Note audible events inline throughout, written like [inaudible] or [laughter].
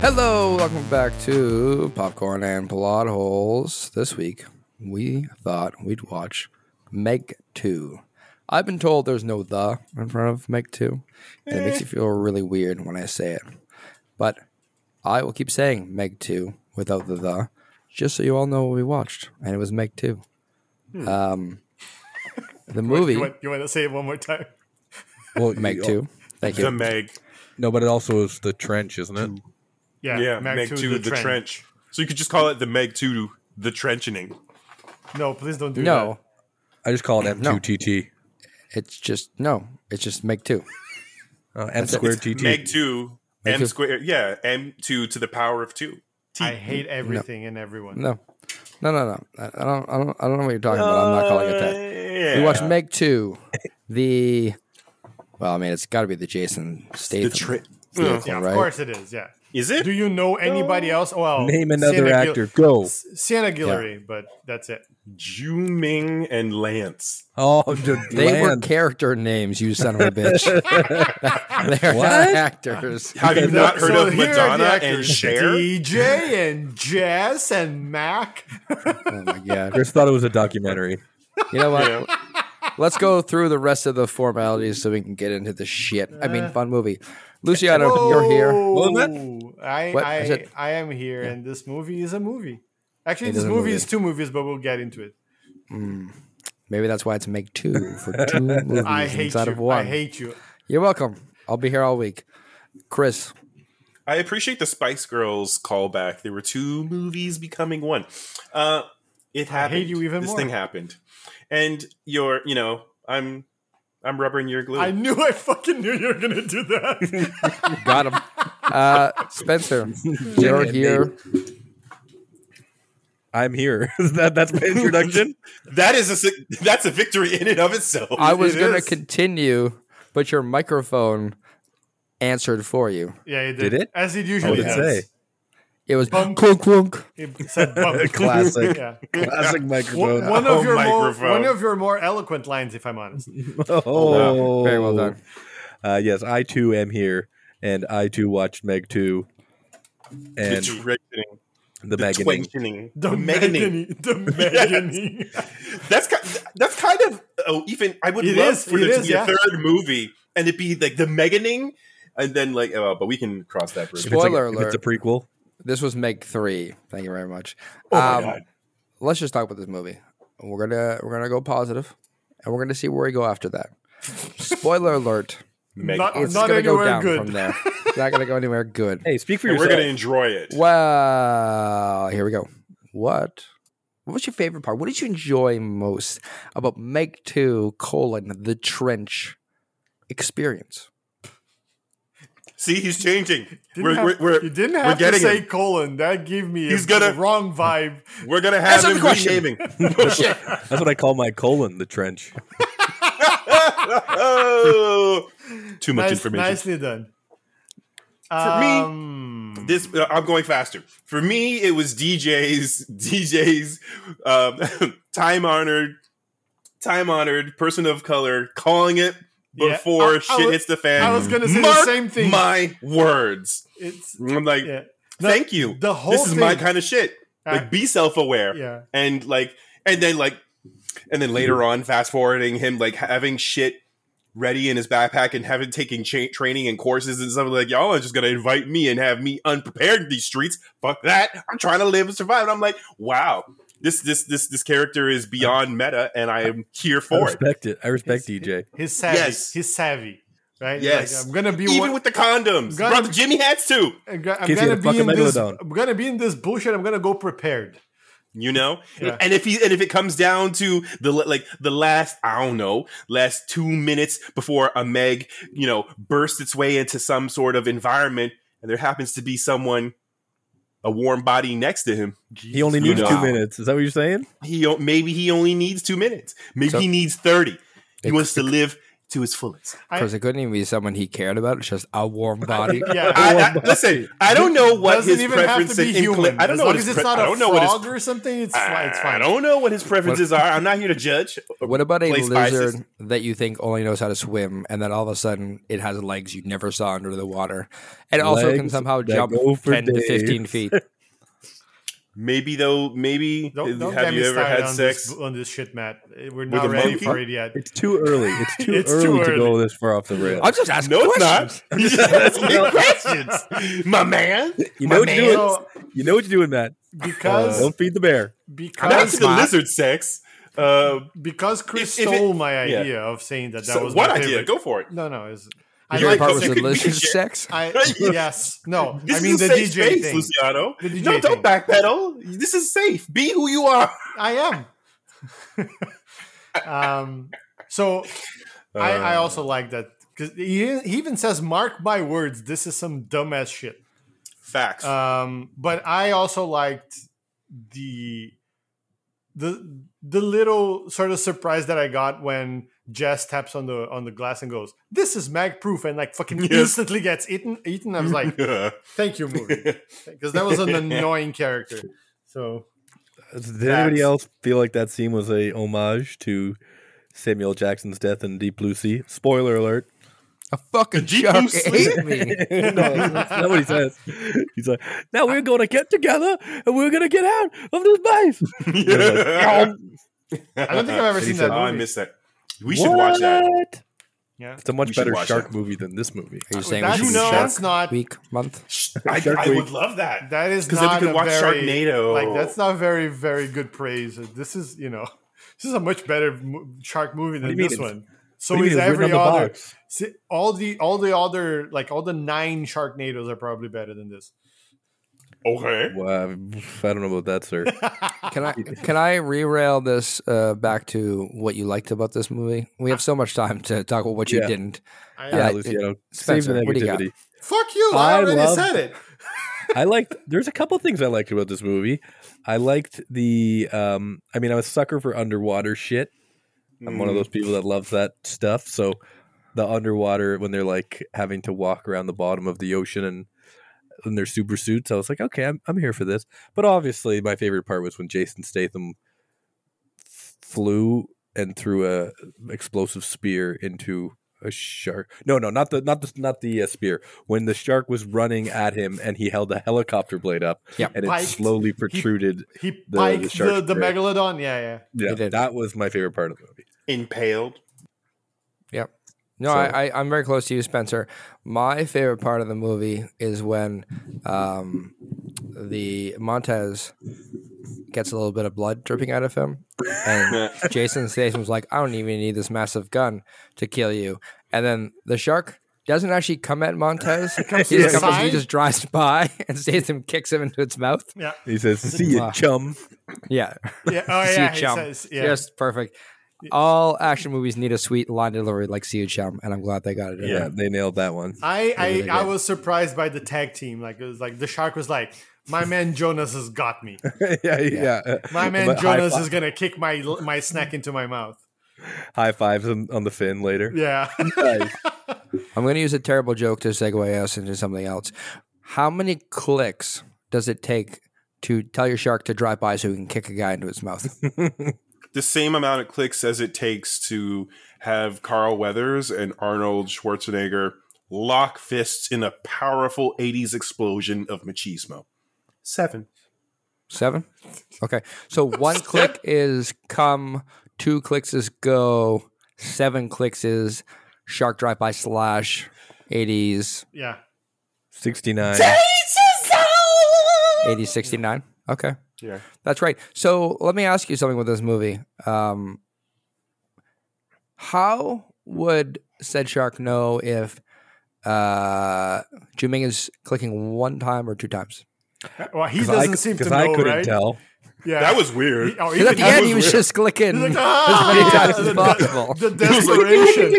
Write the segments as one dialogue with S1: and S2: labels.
S1: Hello, welcome back to Popcorn and Plot Holes. This week, we thought we'd watch Make 2. I've been told there's no the in front of Make 2, and it makes you feel really weird when I say it. But I will keep saying Meg 2 without the the, just so you all know what we watched. And it was Meg 2. Um, the movie,
S2: You want, you want to say it one more time?
S1: well, Meg 2. Thank
S3: The
S1: you.
S3: Meg.
S4: No, but it also is the trench, isn't it?
S2: Yeah,
S3: Yeah,
S2: Mac
S3: Meg 2, the, trench. So you could just call it the Meg 2, the trenching.
S2: No, please don't do that.
S1: No,
S4: I just call it
S1: No.
S4: M2TT.
S1: it's just, no, it's just Meg 2.
S4: Uh, M squared TT.
S1: Meg
S3: Meg 2,
S1: two.
S3: M squared. Yeah, M2 to the power of 2.
S2: I hate everything and everyone.
S1: No, no, no, no. I I don't, I don't, I don't know what you're talking about. I'm not calling it that.
S3: Uh, Yeah.
S1: We watched Meg Two, the. Well, I mean, it's got to be the Jason Statham.
S3: the tri-
S1: vehicle,
S2: Yeah, of
S1: right?
S2: course it is. Yeah.
S3: Is it?
S2: Do you know anybody else? Well,
S4: Name another
S2: Sienna Gil-
S4: actor. Go.
S2: S- Sienna Guillory, but that's it.
S3: Juming and Lance.
S4: Oh, the
S1: [laughs] They were
S4: land.
S1: character names, you son of a bitch. They're not
S4: What?
S1: actors.
S3: Have you not heard
S2: So
S3: of
S2: here are the
S3: Madonna and
S2: actors,
S3: Cher?
S2: DJ and Jess and Mac.
S1: Oh my god!
S4: Chris thought it was a documentary.
S1: You know what?
S3: Yeah.
S1: Let's go through the rest of the formalities so we can get into the shit. I mean, fun movie. Luciano, you're here.
S2: Whoa. I,
S1: What? I
S2: I,
S1: said-
S2: I am here, and this movie is a movie. Actually,
S1: It
S2: this
S1: is a
S2: movie,
S1: movie.
S2: is two movies, but we'll get into it.
S1: Maybe that's why it's Meg Two for two movies
S2: I hate
S1: inside of
S2: you.
S1: one.
S2: I hate you.
S1: you're welcome. I'll be here all week. Chris,
S3: I appreciate the Spice Girls callback. There were two movies becoming one. Uh, it happened.
S2: hate you even
S3: this
S2: more.
S3: thing happened, and you're, you know, I'm, I'm rubbering your glue.
S2: I knew I fucking knew you were gonna do that.
S1: Got him. Uh,
S3: [laughs]
S1: Spencer, you're here.
S4: I'm here. [laughs] that, that's my
S1: [laughs]
S4: introduction.
S3: That is a sig- that's a victory in and of itself.
S1: I was
S3: It
S1: going to
S3: is.
S1: continue, but your microphone answered for you.
S2: [laughs] yeah, it did.
S4: Did it?
S2: As it
S4: what
S2: usually
S4: did it
S2: does.
S4: say?
S1: It was
S2: Bum.
S1: clunk clunk.
S2: It said bump.
S4: [laughs] Classic.
S2: Yeah.
S4: Classic
S2: One,
S4: microphone.
S2: one of
S3: Oh,
S2: your more,
S3: microphone.
S2: one of your more eloquent lines, if I'm honest.
S4: [laughs] Oh,
S1: Very well done.
S4: Uh, yes, I too am here, and I too watched Meg 2
S3: The
S4: and
S3: trenching, the
S4: the, Megan.
S3: twenching,
S2: The
S3: the Meganing.
S2: Megany. The Megany.
S3: That's ki- that's kind of oh, even I would
S2: It
S3: love
S2: is,
S3: for
S2: it
S3: there to
S2: is,
S3: be
S2: yeah.
S3: a third movie and it be like the Meganing, and then like oh, but we can cross that bridge.
S4: If it's like-
S1: Spoiler
S4: if it's a
S1: alert.
S4: prequel.
S1: This was Meg three. Thank you very much. Um,
S3: Oh my God.
S1: Let's just talk about this movie. We're gonna we're gonna go positive, and we're gonna see where we go after that. Spoiler
S3: [laughs]
S1: alert.
S3: Meg.
S2: Not,
S1: It's
S2: not
S1: gonna go
S2: anywhere
S1: down
S2: good.
S1: from there. It's not gonna go anywhere good.
S4: [laughs] Hey, speak for
S3: And we're
S4: yourself.
S3: gonna enjoy it.
S1: Well, here we go. What? What was your favorite part? What did you enjoy most about Meg 2 colon the trench experience?
S3: See, he's changing.
S2: Didn't
S3: we're,
S2: have-
S3: we're, we're,
S2: you didn't
S3: we're
S2: have to
S3: getting
S2: say
S3: him.
S2: colon. That gave me
S3: He's
S2: a
S3: gonna-
S2: wrong vibe.
S3: we're gonna have
S1: Answer the
S3: him
S1: question.
S3: renaming.
S1: [laughs]
S3: [laughs]
S4: That's what I call my colon, the trench.
S3: oh, too much
S2: Nice-
S3: information.
S2: Nicely done.
S3: For me,
S2: Um,
S3: this uh, i'm going faster for me it was dj's [laughs] dj's um, [laughs] time honored time honored person of color calling it
S2: Yeah,
S3: before
S2: I- I
S3: shit
S2: was-
S3: hits the fan
S2: I was gonna say the
S3: Mark
S2: same thing.
S3: my words
S2: it's
S3: i'm like
S2: yeah.
S3: thank you
S2: The whole
S3: this is my
S2: thing-
S3: kind of shit
S2: I-
S3: like be self-aware
S2: Yeah.
S3: and like and then like and then later on fast forwarding him like having shit ready in his backpack and having taken cha- training and courses and stuff like y'all are just gonna invite me and have me unprepared in these streets fuck that i'm trying to live and survive and i'm like wow this this this this character is beyond meta and i am here
S4: I
S3: for it
S4: respect it. I respect DJ.
S2: He's savvy.
S3: Yes.
S2: He's savvy. Right?
S3: Yes.
S2: Like, I'm gonna be
S3: even
S2: one,
S3: with the condoms
S2: Got
S3: brought
S2: him.
S3: the jimmy hats too
S2: I'm go- I'm
S4: Kids
S2: gonna
S4: gotta fuck
S2: be in
S4: him into
S2: this.
S4: it down.
S2: I'm gonna be in this bullshit. I'm gonna go
S3: [laughs]
S2: prepared.
S3: you know
S2: Yeah.
S3: and if he and if it comes down to the la- like the last i don't know last two minutes before a meg you know bursts its way into some sort of environment and there happens to be someone a warm body next to him
S4: He only
S3: You
S4: needs
S3: know.
S4: two minutes. Is that what you're saying?
S3: he o- maybe he only needs two minutes maybe
S1: So-
S3: he needs 30 he
S1: It-
S3: wants to live to its
S2: [laughs]
S3: fullest.
S2: I-
S1: Because it couldn't even be someone he cared about. It's just a warm body.
S2: Yeah.
S3: I, I, listen, I don't know what
S2: doesn't
S3: his
S2: even have
S3: preferences.
S2: to be
S3: incli-
S2: human.
S3: I don't
S2: as
S3: know
S2: long
S3: what his
S2: as
S3: pre-
S2: it's not
S3: I
S2: a
S3: don't know what his Ah,
S2: frog or something. It's, fi- it's fine.
S3: I don't know what his preferences are. I'm not here to judge.
S1: What about a
S3: Place
S1: lizard
S3: biases.
S1: that you think only knows how to swim, and then all of a sudden it has legs you never saw under the water, and also can
S4: Legs
S1: somehow
S4: that
S1: jump
S4: go for
S1: ten to fifteen
S4: days.
S1: feet?
S3: Maybe though. Maybe uh,
S2: Don't, don't
S3: have
S2: get me
S3: you ever
S2: started
S3: had
S2: on
S3: sex?
S2: this, on this shit, Matt. We're not
S3: a
S2: ready
S3: monkey?
S2: for it
S3: [laughs]
S2: yet.
S4: It's too early. It's
S2: [laughs]
S4: too
S2: It's
S4: early
S2: too
S4: to
S2: early.
S4: go this far off the rails.
S1: I'm just asking.
S3: No, it's
S1: questions.
S3: not. [laughs] He's
S2: [laughs]
S3: just asking questions, my man.
S4: you
S3: my
S4: know what
S3: man. Uh,
S4: you're doing.
S2: So
S4: You know what you're doing, Matt.
S2: because
S4: Don't feed the bear.
S3: Not to
S2: because
S3: the
S1: smart.
S3: lizard sex. Uh,
S2: because Chris
S3: If- if it-
S2: stole my
S3: yeah.
S2: idea of saying that that
S3: so
S2: was
S3: what
S2: my
S3: idea?
S2: favorite.
S3: Go for it.
S2: No, no, is
S1: The
S2: I
S1: favorite
S2: like
S1: part
S3: this.
S1: was
S3: It
S1: the
S3: could be
S1: lizard
S3: shit.
S1: sex.
S2: I
S3: [laughs]
S2: yes no
S3: This
S2: I mean
S3: is a
S2: the
S3: safe
S2: DJ
S3: space,
S2: thing.
S3: Luciano.
S2: The DJ
S3: no, don't
S2: thing.
S3: backpedal. This is safe. Be who you are.
S2: I am. um, so I,
S3: Uh.
S2: I also like that because he, he even says, "Mark my words, this is some dumbass shit."
S3: facts.
S2: Um, but I also liked the the the little sort of surprise that I got when Jess taps on the on the glass and goes, "This is mag proof," and like fucking
S3: Yes.
S2: instantly gets eaten. Eaten. I was
S3: [laughs]
S2: like, "Thank you, movie," because that was an annoying character. So
S4: Did anybody
S3: Facts.
S4: else feel like that scene was a homage to Samuel Jackson's death in Deep Blue Sea? Spoiler [laughs] alert.
S1: A fucking
S3: Jeep
S1: shark
S3: loose
S1: ate me.
S4: no, that's not what he says. He's like, now we're going to get together and we're going to get out of this place. [laughs]
S3: I
S2: I don't think I've ever seen that.
S3: Oh, I
S2: movie.
S3: missed that. We should watch that.
S4: What?
S2: Yeah.
S4: It's a much
S3: We should
S4: better
S3: watch
S4: shark
S3: that.
S4: movie than this movie.
S1: Are you
S2: Well,
S1: saying we
S2: that's,
S1: should
S3: you
S1: do
S3: know-
S1: shark
S2: that's not
S1: week month?
S3: I,
S4: Shark
S3: I
S4: Week.
S3: would love that.
S2: that is
S3: Because then we
S2: not
S3: could
S2: a
S3: watch
S2: very,
S3: Sharknado.
S2: Like that's not very very good praise. This is you know [laughs] this is a much better mo- shark movie
S4: do
S2: than
S4: you mean
S2: this
S4: it's-
S2: one. So
S4: What do
S2: is
S4: you mean it's written
S2: every
S4: on the
S2: other
S4: box?
S2: see, all the all the other like all the nine Sharknados are probably better than this. [laughs]
S3: okay.
S4: Well, I don't know about that, sir.
S1: Can I can I rerail this uh, back to what you liked about this movie? We have so much time to talk about what you
S4: Yeah.
S1: didn't.
S2: I,
S4: [laughs] Yeah,
S1: I-
S4: Luciano. Save
S1: Spencer,
S4: the
S1: what do you got?
S4: negativity.
S2: Fuck you! I,
S4: I
S2: already
S4: love-
S2: said it.
S4: I liked. There's a couple things I liked about this movie. I liked the. Um, I mean, I'm a sucker for underwater shit. I'm one of those people that loves that stuff. So the underwater when they're like having to walk around the bottom of the ocean and in their super suits, I was like, okay, I'm I'm here for this. But obviously, my favorite part was when Jason Statham f- flew and threw a explosive spear into a shark. No, no, not the not the not the uh, spear. When the shark was running at him and he held a helicopter blade up,
S1: Yeah.
S4: and it
S2: Piked.
S4: slowly protruded.
S2: He
S4: the
S2: piked the,
S4: shark's
S2: the,
S4: great.
S2: megalodon. Yeah, yeah.
S1: He
S4: yeah,
S1: did.
S4: that was my favorite part of the
S3: Mm.
S4: movie.
S3: Impaled.
S1: No,
S4: So-
S1: I, I, I'm very close to you, Spencer. My favorite part of the movie is when um, the Montez gets a little bit of blood dripping out of him,
S4: [laughs]
S1: and Jason Statham's like, "I don't even need this massive gun to kill you." And then the shark doesn't actually come at Montez; he, [laughs]
S2: to
S1: just
S2: the
S1: comes, he
S2: side.
S1: just drives [laughs] by, and Statham kicks him into its mouth.
S2: [laughs]
S4: He says, "See ya,
S1: Wow.
S4: chum."
S1: Yeah,
S4: [laughs]
S2: Yeah. Oh
S1: See
S2: yeah.
S1: you,
S2: He
S1: chum.
S2: says, yeah.
S1: just perfect. All action movies need a sweet line delivery like Siu Chum, and I'm glad they got it. In
S4: Yeah,
S1: there.
S4: they nailed that one. [laughs]
S2: I
S1: really
S2: I, I
S1: good.
S2: was surprised by the tag team. Like it was like the shark was like, my man Jonas has got me.
S4: yeah, yeah,
S2: My man
S4: But high
S2: Jonas
S4: fi-
S2: is gonna kick my my snack into my mouth.
S4: high fives on, on the fin later.
S2: Yeah, [laughs]
S4: Nice.
S1: I'm going to use a terrible joke to segue us into something else. How many clicks does it take to tell your shark to drive by so he can kick a guy into his mouth?
S2: [laughs]
S3: The same amount of clicks as it takes to have Carl Weathers and Arnold Schwarzenegger lock fists in a powerful 80s explosion of machismo. Seven.
S1: Seven? Okay. So
S2: [laughs]
S1: one click is come, two clicks is go, seven clicks is shark drive by slash 80s,
S2: yeah.
S4: Sixty-nine.
S1: 80s, 69. Okay.
S3: Yeah.
S1: That's right. So let me ask you something with this movie. Um, how would said shark know if uh, Juming is clicking one time or two times?
S2: Well, he
S4: 'Cause I
S2: doesn't
S4: c-
S2: seem to
S4: 'cause
S2: know,
S4: I couldn't
S2: right?
S4: tell.
S2: Yeah,
S3: That was
S2: [laughs]
S3: weird.
S2: He- oh,
S1: Because at
S2: even
S1: the
S2: that
S1: end, he was
S2: weird.
S1: just clicking
S2: He's like,
S1: many
S2: ah,
S1: times as
S2: the-
S1: possible.
S4: [laughs]
S2: the, desperation.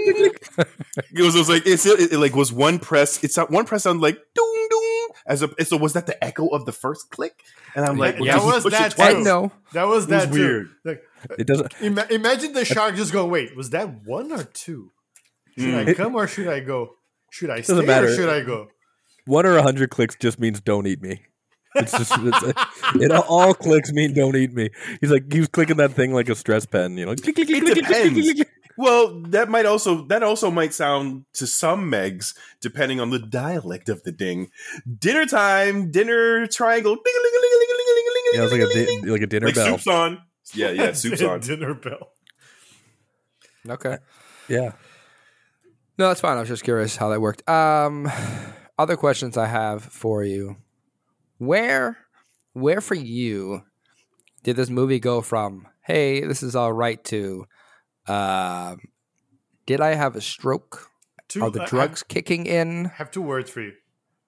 S3: It was, it was like it's it, it like was one press. It's not one press sound like doom doom as a so was that the echo of the first click? And I'm like,
S2: Yeah, that
S3: did he
S2: was
S3: push it
S2: that
S1: I
S3: twice?
S2: too.
S1: know.
S2: that
S4: [laughs]
S2: was
S3: was
S2: that
S3: weird.
S2: Too. Like,
S4: It doesn't.
S2: ima- imagine the shark just going, "Wait, was that one or two? Should
S3: Hmm.
S2: I
S4: Mm.
S2: come or should I go? Should I
S4: Doesn't
S2: stay
S4: matter.
S2: or should I go?
S4: One or a hundred clicks just means don't eat me. It's just it's, it all clicks mean don't eat me. He's like he was clicking that thing like a stress pen, you know. Click, click, click, click, click, click, click,
S3: depends.
S4: click.
S3: Well, that might also that also might sound to some Megs, depending on the dialect of the ding. Dinner time, dinner triangle.
S4: Yeah, it was like a di- like a dinner
S3: like
S4: bell.
S3: soup's on.
S2: [laughs]
S3: Yeah, yeah, soup's on.
S2: Dinner bell.
S1: Okay.
S4: Yeah.
S1: No, that's fine. I was just curious how that worked. Um, other questions I have for you: Where, where for you, did this movie go from? Hey, this is all right. To, um, did I have a stroke?
S2: Two,
S1: Are the
S2: I-
S1: drugs kicking in?
S2: I have two words for you.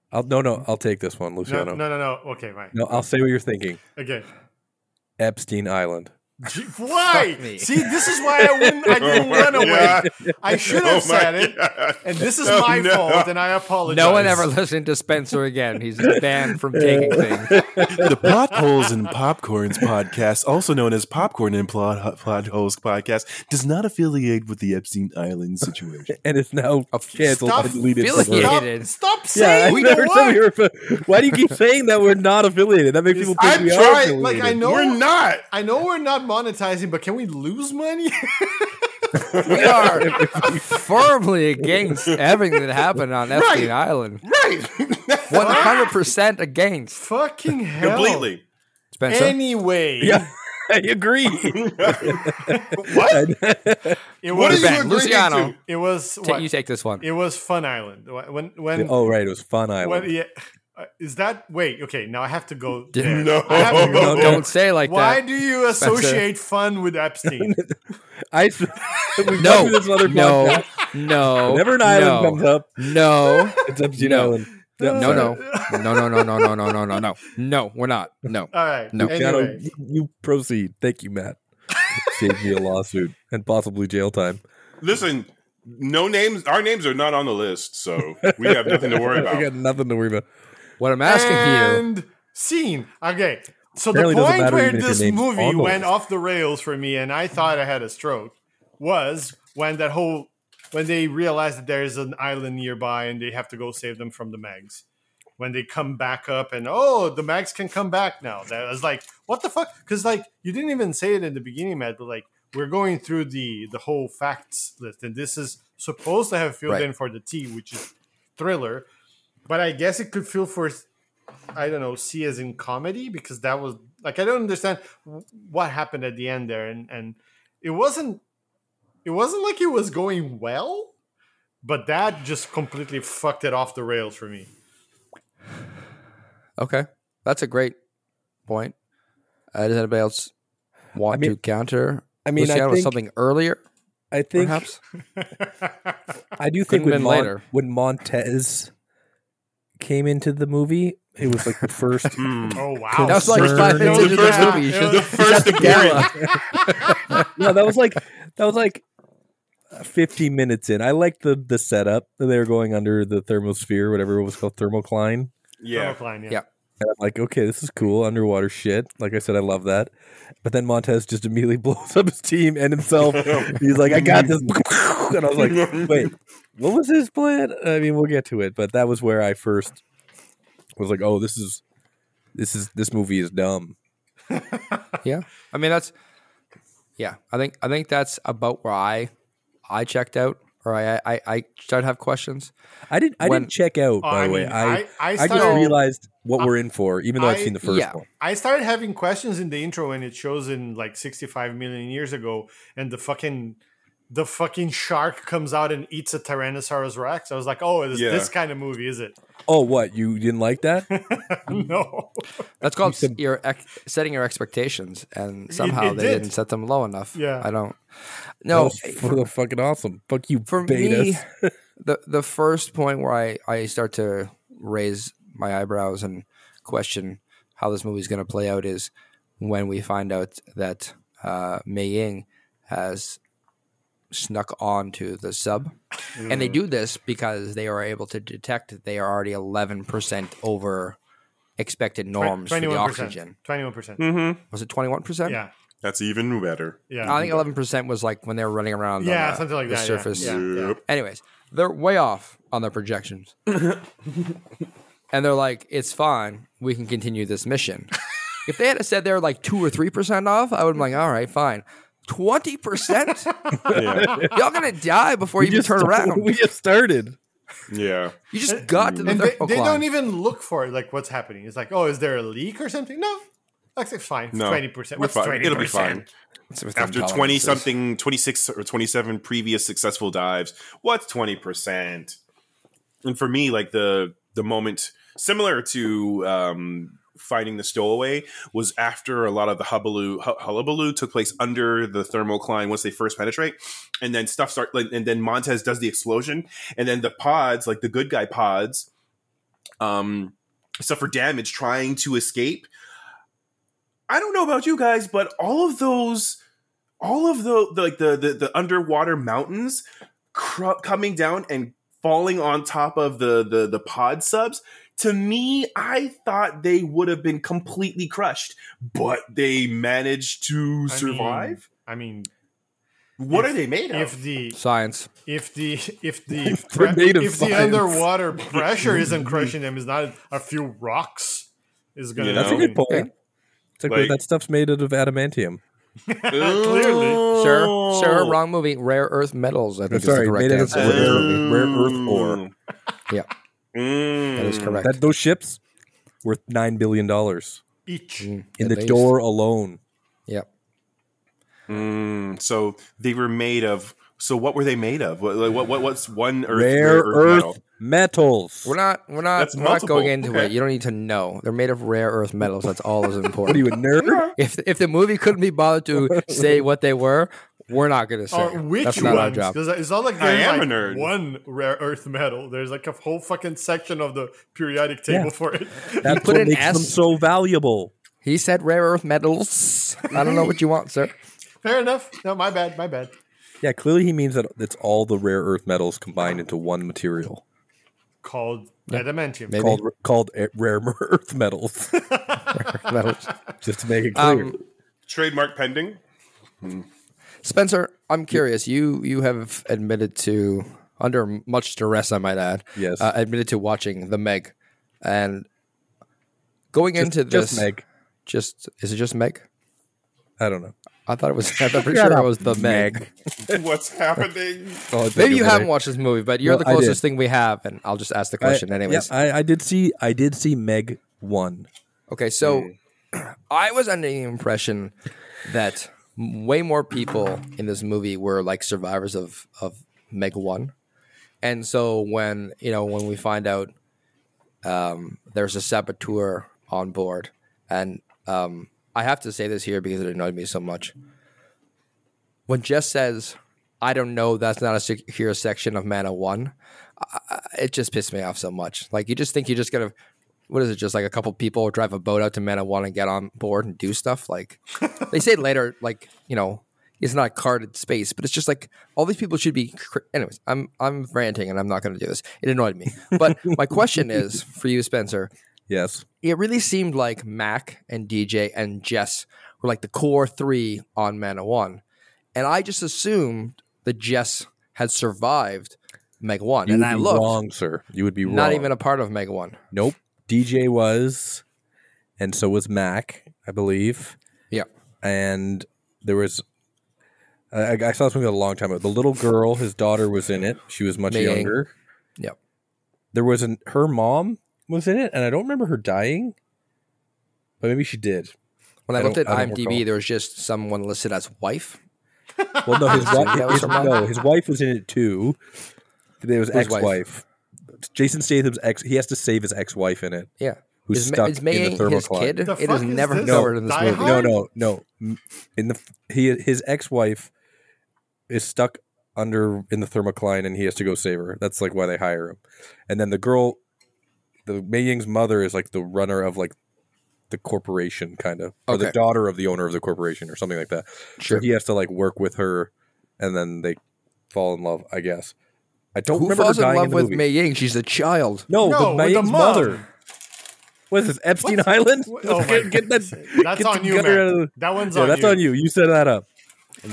S4: I'll, no, no, I'll take this one,
S2: No,
S4: Luciano.
S2: no,
S4: No,
S2: no, no. Okay, fine.
S4: I'll say what you're thinking.
S2: Again,
S4: Epstein Island.
S2: [laughs] Gee, why?
S1: Fuck me.
S2: See, this is why I wouldn't. I
S3: [laughs]
S2: didn't
S3: Oh my
S2: run away.
S3: God.
S2: I should have
S3: Oh my
S2: said it,
S3: God.
S2: and this is
S3: Oh,
S2: my
S3: no.
S2: fault, and I apologize.
S1: No one ever [laughs] listened to Spencer again. He's banned from taking things.
S3: the Plot Holes and Popcorns podcast, also known as Popcorn and Plot, Plot Holes podcast, does not affiliate with the Epstein Island situation.
S4: And it's now canceled
S2: Oh, stop
S4: and deleted.
S1: feeling
S4: from her.
S1: it.
S2: Stop,
S1: Hated.
S2: stop
S4: Yeah,
S2: saying
S4: we
S2: the
S4: never said
S2: word.
S4: we were. affi- uh, Why do you keep saying that we're not affiliated? That makes people think
S3: I'm
S4: we are.
S3: trying,
S4: Affiliated.
S2: like, I know-
S3: We're not.
S2: I know we're not monetizing, but can we lose money? [laughs]
S3: We are
S1: Firmly against everything that happened on Epstein Island.
S3: right.
S1: One hundred percent against
S2: Fucking hell!
S3: Completely. [laughs]
S1: Spencer.
S2: Anyway,
S4: Yeah, [laughs] I
S1: [laughs]
S4: agree.
S3: What?
S2: it
S3: What are
S2: was.
S1: Ben,
S3: you agreeing
S1: Luciano.
S3: to?
S2: It was.
S1: Ta-
S2: What?
S1: you take this one.
S2: It was Fun Island. When when
S4: oh right, it was Fun
S2: when
S4: Island.
S2: yeah. uh, Is that wait? Okay, now I have to go.
S1: Yeah.
S2: There.
S3: No.
S2: I have to go
S1: No,
S2: there.
S1: don't say like
S2: Why
S1: that.
S2: do you associate fun with Epstein?
S4: I [laughs] we've
S1: No,
S4: done this other
S1: no, [laughs]
S4: podcast. [laughs]
S1: no.
S4: Whenever an
S1: no,
S4: island comes up,
S1: No,
S4: it's Epstein
S1: No.
S4: Island. Yeah,
S1: no,
S4: sorry. [laughs]
S1: no, no, no, no, no, no, no, no, no, no. No, we're not. No.
S2: All right.
S1: No.
S4: Piano,
S2: Anyway,
S4: you- you proceed. Thank
S1: [laughs]
S4: you, Matt. Saved me a lawsuit and possibly jail time.
S3: Listen, no names. Our names are not on the list, so
S2: [laughs]
S3: we have nothing to worry
S4: [laughs] I
S3: about.
S4: got nothing to worry about.
S1: What I'm asking you.
S2: and scene. Okay. So
S4: Apparently
S2: the
S4: doesn't
S2: point
S4: matter
S2: where
S4: even if your
S2: this
S4: name's
S2: movie
S4: on the
S2: went
S4: list.
S2: off the rails for me, and I thought I had a stroke, was when that whole when they realized that there's an island nearby and they have to go save them from the mags. When they come back up and oh, the mags can come back now. That I was like, what the fuck? Because like you didn't even say it in the beginning, Matt. But like we're going through the the whole facts list, and this is supposed to have filled
S1: Right.
S2: in for the T, which is thriller. But I guess it could feel for I don't know, C as in comedy because that was like I don't understand w- what happened at the end there, and and it wasn't it wasn't like it was going well, but that just completely fucked it off the rails for
S4: [laughs]
S2: me.
S1: Okay, that's a great point. Uh, does anybody else want
S4: I mean-
S1: to counter?
S4: I mean,
S1: Luciano
S4: I
S1: with
S4: think,
S1: something earlier,
S4: I think, [laughs]
S1: perhaps.
S4: I do
S1: Could've
S4: think when,
S1: been
S4: Mon-
S1: later.
S4: when Montez came into the movie, it was like
S3: [laughs]
S4: the first.
S3: Hmm.
S2: oh wow,
S1: That was like
S4: Concerned.
S1: five minutes
S3: The
S1: into the
S3: first-
S1: movie. You
S2: the
S1: should-
S3: The first appearance.
S4: no, that was like that was like fifty minutes in. I liked the the setup. that They were going under the thermosphere, whatever it was called, thermocline.
S2: [laughs]
S3: Yeah.
S2: Line, yeah.
S1: [laughs] Yeah.
S4: And I'm like, okay, this is cool, underwater shit. Like I said, I love that. But then Montez just immediately [laughs] blows up his team
S2: [laughs]
S4: and himself. He's like, I got this. [laughs] And I was like, wait, what was his plan? I mean, we'll get to it, but that was where I first was like, oh, this is this is this movie is dumb.
S1: yeah i mean that's yeah i think i think that's about where i i checked out or i i, I started to have questions
S4: I didn't I
S1: When-
S4: didn't check out,
S2: Oh,
S4: by
S2: I
S4: the way.
S2: mean,
S4: I,
S2: I, I,
S4: I,
S2: started,
S4: just realized what we're in for, even though I, have
S2: I-
S4: seen the first
S1: yeah.
S4: one.
S2: I started having questions in the intro when it shows in like 65 million years ago, and the fucking the fucking shark comes out and eats a Tyrannosaurus Rex. I was like, oh, it's
S3: Yeah.
S2: this kind of movie, is it? [laughs]
S4: Oh, what you didn't like that?
S2: no.
S1: that's called
S4: said-
S1: your ex, setting your expectations and somehow
S2: it
S1: they
S2: did.
S1: did. not set them low enough
S2: Yeah.
S1: i don't
S4: That
S1: no
S4: was f- fucking awesome. Fuck you,
S1: for
S4: betas.
S1: me the the first point where i i start to raise my eyebrows and question how this movie's going to play out is when we find out that uh mei ying has snuck on to the sub and
S4: Mm.
S1: they do this because they are able to detect that they are already 11% over expected norms for the oxygen
S3: Mm-hmm.
S2: Twenty-one percent.
S1: was it 21%
S2: Yeah.
S3: That's even better.
S2: Yeah.
S1: I think eleven percent was like when they were running around. on
S2: yeah,
S1: the-
S2: something like
S1: the
S2: that. yeah,
S1: surface.
S2: Yeah, yeah.
S3: Yep.
S1: Anyways, they're way off on their
S4: [laughs]
S1: projections, and they're like, "It's fine. We can continue this mission." if they had said they're like two or three percent off, I would have been like, "All right, fine." Twenty
S4: [laughs]
S1: percent?
S3: Yeah.
S1: Y'all gonna die before you even turn around.
S4: We just started.
S3: yeah.
S1: you just
S4: [laughs]
S1: got to the oh,
S2: And they,
S1: thermal
S2: they
S1: climb.
S2: don't even look for it, like what's happening. It's like, oh, is there a leak or something? No. That's like, fine.
S3: No.
S2: Twenty percent.
S3: We're
S2: What's
S3: fine.
S2: twenty
S3: It'll be fine.
S2: percent?
S1: It's within
S3: After
S1: tolerances.
S3: 20 something, 26 or 27 previous successful dives, what's 20%? And for me, like the the moment similar to um, finding the stowaway was after a lot of the hullabaloo, hu- hullabaloo took place under the thermocline once they first penetrate. And then stuff start like, and then Montez does the explosion. And then the pods, like the good guy pods, um, suffer damage trying to escape. I don't know about you guys, but all of those, all of the the- like the the, the underwater mountains cr- coming down and falling on top of the the the pod subs. To me, I thought they would have been completely crushed, but they managed to
S2: I mean,
S3: survive.
S2: I mean,
S3: what
S2: if-
S3: are they made of?
S2: if [laughs] the
S1: science.
S2: if the if
S4: [laughs]
S2: the
S4: They're
S2: pre-
S4: made of
S2: if the
S4: science. [laughs]
S2: underwater pressure isn't crushing them, is not a few rocks is going to.
S3: You
S4: That's a
S3: know?
S4: good point. It's like,
S3: Like-
S4: that stuff's made out of adamantium.
S2: Clearly,
S1: Sir, sir, wrong movie. Rare earth metals. I think
S4: sorry,
S1: is the correct
S4: Oh. made it
S1: answer.
S4: as-
S1: for this
S4: Uh,
S1: movie.
S4: Rare earth
S3: Oh.
S4: ore. Yeah.
S3: Mm.
S1: That is correct.
S4: That those ships worth nine billion dollars
S2: each.
S1: Mm,
S4: in
S1: at
S4: the
S1: least.
S4: door alone.
S1: Yep.
S3: Mm, so they were made of. So what were they made of? What like, what, what what's one earth
S4: rare, earth,
S3: metal?
S4: metals.
S1: We're not. We're not.
S3: That's
S1: we're not going
S3: multiple.
S1: into
S3: Okay.
S1: it. You don't need to know. They're made of rare earth metals. That's all that's
S4: what are
S1: important.
S4: you
S1: [laughs]
S4: a nerd?
S1: if if the movie couldn't be bothered to say what they were, we're not going to say.
S4: Mm,
S2: Or uh, which
S1: that's
S2: ones?
S1: not our job.
S2: Because it's not like
S3: I
S2: there's
S3: am
S2: like
S3: a nerd.
S2: one rare earth metal. There's like a whole fucking section of the periodic table
S4: Yeah.
S2: for it. [laughs]
S4: That's
S1: put
S4: what
S1: an
S4: makes them
S1: S-
S4: so valuable.
S1: He said rare earth metals. I don't know what you want, sir.
S2: Fair enough. No, my bad. My bad.
S4: Yeah, clearly he means that it's all the rare earth metals combined into one material
S2: Called adamantium.
S1: Maybe.
S4: called called a- rare [laughs] earth metals.
S1: Metals.
S4: just to make it clear,
S1: Um,
S3: Trademark [laughs] pending.
S1: Spencer, I'm curious. You you have admitted to under much duress, I might add.
S4: Yes.
S1: uh, admitted to watching The Meg, and going
S4: Just-
S1: into this,
S4: just Meg.
S1: just is it just Meg?
S4: I don't know.
S1: I thought it was. I'm pretty sure it was The Meg.
S3: What's happening?
S1: Maybe you haven't watched this movie, but you're
S4: Well,
S1: the
S4: I did.
S1: closest thing we have, and I'll just ask the question anyways.
S4: I, I did see. I did see Meg one.
S1: Okay, so [clears throat] I was under the impression that m- way more people in this movie were like survivors of of Meg One, and so when you know when we find out um, there's a saboteur on board, and um, I have to say this here because it annoyed me so much. When Jess says, "I don't know," that's not a secure section of Mana One. I- I- It just pissed me off so much. Like you just think you're just gonna what is it? Just like a couple people drive a boat out to Manawan and get on board and do stuff. Like they say later, like you know, it's not carded space, but it's just like all these people should be. Cr- Anyways, I'm I'm ranting and I'm not going to do this. It annoyed me. But my question is for you, Spencer.
S4: Yes,
S1: It really seemed like Mac and DJ and Jess were like the core three on Manawan, and I just assumed that Jess had survived Meg One,
S4: you
S1: and
S4: would
S1: I
S4: be
S1: looked
S4: wrong, sir. You would be wrong.
S1: not even a part of Meg One.
S4: Nope. DJ was, and so was Mac, I believe.
S1: Yeah.
S4: And there was, I, I saw this movie a long time ago. The little girl, his daughter, was in it. She was much
S1: Ming.
S4: younger.
S1: Yep.
S4: There was an her mom was in it, and I don't remember her dying, but maybe she did.
S1: When I,
S4: I
S1: looked at
S4: don't- I don't
S1: IMDb,
S4: recall.
S1: there was just someone listed as wife.
S4: Well, no,
S1: [laughs]
S4: his wife.
S1: That was
S4: his,
S1: her mom.
S4: no, his wife was in it too. There was
S1: Whose wife?
S4: ex-wife. Jason Statham's ex. He has to save his ex-wife in it,
S1: Yeah,
S4: who's
S1: is, Ma-
S4: stuck
S1: is
S4: in the
S1: Maying his
S4: thermocline.
S1: kid?
S2: The
S1: it
S2: fuck
S1: is
S2: is
S1: never
S2: this?
S1: covered in this
S2: Die
S1: movie.
S2: Hard?
S4: No, no, no. M- In the he his ex-wife is stuck under in the thermocline, and he has to go save her. That's like why they hire him. And then the girl, the Mei Ying's mother, is like the runner of like the corporation, kind of, or the
S1: Okay.
S4: daughter of the owner of the corporation, or something like that.
S1: Sure.
S4: So he has to like work with her, and then they fall in love. I guess I don't
S1: Who
S4: remember her
S1: falls in
S4: dying
S1: love
S4: in the
S1: with
S4: movie.
S1: Mei Ying? She's a child.
S4: No,
S2: No,
S4: with Mei
S2: with the
S4: Ying's
S2: mom.
S4: mother. What is this Epstein
S2: What's-
S4: Island?
S2: What-
S4: Let's
S2: oh my
S4: get, get that.
S2: That's
S4: get
S2: on
S4: the
S2: you,
S4: gutter out of
S2: man.
S4: the-
S2: That one's
S4: yeah,
S2: on
S4: that's
S2: you.
S4: on you. You set that up.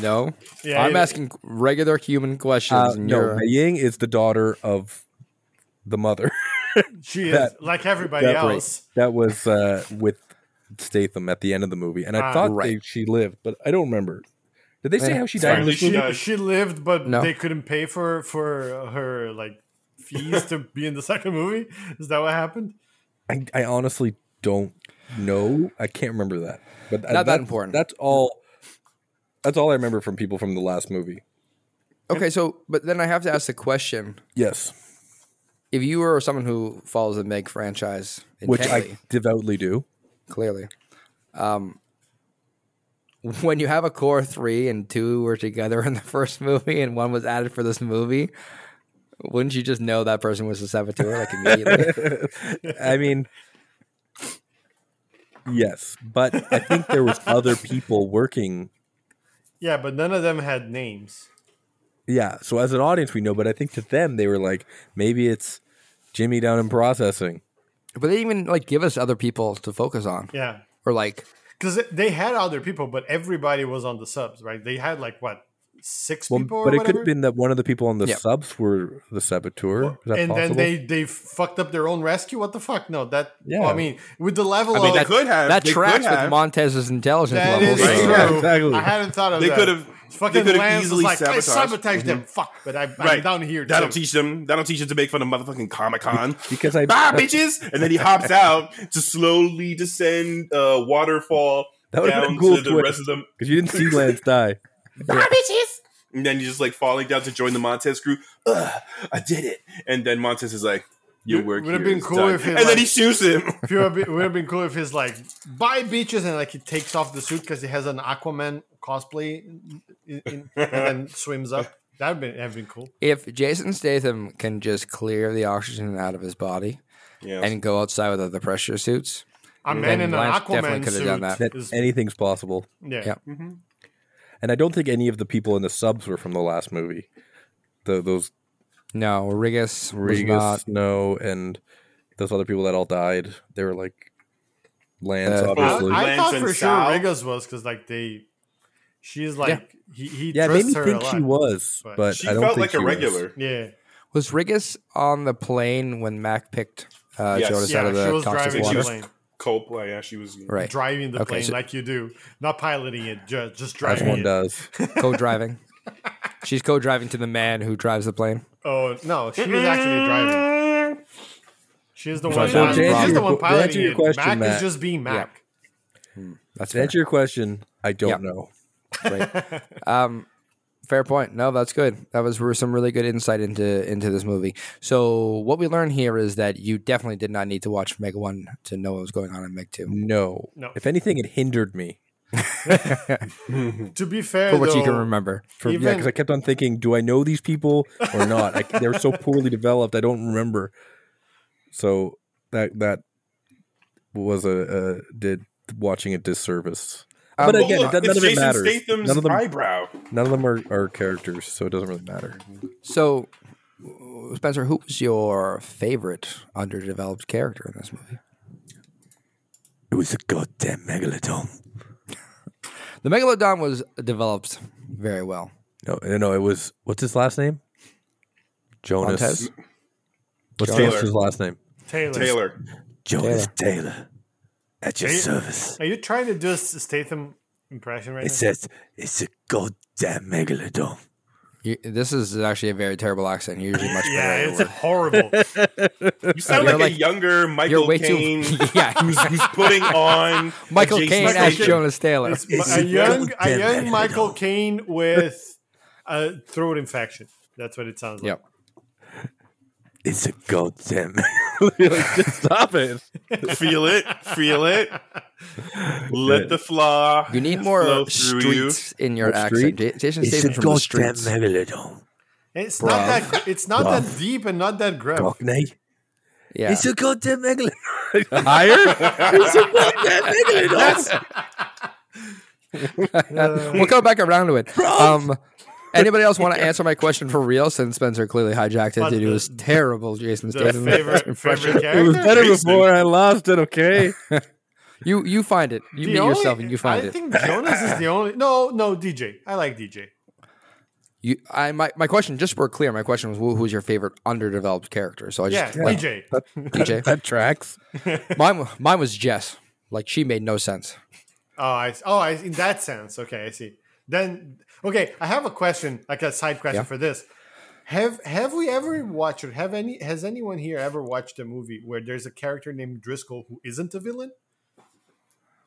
S1: No,
S2: Yeah,
S1: I'm
S2: it-
S1: asking regular human questions.
S4: Uh,
S1: and
S4: no,
S1: you're-
S4: Mei Ying is the daughter of the mother. [laughs]
S2: She is
S4: that-
S2: like everybody
S4: that break.
S2: else.
S4: that was uh, with Statham at the end of the movie, and I
S2: Ah,
S4: thought they,
S1: right. Eh,
S4: she lived, but I don't remember. Did they say
S1: Yeah,
S4: how she
S3: it's
S4: died
S3: fine.
S4: in this
S3: She
S4: movie?
S3: died.
S2: She, she lived, but
S1: No.
S2: they couldn't pay for for her like fees to be in the [laughs] second movie. Is that what happened?
S4: I, I honestly don't know. I can't remember that. But
S1: that important.
S4: That's all. That's all I remember from people from the last movie.
S1: Okay, so but then I have to ask the question:
S4: Yes,
S1: If you were someone who follows the Meg franchise,
S4: which
S1: intently,
S4: I devoutly do.
S1: clearly. Um, when you have a core three and two were together [laughs] in the first movie and one was added for this movie, wouldn't you just know that person was a saboteur like immediately?
S4: I mean, yes, but I think
S1: [laughs]
S4: there was other people working.
S2: Yeah, but none of them had names.
S4: Yeah, so as an audience, we know, but I think to them, they were like, maybe it's Jimmy down in processing.
S1: but they didn't even like give us other people to focus on,
S2: Yeah,
S1: or like
S2: because they had other people, but everybody was on the subs, right? They had like what six
S4: Well,
S2: people, or
S4: but it could
S2: whatever?
S4: have been that one of the people on the
S1: Yeah.
S4: subs were the saboteur. Is that
S2: and
S4: possible?
S2: then they they fucked up their own rescue. What the fuck? No, that
S4: Yeah.
S2: I mean, with the level
S3: I mean,
S2: of
S3: they could have.
S1: that
S3: they could
S1: tracks with
S3: have.
S1: Montez's intelligence
S2: that
S1: level.
S2: is
S1: so-
S3: Right.
S2: true.
S4: Yeah, exactly.
S2: I hadn't thought of
S3: They
S2: that.
S3: could have- they
S2: fucking
S3: could have
S2: Lance was
S3: easily
S2: like, I
S3: sabotaged.
S2: sabotaged them.
S4: Mm-hmm.
S2: Fuck, but I, I'm
S3: Right
S2: down here.
S3: That'll
S2: too.
S3: teach them. That'll teach them to make fun of motherfucking Comic Con.
S4: because I
S3: Bye, bitches! And then he hops out to slowly descend uh, waterfall
S4: That would've been a
S3: down
S4: cool
S3: to the
S4: twist.
S3: rest of them.
S4: because you didn't see Lance die.
S3: And then he's just like falling down to join the Montez crew. Ugh, I did it. And then Montez is like, "Your
S2: Would-
S3: work
S2: would've
S3: here
S2: been
S3: is
S2: cool
S3: done."
S2: if he,
S3: and
S2: like-
S3: then he shoots him.
S2: [laughs] If it would have been- it would have been cool if he's like buy beaches and like he takes off the suit because he has an Aquaman cosplay in, in, and
S3: [laughs]
S2: then swims up. That would been have been cool.
S1: If Jason Statham can just clear the oxygen out of his body
S3: Yeah.
S1: and go outside with other pressure suits,
S2: A man in an
S1: Lance definitely
S2: Aquaman
S1: could have
S2: suit.
S1: done that.
S4: That
S2: is-
S4: anything's possible,
S2: yeah.
S1: Yeah.
S4: and I don't think any of the people in the subs were from the last movie. The, those
S1: no, Rigas, was
S4: Regas,
S1: not.
S4: Snow, and those other people that all died. They were like Lance,
S1: Uh,
S2: I,
S4: obviously.
S2: I
S3: Lance
S2: thought
S3: and
S2: for sure
S3: Sal.
S2: Regas was because like they, she's like he, he
S4: yeah, it made
S2: trusts
S4: me
S2: her
S4: think
S2: a lot.
S4: she was,
S2: but-
S4: but
S3: She
S4: I don't
S3: felt
S4: think
S3: like
S4: she
S3: a
S4: was.
S3: regular.
S2: Yeah,
S1: Was Rigas on the plane when Mac picked uh,
S3: Yes.
S1: Jonas
S3: Is
S1: out
S2: yeah,
S1: of
S2: she
S1: the
S2: was
S1: toxic
S2: driving
S1: water?
S2: the
S3: She
S2: plane,
S3: Cope. well, yeah, she was.
S1: right,
S2: driving the
S1: Okay,
S2: plane
S1: so-
S2: like you do, not piloting it, just just
S4: As
S2: driving
S4: one
S2: it.
S4: does.
S2: [laughs]
S1: co-driving. She's co-driving to the man who drives the plane.
S2: Oh no, she was actually driving. She's the one.
S1: so to answer
S2: she's the
S1: your
S2: one
S4: qu- to answer
S2: piloting
S4: your
S2: it.
S4: question,
S2: Mac
S4: Matt.
S2: is just being Mac.
S1: That's
S4: To
S1: fair.
S4: answer your question, I don't
S1: Yeah.
S4: know.
S1: Right. Um, fair point. No, that's good. That was re- some really good insight into into this movie. So what we learn here is that you definitely did not need to watch Meg One to know what was going on in Meg Two.
S4: No.
S2: No.
S4: If anything, it hindered me.
S2: To be fair,
S1: For what
S2: though,
S1: you can remember,
S4: For, yeah,
S2: Even-
S4: because I kept on thinking, do I know these people or not? I, they were so poorly developed, I don't remember. So that that was a uh, did watching a disservice.
S1: Um,
S4: but
S1: well,
S4: again,
S3: look,
S4: that,
S3: it's
S4: none of it
S3: Jason
S4: matters.
S3: Statham's
S4: None of them,
S3: eyebrow.
S4: none of them are, are characters, so it doesn't really matter.
S1: So, uh, Spencer, who was your favorite underdeveloped character in this movie?
S4: It was a goddamn megalodon.
S1: The Megalodon was developed very well.
S4: No, no, no, it was what's his last name? Jonas.
S1: Montez?
S4: What's
S1: Taylor.
S4: Jonas's last name?
S2: Taylor.
S3: Taylor.
S4: Jonas Taylor. At
S2: your Taylor.
S4: service.
S2: Are you trying to do a Statham impression right now?
S4: says it's a goddamn megalodon.
S1: You, this is actually a very terrible accent. You're usually much better.
S2: [laughs] Yeah,
S1: at
S2: it's
S1: it. [laughs]
S2: horrible.
S3: You sound
S1: You're
S3: like,
S1: like-
S3: a younger
S1: You're
S3: Michael
S1: way [laughs]
S3: Caine
S1: too.
S2: [laughs]
S1: Yeah,
S3: who's, who's putting on a
S1: Michael
S3: Jason
S1: Caine
S3: Statham.
S1: as Jonas Taylor.
S2: It's a young, a
S4: Goddamn
S2: young
S4: it.
S2: Michael Caine with a throat infection. That's what it sounds like.
S1: Yep.
S4: It's a goddamn. [laughs] like, just stop [laughs] it.
S3: Feel it, feel it. Let the flaw.
S1: You need more
S3: flow through you.
S1: streets in your
S4: What
S1: accent.
S4: street?
S1: Ja- Jason Statham from the streets.
S4: megalodon.
S2: It's not that. It's not that deep and not that grave.
S1: Yeah.
S4: a goddamn megalodon.
S3: [laughs]
S4: Higher? it's a goddamn megalodon.
S1: Uh,
S2: [laughs]
S1: we'll come back around to it. Um, Anybody else want to answer my question for real? Since Spencer clearly hijacked it
S2: But
S1: to do
S2: the-
S1: his terrible Jason
S2: The
S1: Statham
S2: favorite,
S1: [laughs] impression.
S2: favorite
S4: It was
S2: character.
S4: better
S3: Jason.
S4: before I lost it. Okay. [laughs]
S1: You you find it. You
S2: The
S1: meet
S2: only-
S1: yourself and you find
S2: I
S1: it.
S2: think Jonas is the only. No, no, DJ. I like DJ.
S1: You, I my, my question, just for clear, my question was who, who's your favorite underdeveloped character? So I
S2: Yeah,
S1: just like,
S2: DJ. [laughs]
S1: DJ.
S4: That tracks.
S1: Mine wa- mine was Jess. Like she made no sense.
S2: Oh, I, oh, I, in that sense. Okay, I see. Then, okay, I have a question, like a side question
S1: Yeah.
S2: for this. Have Have we ever watched, or have any, has anyone here ever watched a movie where there's a character named Driscoll who isn't a villain?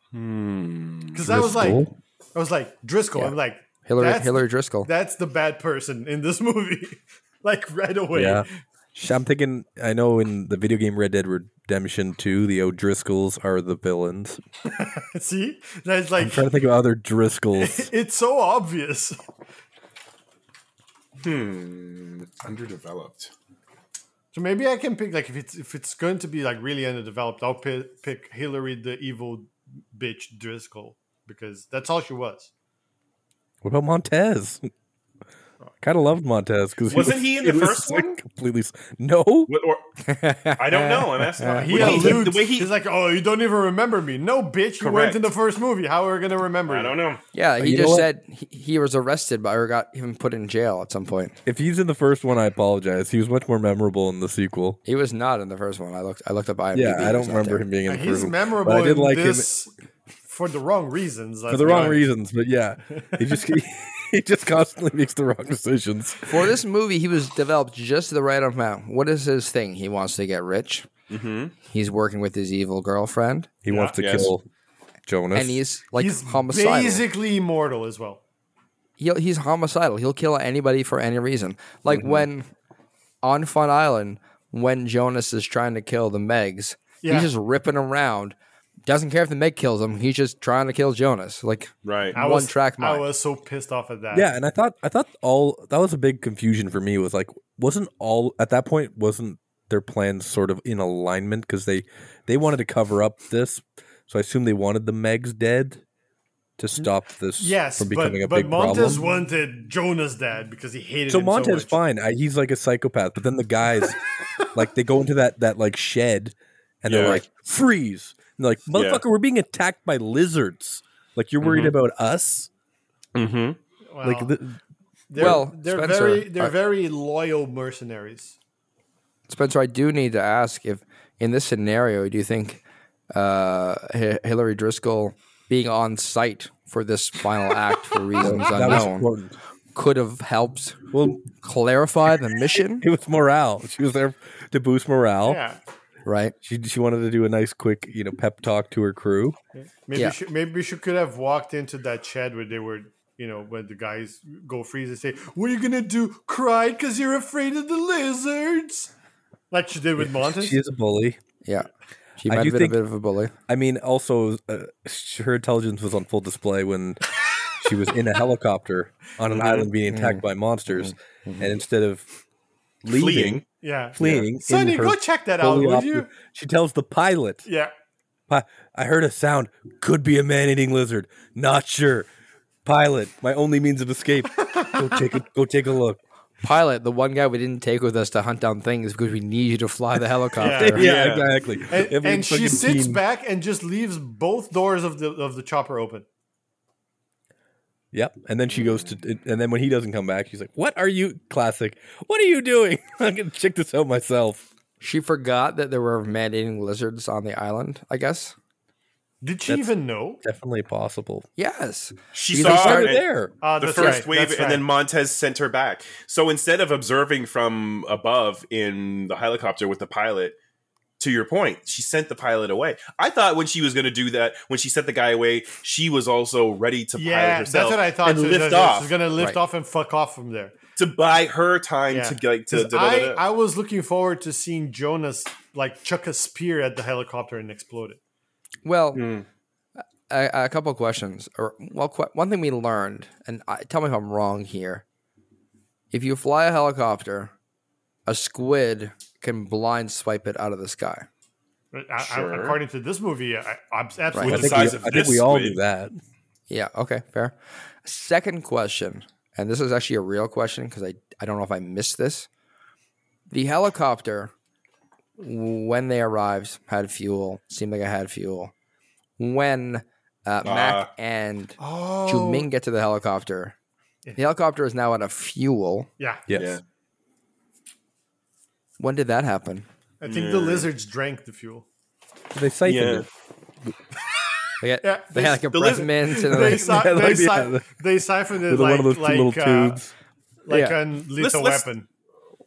S2: Because I was like,
S4: Driscoll?
S2: I was like Driscoll. I'm like
S1: Hillary
S2: that's,
S1: Hillary Driscoll.
S2: That's the bad person in this movie, [laughs] like right away.
S4: Yeah. Sh- I'm thinking. I know in the video game Red Dead Redemption 2, the O'Driscolls are the villains.
S2: [laughs] see, that's like
S4: I'm trying to think of
S3: [laughs]
S4: other Driscolls.
S2: [laughs] it's so obvious.
S3: Hmm. Underdeveloped.
S2: So maybe I can pick like if it's if it's going to be like really underdeveloped, I'll pi- pick Hillary the evil bitch Driscoll because that's all she was.
S4: What about Montez? Kind of loved Montez because
S3: Wasn't
S4: [laughs]
S3: he in the first one?
S4: Completely. s- No,
S3: What, or, I don't know. I'm
S2: [laughs]
S3: asking.
S2: He
S3: What do you think-
S2: alludes.
S3: the way he.
S2: he's like, "Oh, you don't even remember me." No, bitch, you weren't
S3: Correct.
S2: in the first movie. How are we gonna remember?
S3: I
S2: you?
S3: don't know.
S1: yeah, he
S4: you know
S1: just
S4: what?
S1: said he, he was arrested by or got even put in jail at some point.
S4: if he's in the first one, I apologize. He was much more memorable in the sequel.
S1: He was not in the first one. I looked I looked up IMDb.
S4: Yeah, I
S1: He
S4: don't
S1: was not
S4: remember
S1: there.
S4: him being in the first
S2: Uh, He's
S4: one.
S2: memorable.
S4: But I did
S2: in
S4: like him
S2: this for the wrong reasons.
S4: for the wrong reasons. But yeah,
S2: [laughs]
S4: he just [laughs] he, just constantly makes the wrong decisions.
S1: For this movie, he was developed just the right amount. What is his thing? He wants to get rich. He's working with his evil girlfriend,
S4: He wants to
S3: Yes.
S4: kill Jonas.
S1: and he's like
S2: He's
S1: homicidal.
S2: basically immortal as well.
S1: He'll, he's homicidal. He'll kill anybody for any reason. Like
S4: Mm-hmm.
S1: when on Fun Island, when Jonas is trying to kill the Megs,
S2: Yeah.
S1: he's just ripping around. Doesn't care if the Meg kills him. He's just trying to kill Jonas. Like
S3: Right.
S2: I
S1: One
S2: was
S1: track
S2: I
S1: mind.
S2: was so pissed off at that.
S4: yeah, and I thought I thought all that was a big confusion for me was like wasn't all at that point wasn't their plans sort of in alignment because they they wanted to cover up this, so I assume they wanted the Megs dead to stop this
S2: Yes,
S4: from
S2: but,
S4: becoming a
S2: but
S4: big problem.
S2: Montez wanted Jonas dead because he hated
S4: so
S2: him
S4: Montez
S2: so much.
S4: fine. I, he's like a psychopath. But then the guys, like, they go into that that like shed, and
S3: Yeah.
S4: they're like, freeze. And they're like, motherfucker, we're being attacked by lizards. Like, you're worried
S3: Mhm.
S4: about us.
S3: Mm-hmm.
S2: Well,
S4: Like, the,
S2: they're,
S1: Well,
S2: they're
S1: Spencer,
S2: very they're
S1: I-
S2: very loyal mercenaries.
S1: Spencer, I do need to ask if in this scenario, do you think uh, Hi- Hillary Driscoll being on site for this final act
S4: [laughs]
S1: for reasons
S4: that was
S1: unknown
S4: important. [laughs]
S1: could have helped
S4: Well,
S1: clarify the mission,
S4: it was morale. She was there to boost morale.
S2: Yeah,
S1: right?
S4: She she wanted to do a nice, quick, you know, pep talk to her crew.
S2: maybe
S1: Yeah.
S2: She, maybe she could have walked into that shed where they were, you know, when the guys go freeze and say, "What are you gonna do? Cry because you're afraid of the lizards?" Like she did with Montez.
S4: She is a bully.
S1: Yeah. She
S4: I
S1: might
S4: do
S1: have been
S4: think-
S1: a bit of a bully.
S4: I mean, also, uh, sh- her intelligence was on full display when she was in
S2: [laughs]
S4: a helicopter on an island being attacked
S2: Mm-hmm.
S4: by monsters, and instead of leaving,
S3: Fleeing.
S2: yeah,
S4: fleeing, in
S2: Sonny,
S4: her
S2: go check that out,
S4: fully
S2: will
S4: op-
S2: you?
S4: She tells the pilot,
S2: Yeah,
S4: "Pi- "I heard a sound. Could be a man-eating lizard. Not sure." Pilot, my only means of escape. go take a, go take a
S2: [laughs]
S4: look.
S1: Pilot, the one guy we didn't take with us to hunt down things because we need you to fly
S4: [laughs]
S1: the helicopter.
S4: Yeah,
S3: Yeah.
S4: exactly.
S2: and,
S4: Every
S2: and she
S4: fucking
S2: sits
S4: scene.
S2: back and just leaves both doors of the of the chopper open.
S4: Yep. And then she goes to, and then when he doesn't come back, she's like, "What are you?" Classic. What are you doing? [laughs] I'm gonna check this out myself.
S1: She forgot that there were man eating lizards on the island, I guess.
S2: Did she
S4: That's-
S2: even know?
S4: Definitely possible.
S1: Yes.
S3: She
S1: Because
S3: saw
S1: they
S4: They started
S3: it.
S4: there.
S2: Uh,
S3: the
S2: that's
S3: first
S2: right,
S3: wave,
S2: that's
S3: and
S2: right.
S3: then Montez sent her back. So instead of observing from above in the helicopter with the pilot, to your point, she sent the pilot away. I thought when she was going to do that, when she sent the guy away, she was also ready to pilot
S2: yeah,
S3: herself.
S2: that's what I thought.
S3: And
S2: She was
S3: lift
S2: gonna-
S3: off
S2: She's gonna lift
S1: Right.
S2: off and fuck off from there.
S3: to buy her time
S2: Yeah.
S3: to like to.
S2: 'Cause
S3: da- da-
S2: I,
S3: da- da.
S2: I was looking forward to seeing Jonas like chuck a spear at the helicopter and explode it.
S1: Well,
S4: Hmm.
S3: Mm.
S1: a, a couple of questions. Or well, qu- one thing we learned, and I, tell me if I'm wrong here. If you fly a helicopter, a squid can blind swipe it out of the sky.
S2: But I- I-
S3: Sure.
S2: according to this movie, I, I absolutely
S1: Right.
S4: I
S3: With the
S4: think,
S3: size
S4: we,
S3: of
S4: I think we
S3: this
S4: all
S3: squid.
S4: knew that.
S1: Yeah. Okay. Fair. Second question, and this is actually a real question because I, I don't know if I missed this. The helicopter, when they arrived, had fuel. Seemed like it had fuel. When uh, Mac
S3: Ah.
S1: and
S2: Oh,
S1: Juming get to the helicopter, the helicopter is now out of fuel.
S2: yeah.
S4: Yes.
S3: Yeah.
S1: When did that happen?
S2: I think
S3: Yeah.
S2: the lizards drank the fuel.
S4: They siphoned
S3: Yeah.
S4: it.
S1: They, got,
S2: Yeah,
S1: they
S2: they-
S1: had like a
S3: the
S1: press
S3: lizard-
S1: mint and
S2: [laughs] They,
S1: like,
S2: si-
S4: [laughs] Yeah,
S2: they,
S4: like,
S2: si-
S4: yeah, the-
S2: they siphoned it
S4: With
S2: like
S4: one of those
S2: like,
S4: little
S2: uh,
S4: tubes.
S2: like
S1: Yeah.
S2: a lethal
S3: let's-
S2: weapon.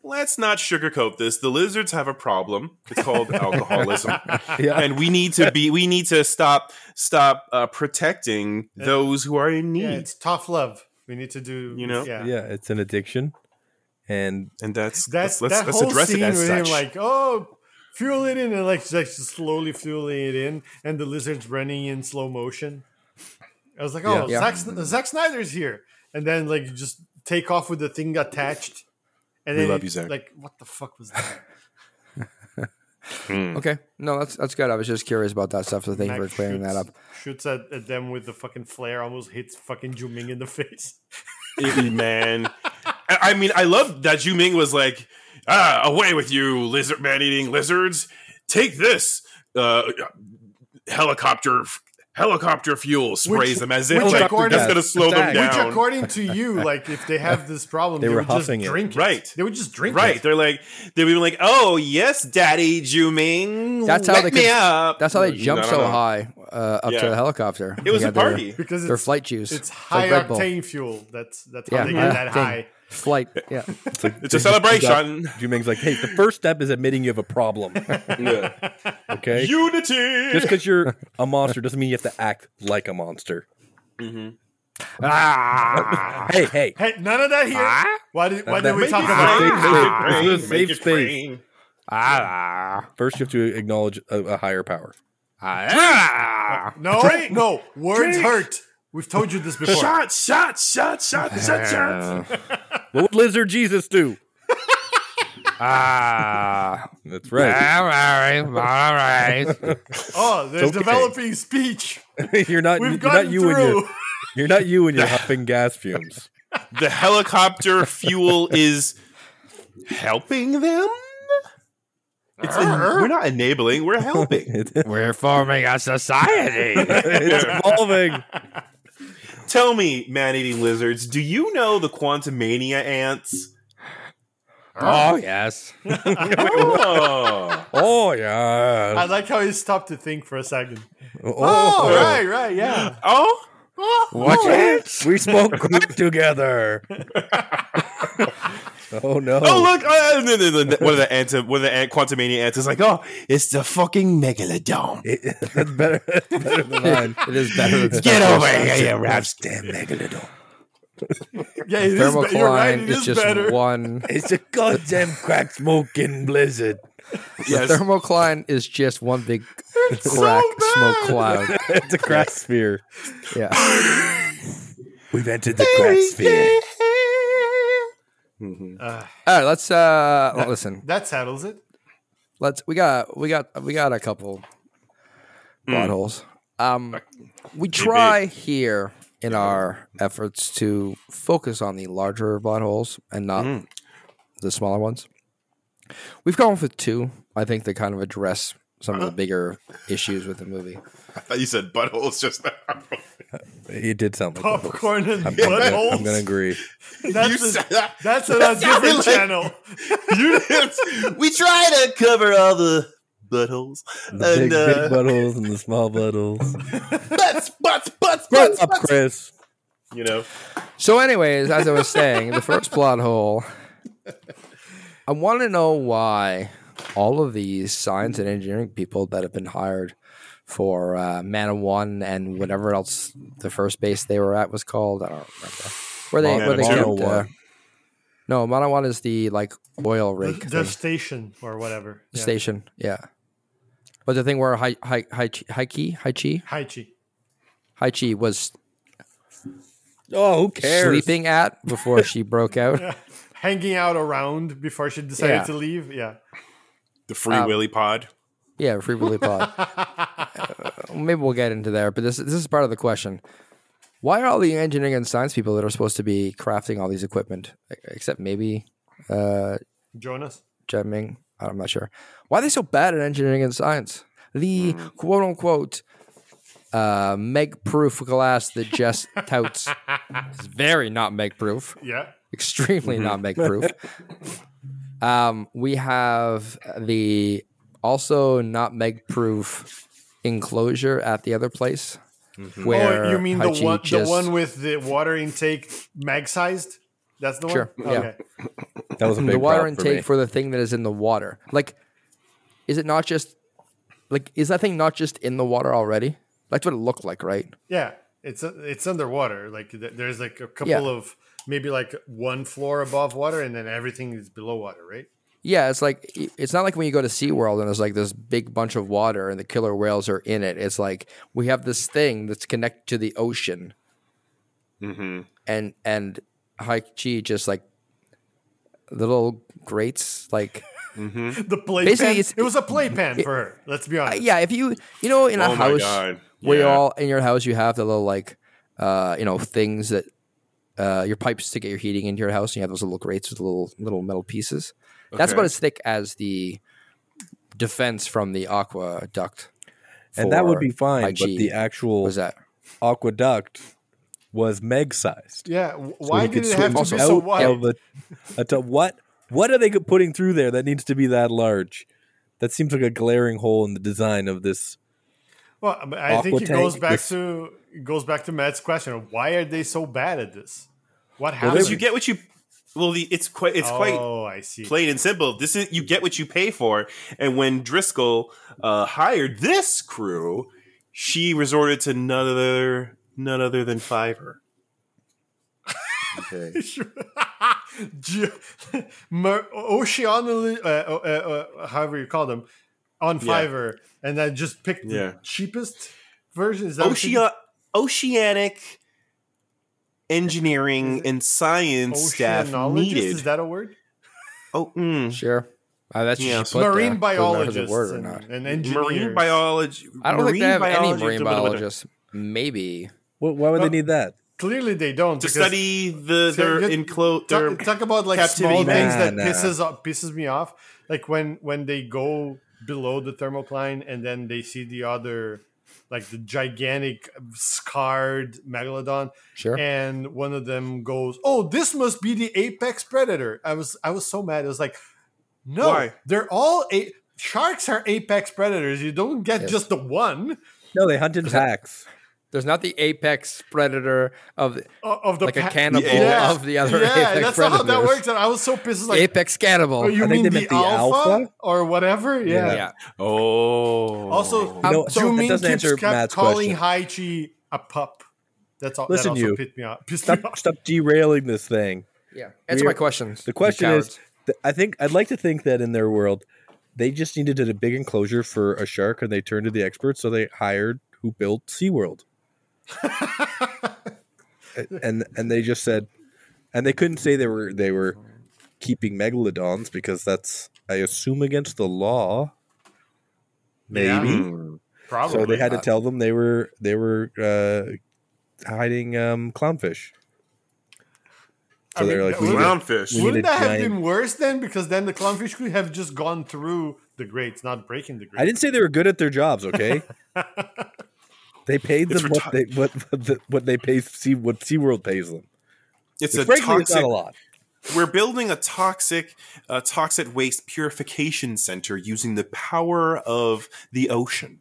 S3: Let's not sugarcoat this. The lizards have
S2: [laughs]
S3: a problem. It's called alcoholism.
S4: Yeah.
S3: and we need to be we need to stop stop uh, protecting
S2: Yeah.
S3: those who are in need
S2: Yeah, it's tough love. We need to do,
S3: You know?
S2: yeah.
S4: yeah, it's an addiction. And
S3: and that's
S2: That's
S3: let's
S2: that
S3: let's, let's
S2: whole
S3: address
S2: scene
S3: it as
S2: with
S3: such
S2: him,
S3: [laughs]
S2: like, oh, fuel it in, and like, just, like slowly fueling it in, and the lizards running in slow motion. I was like, oh,
S1: Yeah.
S2: Zack, Sn- Zack Snyder's here, and then like you just take off with the thing attached. And
S3: We
S2: then
S3: love you,
S2: it's
S3: Zack.
S2: Like, what the fuck was that?
S3: Hmm.
S1: okay, no, that's that's good. I was just curious about that stuff, so thank you
S2: Mac
S1: for clearing that up.
S2: shoots- Shoots at, at them with the fucking flare, almost hits fucking Juming in the [laughs] face.
S3: Eh, man I, I mean i love that Zhu ming was like ah away with you lizard man eating lizards take this uh helicopter f- helicopter fuel sprays
S2: Which-
S3: them as if
S2: which
S3: like,
S2: according-
S3: that's gonna slow them
S4: Exactly.
S2: Which,
S3: down
S2: according to
S3: [laughs]
S2: you, like if they have this problem,
S4: They
S2: they,
S4: were
S2: would just
S4: huffing it.
S2: drink it.
S3: Right.
S2: They would just drink it.
S3: Right, they're like they would be like, "Oh yes, Daddy Juming,
S1: That's how
S3: wet
S1: they
S3: me
S1: could-
S3: up."
S1: That's how they
S3: No,
S1: jump
S3: no,
S1: so
S3: no.
S1: high uh, up
S3: Yeah.
S1: to the helicopter.
S3: It was
S1: They
S3: a
S1: got their- [laughs]
S3: party.
S2: Because
S1: Their
S2: it's,
S1: flight juice.
S2: it's
S1: like
S2: high
S1: Red Bull.
S2: octane fuel. That's that's how
S1: Yeah,
S2: they
S1: high
S2: get that
S1: octane.
S2: high. [laughs]
S1: Flight. Yeah.
S4: it's, like,
S3: It's a celebration. [laughs]
S4: Juming's like, hey, the first step is admitting you have a problem. Okay.
S3: [laughs] Unity.
S4: Just because you're a monster doesn't mean you have to act like a monster.
S1: ah!
S4: Hey, hey.
S2: Hey, none of that here. Why did why did
S4: that-
S2: we
S4: Make
S2: talk
S4: it
S2: about
S4: rain.
S2: it?
S4: This is a safe space.
S1: Ah!
S4: First, you have to acknowledge a, a higher power.
S1: Ah!
S2: No,
S3: Drink.
S2: no. Words
S3: Drink.
S2: hurt. We've told you this before.
S3: Shot, shot, shot, shot, shot, shot.
S1: [laughs]
S4: What would Lizard Jesus [laughs] do?
S1: Ah!
S4: That's right.
S1: All right. All right.
S2: Oh, they're
S4: okay.
S2: developing speech.
S4: [laughs] you're not.
S2: We've
S4: You're not
S2: gotten
S4: you and
S2: through.
S4: your. You're not you and your huffing gas fumes. [laughs]
S3: The helicopter fuel is helping them. It's en- we're not enabling. We're helping.
S1: [laughs]
S4: It-
S1: We're forming a society.
S4: it's evolving.
S3: Tell me, man-eating lizards, do you know the Quantumania ants?
S1: oh yes.
S3: Oh.
S4: Oh yeah.
S2: I like how he stopped to think for a second.
S4: Oh,
S2: Oh, right, right, yeah.
S3: oh.
S1: Watch it.
S4: we
S3: [laughs]
S4: spoke Greek together. oh no.
S3: Oh look! Uh, no, no, no, no. One of the ants, one of the ant, Quantumania ants, is like, "Oh, it's the fucking megalodon."
S4: It- that's better. That's better than mine.
S1: [laughs] it is
S2: [laughs]
S1: better. Than
S3: Get over here, you raps.
S4: Damn megalodon.
S2: Yeah, it is be- you're right,
S1: Thermocline
S2: it
S1: is
S2: is
S1: just
S2: better. [laughs]
S1: one.
S4: It's a goddamn crack smoking blizzard.
S3: Yes,
S1: Thermocline is just one big crack smoke cloud.
S4: [laughs] it's a crack sphere.
S2: [laughs]
S1: Yeah.
S4: We've entered the crack sphere.
S2: Uh,
S1: All right. Let's uh listen.
S2: that settles it.
S1: let's we got we got we got a couple potholes. Um, we try here in our efforts to focus on the larger buttholes and not the smaller ones. We've gone with two, I think, that kind of address some of the bigger issues with the movie.
S3: I thought you said buttholes just now.
S4: It did sound like that.
S2: Popcorn and
S4: I'm gonna-
S2: buttholes.
S4: I'm gonna agree.
S3: You
S2: That's,
S3: said
S2: a,
S3: that.
S2: [laughs] that's on a different
S3: like-
S2: channel.
S3: You- we try to cover all the buttholes
S4: The big,
S3: and uh,
S4: big buttholes and the
S2: [laughs]
S4: small buttholes.
S3: butts, butts, butts,
S4: Grow
S3: butts,
S4: up,
S3: butts.
S4: Chris.
S3: You know,
S1: So, anyways, as I was saying, the first plot hole. I want to know why all of these science and engineering people that have been hired for uh, Mana One and whatever else the first base they were at was called. I don't remember. Were they?
S4: Mono-
S1: were they
S4: Mono
S1: kept, uh,
S4: One.
S1: no, Mana One is the like oil
S2: The,
S1: rig
S2: the
S1: thing.
S2: station or whatever. Yeah.
S1: station. Yeah. But the thing where Hai Hai Hai Hai Chi Hai Chi
S2: Haichi.
S1: Hai Chi was
S4: Oh, who cares?
S1: sleeping at before she broke out.
S2: Hanging out around before she decided
S1: Yeah.
S2: to leave. Yeah.
S3: the free willy pod.
S1: Yeah, free willy pod. Uh, maybe we'll get into there, but this this is part of the question. Why are all the engineering and science people that are supposed to be crafting all these equipment, e- except maybe uh,
S2: Jonas.
S1: Jen Ming? I'm not sure. Why are they so bad at engineering and science? The quote unquote uh, make proof glass that Jess touts is very not make proof
S2: Yeah.
S1: extremely
S4: Mm-hmm.
S1: not make proof.
S4: [laughs]
S1: um, we have the also not make proof enclosure at the other place.
S4: Mm-hmm.
S1: Where
S2: oh, you mean the
S1: Hachi
S2: one the
S1: just-
S2: one with the water intake mag sized? That's the
S1: Sure,
S2: one.
S1: yeah.
S4: That was a big
S1: the water
S4: problem for me.
S1: intake for the thing that is in the water? Like, is it not just like is that thing not just in the water already? That's what it looked like, right?
S2: Yeah. It's it's underwater. Like th- there's like a couple
S1: Yeah.
S2: of maybe like one floor above water, and then everything is below water, right?
S1: Yeah, it's like it's not like when you go to SeaWorld and it's like this big bunch of water and the killer whales are in it. It's like we have this thing that's connected to the ocean.
S3: Mm-hmm.
S1: And and Haichi just like little grates like
S2: The
S1: Basically,
S2: playpen.
S1: it's-
S2: It was a playpen for her. Let's be honest.
S1: yeah, if you you know in a
S3: Oh my
S1: house
S3: God.
S1: where you're
S3: Yeah.
S1: all in your house you have the little like uh you know things that uh your pipes to get your heating into your house and you have those little grates with little little metal pieces. That's
S3: Okay.
S1: about as thick as the defense from the aqua duct.
S4: and that would be
S1: for
S4: fine, but
S1: IG.
S4: the actual
S1: was that
S4: aqueduct was meg sized.
S2: Yeah. w- Why
S4: we
S2: did
S4: could
S2: it have to
S1: swim
S2: be
S1: out
S2: so
S4: of
S2: wide?
S4: the- until what what are they putting through there that needs to be that large? That seems like a glaring hole in the design of this.
S2: Well, I mean, I think
S4: Aqua
S2: it goes
S4: tank
S2: back
S4: with-
S2: to it goes back to Matt's question. of Why are they so bad at this? What
S4: they
S2: happened?
S3: you get what you. Well, the, it's quite it's quite
S2: Oh, I see.
S3: plain and simple. This is you get what you pay for. And when Driscoll uh, hired this crew, she resorted to none other none other than Fiverr.
S2: [laughs] Ge- Mer- oceanally, uh, uh, uh, however you call them, on
S3: Yeah.
S2: Fiverr, and I just picked
S3: Yeah.
S2: the cheapest version. Is that what you-
S3: Ocean, oceanic engineering and science staff
S2: oceanologist?
S3: needed.
S2: Is that a word?
S3: oh, mm.
S1: sure. Uh, that's
S3: Yeah.
S1: yeah, she put there.
S2: Marine
S1: Doesn't matter if
S2: biologists
S1: it's a word or
S2: and,
S1: not.
S2: and engineers.
S3: marine biology.
S1: I don't think they have any
S3: biology-
S1: marine
S3: blah, blah, blah, blah.
S1: biologists. Maybe
S4: Wh- Why would
S2: Well,
S4: they need that?
S2: Clearly, they don't
S3: to
S2: because-
S3: study the
S2: So
S3: their
S2: you-
S3: enclosed.
S2: talk, talk about like
S3: captivity
S2: small
S3: man.
S2: things that
S4: Nah, nah.
S2: pisses off, pisses me off. Like when when they go below the thermocline and then they see the other, like the gigantic scarred megalodon,
S1: sure.
S2: and one of them goes, "Oh, this must be the apex predator." I was I was so mad. It was like, no,
S3: Why?
S2: they're all a- sharks are apex predators. You don't get
S1: Yes.
S2: just the one
S4: No, they hunt in packs.
S1: There's not the apex predator of the,
S2: o- of the
S1: like a
S2: pack.
S1: cannibal
S2: Yeah.
S1: of the other
S4: [laughs]
S2: Yeah,
S1: apex
S2: that's not how
S1: predators.
S2: that works. And I was so pissed. Like,
S1: apex cannibal.
S2: Oh, you
S4: I think
S2: mean
S4: they
S2: the,
S4: meant the
S2: alpha,
S4: alpha?
S2: or whatever? Yeah.
S1: yeah.
S3: oh,
S2: Also,
S1: You
S2: um,
S1: know,
S4: that
S2: Jumin
S4: doesn't
S2: keeps
S4: answer
S2: kept
S4: Matt's
S2: calling
S4: question.
S2: Haichi a pup. That's all.
S4: Listen,
S2: that also
S4: you.
S2: pissed me off. Pissed me
S4: Stop,
S2: off.
S4: stop derailing this thing.
S1: Yeah. Answer
S4: We're-
S1: my questions.
S4: The
S1: you
S4: question is,
S1: cowards.
S4: th- I think I'd like to think that in their world, they just needed a big enclosure for a shark, and they turned to the experts, so they hired who built SeaWorld, A- and and they just said, and they couldn't say they were they were keeping megalodons because that's I assume against the law. Maybe
S2: Yeah, probably.
S4: so they had to
S1: not.
S4: tell them they were they were uh, hiding um, clownfish. So
S2: I
S4: they're
S2: mean,
S4: like,
S2: that
S4: we
S2: was-
S4: need-
S3: clownfish.
S4: we need
S2: Wouldn't
S4: a
S2: that have
S4: giant-
S2: been worse then? Because then the clownfish could have just gone through the grates, not breaking the grates.
S4: I didn't say they were good at their jobs.
S3: [laughs]
S4: Okay, they paid
S3: It's
S4: them what
S3: reti-
S4: they what what, the, what they pay sea what SeaWorld pays them.
S3: it's
S4: Which,
S3: a
S4: frankly, it's
S3: toxic.
S4: not a lot.
S3: We're building a toxic, uh, toxic waste purification center using the power of the ocean.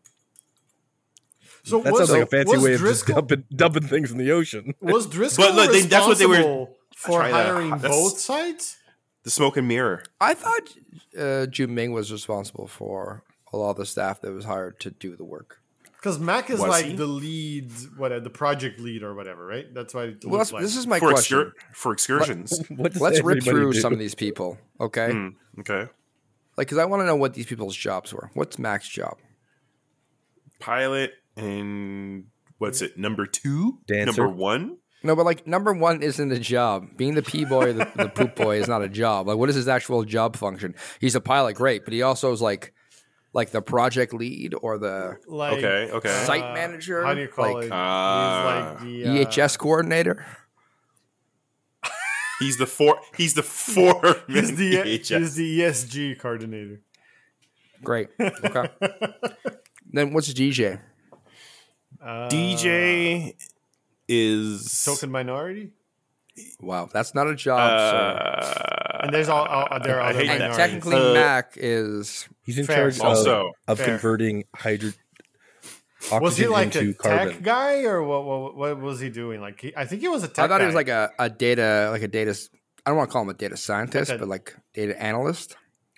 S2: So
S4: That
S2: was,
S4: sounds like a fancy
S2: was
S4: way of just
S2: Driscoll,
S4: dumping, dumping things in the ocean. [laughs]
S2: was Driscoll
S3: But look, they-
S2: responsible
S3: that's what they were-
S2: for
S3: Try that.
S2: hiring
S3: That's-
S2: both sides?
S3: The smoke and mirror.
S1: I thought uh, Ju Ming was responsible for a lot of the staff that was hired to do the work.
S2: Because Mac is
S3: Was
S2: like
S3: he?
S2: the lead, what the project lead or whatever, right? That's why. it
S1: Well,
S2: looks
S1: that's,
S2: like.
S1: this is my
S3: for
S1: question.
S3: excur- for excursions.
S4: What does [laughs]
S1: Let's rip
S4: everybody
S1: through
S4: do?
S1: some of these people, okay?
S3: Hmm, okay,
S1: Like, because I want to know what these people's jobs were. What's Mac's job?
S3: pilot and what's it? Number two,
S4: Dancer.
S3: number one.
S1: No, but like number one isn't a job. Being the pee boy, or the, the poop boy is not a job. Like, what is his actual job function? He's a pilot, great, but he also is like like the project lead or the
S2: Like uh,
S3: Okay, okay.
S1: Site manager?
S2: How do you call
S1: Like-
S2: it?
S3: Ah.
S2: He's
S4: E
S2: like the, uh, [laughs]
S1: EHS E coordinator.
S3: He's the four. He's the four.
S2: [laughs] He's
S3: [laughs] E
S2: the he's the ESG coordinator.
S1: Great.
S3: [laughs]
S1: Okay. then what's DJ?
S2: Uh,
S3: DJ is
S2: token minority,
S1: Wow, that's not a job. sir.
S3: Uh,
S2: and there's all, all there are
S3: I
S2: other
S3: hate that.
S1: And
S2: minorities.
S1: technically,
S3: Uh,
S1: Mac is
S4: He's in
S2: Fair.
S4: charge
S3: also.
S4: of, of
S2: fair.
S4: converting hydro oxygen
S2: was he like
S4: into
S2: a
S4: carbon.
S2: tech guy or what, what? What was he doing? Like he, I think he was a tech.
S1: I thought
S2: guy.
S1: he was like a, a data, like a data. s- I don't want to call him a data scientist,
S2: Like a-
S1: but like data analyst.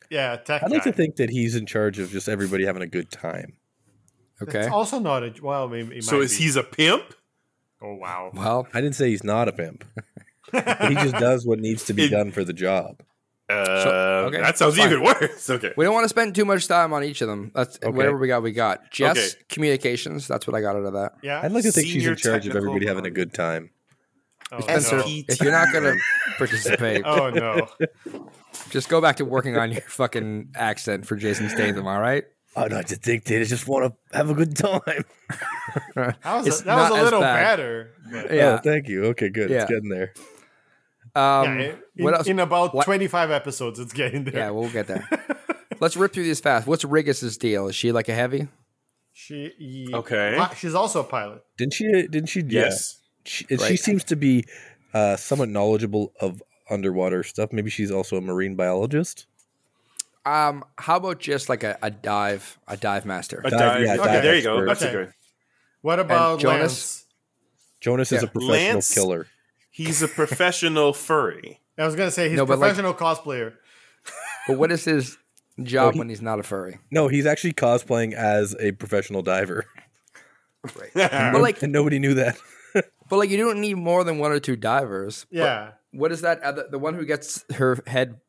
S2: yeah tech.
S4: I'd like
S2: guy.
S4: to think that he's in charge of just everybody having a good time.
S1: Okay.
S2: It's also not a well. Maybe it
S3: So
S2: might
S3: is
S2: be.
S3: he's a pimp?
S2: Oh wow.
S1: Well,
S4: I didn't say he's not a pimp. [laughs] he
S3: [laughs]
S4: just does what needs to be
S3: It-
S4: done for the job.
S3: Uh,
S1: okay,
S3: That sounds
S1: fine.
S3: even worse. [laughs] Okay.
S1: we don't want to spend too much time on each of them. That's
S4: Okay.
S1: whatever we got. We got Jess
S3: Okay.
S1: communications. That's what I got out of that.
S2: Yeah.
S4: I'd like to think she's
S3: Senior
S4: in charge of
S3: technical
S4: everybody having a good time.
S2: oh,
S1: And sir,
S2: no.
S1: if you're not
S3: [laughs]
S1: going to participate,
S2: oh no.
S1: just go back to working on your fucking accent for Jason Statham. All
S2: [laughs]
S1: right.
S4: I'm Oh, not dictated. I just want to have a good time. [laughs]
S2: That was
S1: It's
S2: a, that was
S1: not
S2: a
S1: as
S2: little
S1: bad.
S2: better. but-
S4: Yeah.
S1: Yeah.
S4: Oh, thank you. Okay, good.
S1: Yeah.
S4: It's getting there.
S1: Um,
S2: yeah, in,
S1: what else?
S2: in about
S1: what-
S2: 25 episodes, it's getting there.
S1: yeah, we'll get
S2: [laughs]
S1: there. Let's rip through these fast. What's Riggis's deal? Is she like a heavy?
S2: She ye-
S3: Okay.
S2: Pi- She's also a pilot.
S4: Didn't she? Didn't she? yeah.
S3: Yes.
S4: She, and she
S1: Right.
S4: seems to be uh, somewhat knowledgeable of underwater stuff. Maybe she's also a marine biologist.
S1: Um, how about just like a, a dive, a dive master?
S3: A
S4: Dive-
S3: dive.
S4: yeah,
S3: okay,
S4: dive
S3: there you go.
S4: expert.
S3: That's a
S2: Okay.
S3: good.
S2: What about
S1: Jonas?
S2: Lance?
S4: Jonas is
S1: Yeah.
S4: a professional
S3: Lance-
S4: killer.
S3: He's a professional
S4: [laughs]
S3: furry.
S2: I was gonna say he's
S1: No,
S2: a
S1: but, like-
S2: professional cosplayer.
S1: But what is his job
S4: he-
S1: when he's not a furry?
S4: No, he's actually cosplaying as a professional diver.
S3: Uh,
S4: [laughs]
S3: [laughs]
S1: But like,
S4: and nobody knew that.
S1: but like, you don't need more than one or two divers. But
S2: Yeah,
S1: what is that? Other, the one who gets her head?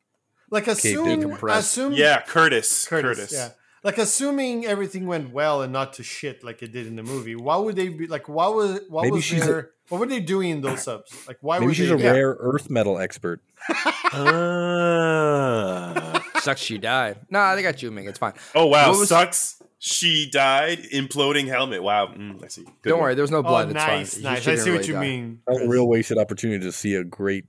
S2: like assume,
S1: decompress.
S2: assume,
S3: yeah,
S4: [laughs]
S3: Curtis.
S2: Curtis,
S3: Curtis.
S2: yeah, like assuming everything went well and not to shit like it did in the movie. Why would they be like? Why was what
S4: Maybe
S2: was
S4: she's a-
S2: their? what were they doing in those subs? Like why
S4: Maybe
S2: were
S4: she's
S2: they?
S4: a
S2: yeah.
S4: rare earth metal expert. [laughs]
S3: Ah.
S1: Sucks, she died. Nah, they got you, Ming. It's fine.
S3: oh wow,
S1: What was-
S3: sucks. She died imploding helmet. Wow, Mm, I see. Good
S1: don't
S3: one.
S1: worry, there was no
S2: Oh,
S1: blood. it's
S2: nice,
S1: fine. She
S2: nice. I
S1: didn't
S2: see what
S1: really
S2: you
S1: die.
S2: mean.
S4: That was a real wasted opportunity to see a great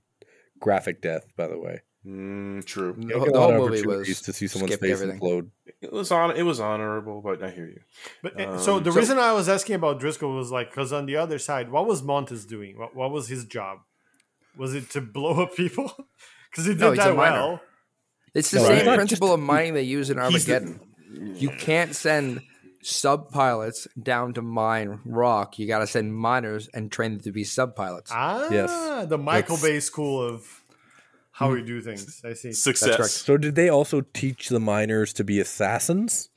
S4: graphic death. By the way,
S3: Mm, true.
S1: The,
S4: You don't
S1: whole-
S4: get
S1: the
S4: a lot of
S1: whole movie
S4: opportunities
S1: was
S4: to see someone's
S1: skipped
S4: face
S1: everything.
S4: implode.
S3: It was on. It was honorable, but I hear you.
S2: But uh, so
S3: Um,
S2: the
S3: so-
S2: reason I was asking about Driscoll was like because on the other side, what was Montes doing? What, what was his job? Was it to blow up people? [laughs] Because he did
S1: No, he's a
S2: that
S1: miner.
S2: well.
S1: It's the
S4: No,
S1: same
S4: he's not
S1: principle of mining they use in
S3: He's the-
S1: Armageddon. You can't send sub pilots down to mine rock. You got to send miners and train them to be sub pilots.
S2: Ah,
S4: Yes.
S2: the Michael
S4: That's- Hmm.
S2: Bay school of how we do things. I see.
S3: Success.
S4: So, did they also teach the miners to be assassins?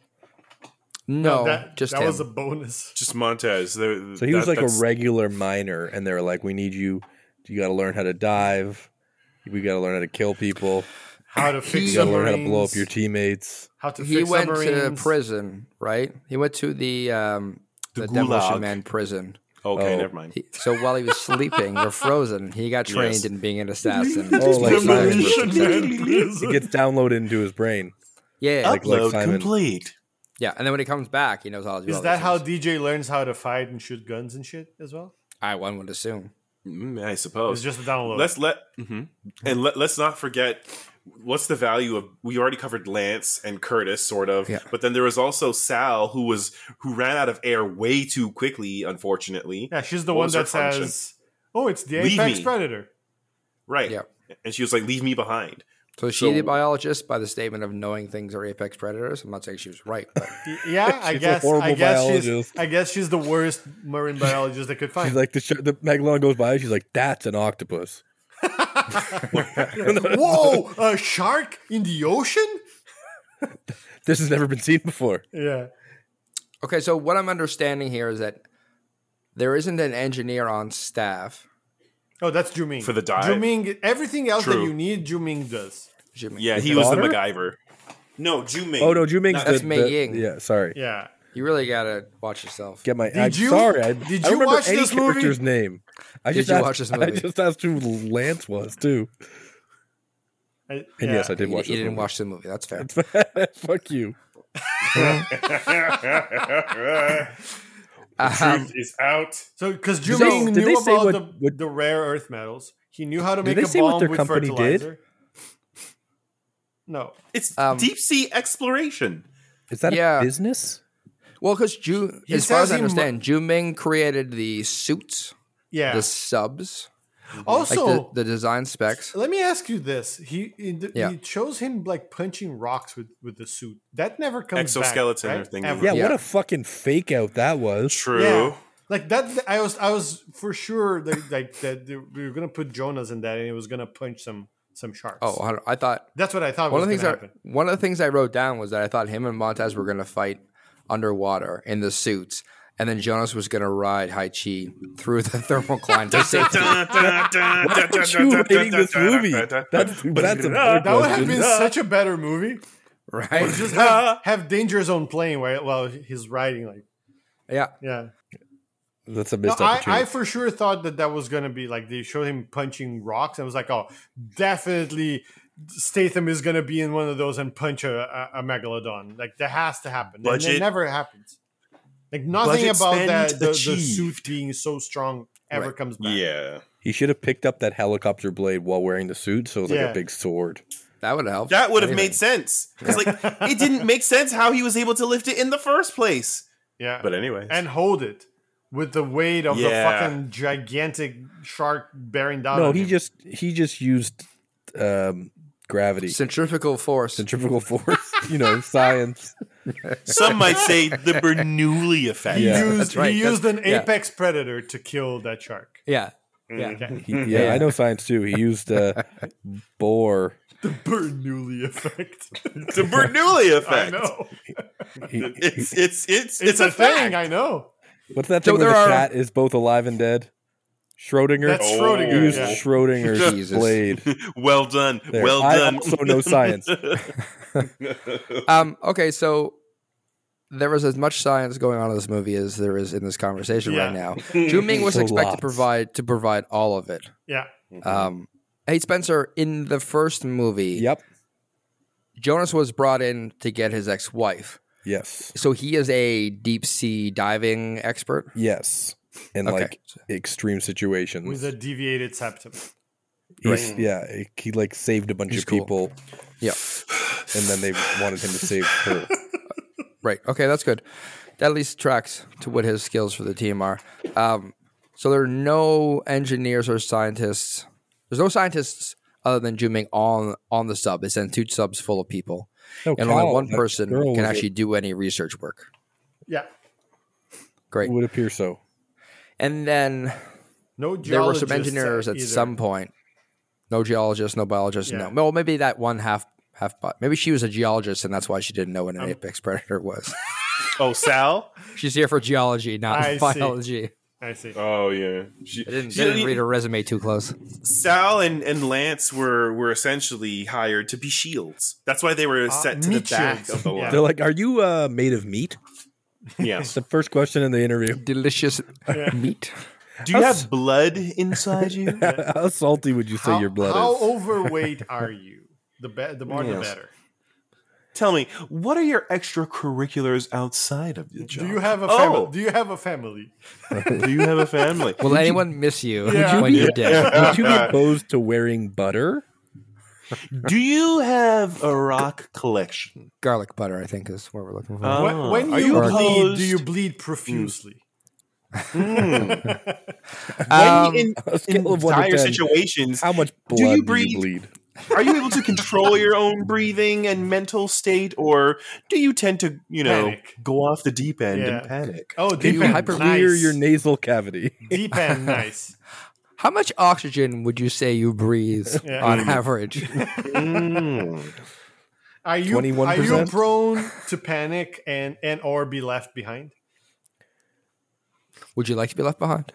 S1: No,
S2: that,
S1: just
S2: that
S1: him.
S2: was a bonus.
S3: Just Montez. There-
S4: So he was
S3: that-
S4: like a
S3: that's-
S4: regular miner, and they were like, "We need you. You got to learn how to dive. We got to learn how to kill people.
S2: How to fix
S1: He-
S4: You
S1: gotta
S4: got to learn how to
S2: submarines,
S4: blow up your teammates."
S2: How to
S1: he
S2: fix
S1: went to
S2: submarines.
S1: prison, right? He went to the um,
S3: The
S1: the, demolition
S3: Gulag.
S1: man prison.
S3: Okay,
S4: Oh.
S3: never mind.
S1: He, so while he was sleeping or frozen, he got trained
S3: Yes.
S1: in being an assassin.
S4: Oh, like [laughs]
S3: Demolition
S4: Simon.
S3: Man
S4: It
S3: prison.
S4: gets downloaded into his brain.
S1: yeah,
S4: Like- like
S3: Upload
S4: Simon.
S3: complete.
S1: yeah. And then when he comes back, he knows all.
S2: Is that how DJ learns how to fight and shoot guns and shit as well?
S1: I one would assume.
S3: Mm, I
S2: It's
S3: suppose.
S2: just a download.
S3: Let's let
S4: mm-hmm.
S3: mhm. and let, let's not forget what's the value of we already covered Lance and Curtis sort of,
S1: Yeah.
S3: but then there was also Sal who was who ran out of air way too quickly, unfortunately.
S2: yeah, she's the
S3: What
S2: one
S3: was her
S2: that
S3: function?
S2: says, "Oh, it's the
S3: Leave
S2: apex
S3: me.
S2: predator."
S3: Right.
S1: Yeah.
S3: And she was like, "Leave me behind."
S1: So is she
S3: So-
S1: the biologist by the statement of knowing things are apex predators? I'm not saying she was right, but [laughs]
S2: Y- Yeah, I
S4: [laughs] She's a
S2: guess. I
S4: horrible
S2: guess she's.
S4: biologist.
S2: I guess she's the worst marine biologist they could find.
S4: She's like the, sh- the Megalon goes by. She's like, "That's an octopus." [laughs]
S2: Whoa, a shark in the ocean?
S4: This has never been seen before.
S2: Yeah.
S1: Okay, so what I'm understanding here is that there isn't an engineer on staff.
S2: Oh, that's Juming
S3: For the dive.
S2: Juming, everything else that
S3: True.
S2: you need, Juming does.
S1: Jimmy.
S3: Yeah, he
S4: His
S3: was the
S4: daughter?
S3: MacGyver. No, Ju Ming.
S4: Oh no, Ju Ming's
S1: that's
S4: the,
S1: Mei
S4: the-
S1: Ying.
S4: Yeah, sorry.
S2: Yeah.
S1: You really gotta watch yourself.
S4: Get my.
S2: Did
S4: I'm
S2: you-
S4: sorry. I,
S2: did
S4: did
S2: you
S4: you remember
S2: watch
S4: any
S2: this movie?
S4: character's name. I
S1: Did
S4: just
S1: you
S4: asked,
S1: watch this
S4: I
S1: movie?
S4: just asked who Lance was too.
S2: I-
S4: And
S2: yeah.
S4: yes, I did
S1: you
S4: watch.
S1: you
S4: this
S1: didn't
S4: movie.
S1: watch the movie. That's fair.
S4: [laughs] Fuck you.
S5: the
S1: Um,
S5: truth is out.
S2: So, because
S1: So,
S2: Juming
S4: did
S2: knew
S4: they say
S2: about
S4: what-
S2: the,
S4: what-
S2: the rare earth metals, he knew how to
S4: Did
S2: make
S4: they
S2: a
S4: say what
S2: bomb
S4: their
S2: with
S4: company did?
S2: fertilizer. No,
S3: It's
S1: Um,
S3: deep sea exploration.
S4: Is that
S1: Yeah.
S4: a business?
S1: well, because Ju,
S2: He
S1: as far
S2: says
S1: as I
S2: he mu-
S1: understand, Ju Ming created the suits,
S2: yeah.
S1: the subs,
S2: also,
S1: like the, the design specs.
S2: let me ask you this: He it,
S1: Yeah.
S2: it shows him like punching rocks with with the suit. That never comes
S3: Exoskeleton
S2: back,
S3: or
S2: right?
S3: thing.
S2: Ever.
S4: Yeah,
S1: Yeah.
S4: what a fucking fake out that [laughs] was.
S3: True.
S2: Yeah. Like that, I was, I was for sure that, like that they- we were gonna put Jonas in that, and it was gonna punch some some sharks.
S1: Oh, I, don't- I thought
S2: that's what I thought.
S1: one
S2: was
S1: of the things
S2: gonna
S1: I,
S2: happen.
S1: one of the things I wrote down was that I thought him and Montez were going to fight underwater in the suits, and then Jonas was going to ride Hai Chi through the [laughs] thermocline
S2: [laughs]
S1: to safety.
S4: Why aren't you
S3: [laughs]
S4: rating this movie? That's, [laughs] that's a better
S2: That would have
S4: question.
S2: been such a better movie. Or
S1: Right?
S2: just
S3: [laughs]
S2: have, have Danger Zone playing while, while he's riding. Like,
S1: Yeah.
S2: yeah.
S4: That's a
S2: No,
S4: missed
S2: I,
S4: opportunity.
S2: I for sure thought that that was going to be like they showed him punching rocks. I was like, oh, definitely Statham is going to be in one of those and punch a, a, a megalodon. Like, that has to happen. And
S3: Budget-
S2: it never happens. Like, nothing
S3: Budget
S2: about
S3: spend
S2: that, the, the
S3: achieved.
S2: suit being so strong ever
S1: Right.
S2: comes back.
S3: Yeah.
S4: he should have picked up that helicopter blade while wearing the suit, so it's like
S2: Yeah.
S4: a big sword.
S1: That would help.
S3: That would have made sense. Because
S1: Yeah.
S3: like it didn't make sense how he was able to lift it in the first place.
S2: Yeah.
S3: But anyway.
S2: and hold it with the weight of
S3: Yeah.
S2: the fucking gigantic shark bearing down
S4: No,
S2: on
S4: he
S2: him.
S4: just he just used um, gravity,
S1: Centrifugal force.
S4: centrifugal force. you know, science.
S3: some might say
S4: [laughs]
S3: the Bernoulli [laughs] effect.
S2: He
S4: Yeah.
S2: used
S1: That's right,
S2: he
S1: that's-
S2: used an
S1: yeah.
S2: apex predator to kill that
S3: [laughs]
S2: shark.
S1: Yeah.
S2: Okay.
S4: [laughs] He- yeah, I know science too. He used uh, Bohr.
S2: The Bernoulli effect.
S3: The Bernoulli
S2: [laughs] I
S3: effect.
S2: know.
S4: He-
S3: It's it's it's it's,
S2: It's,
S3: a,
S2: a thing,
S3: fact.
S2: I know.
S4: what's that
S1: So
S4: thing where the
S1: there are-
S4: cat is both alive and dead? Schrodinger.
S2: That's
S3: Oh.
S4: he
S2: Schrodinger.
S4: used
S2: yeah.
S4: Schrodinger's
S1: Jesus.
S4: blade.
S3: Well done.
S4: There.
S3: Well
S4: I
S3: done.
S4: also
S3: [laughs]
S4: know science.
S1: Um, okay, so there is as much science going on in this movie as there is in this conversation
S2: Yeah.
S1: right now. Ju Ming was
S4: A
S1: expected to
S4: lot.
S1: provide to provide all of it.
S2: Yeah.
S1: Um, hey Spencer, in the first movie,
S4: yep.
S1: Jonas was brought in to get his ex-wife.
S4: Yes.
S1: So he is a deep sea diving expert.
S4: Yes. And like extreme situations.
S2: With a deviated septum.
S4: He's, yeah, he like saved a bunch
S1: He's
S4: of
S1: cool.
S4: people.
S1: Yeah.
S4: and then they wanted him to save her.
S1: right. Okay, that's good. That at least tracks to what his skills for the team are. Um, so there are no engineers or scientists. There's no scientists other than Juming on on the sub. They send two subs full of people,
S4: [laughs] No,
S1: and
S4: Cal,
S1: only one
S4: that
S1: person
S4: girl
S1: can
S4: was a-
S1: actually do any research work.
S2: Yeah.
S1: Great.
S4: It would appear so.
S1: And then
S2: No geologists. uh,
S1: there were some engineers at
S2: either.
S1: some point. No geologists, no biologists,
S2: Yeah.
S1: no. Well, maybe that one half half bot. Maybe she was a geologist, and that's why she didn't know what an
S2: Um,
S1: apex predator was. [laughs]
S3: oh, Sal?
S1: She's here for geology, not
S2: I see.
S1: biology.
S2: I see.
S3: Oh yeah. She,
S1: I didn't,
S3: she-
S1: didn't read her resume too close.
S3: Sal and, and Lance were were essentially hired to be shields. That's why they were
S2: Ah,
S3: set to the
S2: meat
S3: back
S2: shields.
S3: of the
S2: Yeah.
S4: They're
S3: line.
S4: like, "Are you uh, made of meat?"
S3: Yeah.
S4: It's the first question in the interview.
S1: Delicious
S2: [laughs] Yeah.
S1: meat.
S3: [laughs] Do you have blood inside you?
S4: [laughs] How salty would you say
S2: how,
S4: your blood
S1: [laughs]
S2: how
S4: is?
S2: overweight are you? The be- the more the
S3: Yes.
S2: better.
S3: [laughs] Tell me, what are your extracurriculars outside of your job?
S2: Do you have a family?
S3: Oh.
S2: Do you have a family?
S3: Do you have a [laughs] family?
S1: Will anyone miss you
S2: Yeah.
S1: when [laughs] you're dead?
S4: [laughs] Would you be opposed to wearing butter?
S3: Do you have a rock collection?
S1: Garlic butter, I think, is what we're looking for.
S3: Uh,
S2: When- when
S3: are
S2: you,
S3: you
S2: bleed,
S3: opposed?
S2: do you bleed profusely?
S3: Mm.
S1: Um,
S3: when
S4: A
S3: in, in
S4: scale of one to
S3: dire
S4: 10,
S3: situations,
S4: how much
S3: do
S4: blood
S3: you
S4: do you
S3: breathe?
S4: bleed?
S3: are you able to control your own breathing and mental state, or do you tend to, you know,
S2: Panic.
S3: go off the deep end
S2: Yeah.
S3: and panic?
S2: Oh,
S1: Can
S2: deep
S1: you
S2: and
S1: hyper-
S2: nice.
S4: Clear your nasal cavity. [laughs]
S2: Deep and nice.
S1: How much oxygen would you say you breathe
S2: [laughs] Yeah.
S1: on [laughs] average?
S3: Mm.
S2: Are you are you
S4: 21%?
S2: prone to panic and and or be left behind?
S1: Would you like to be left behind?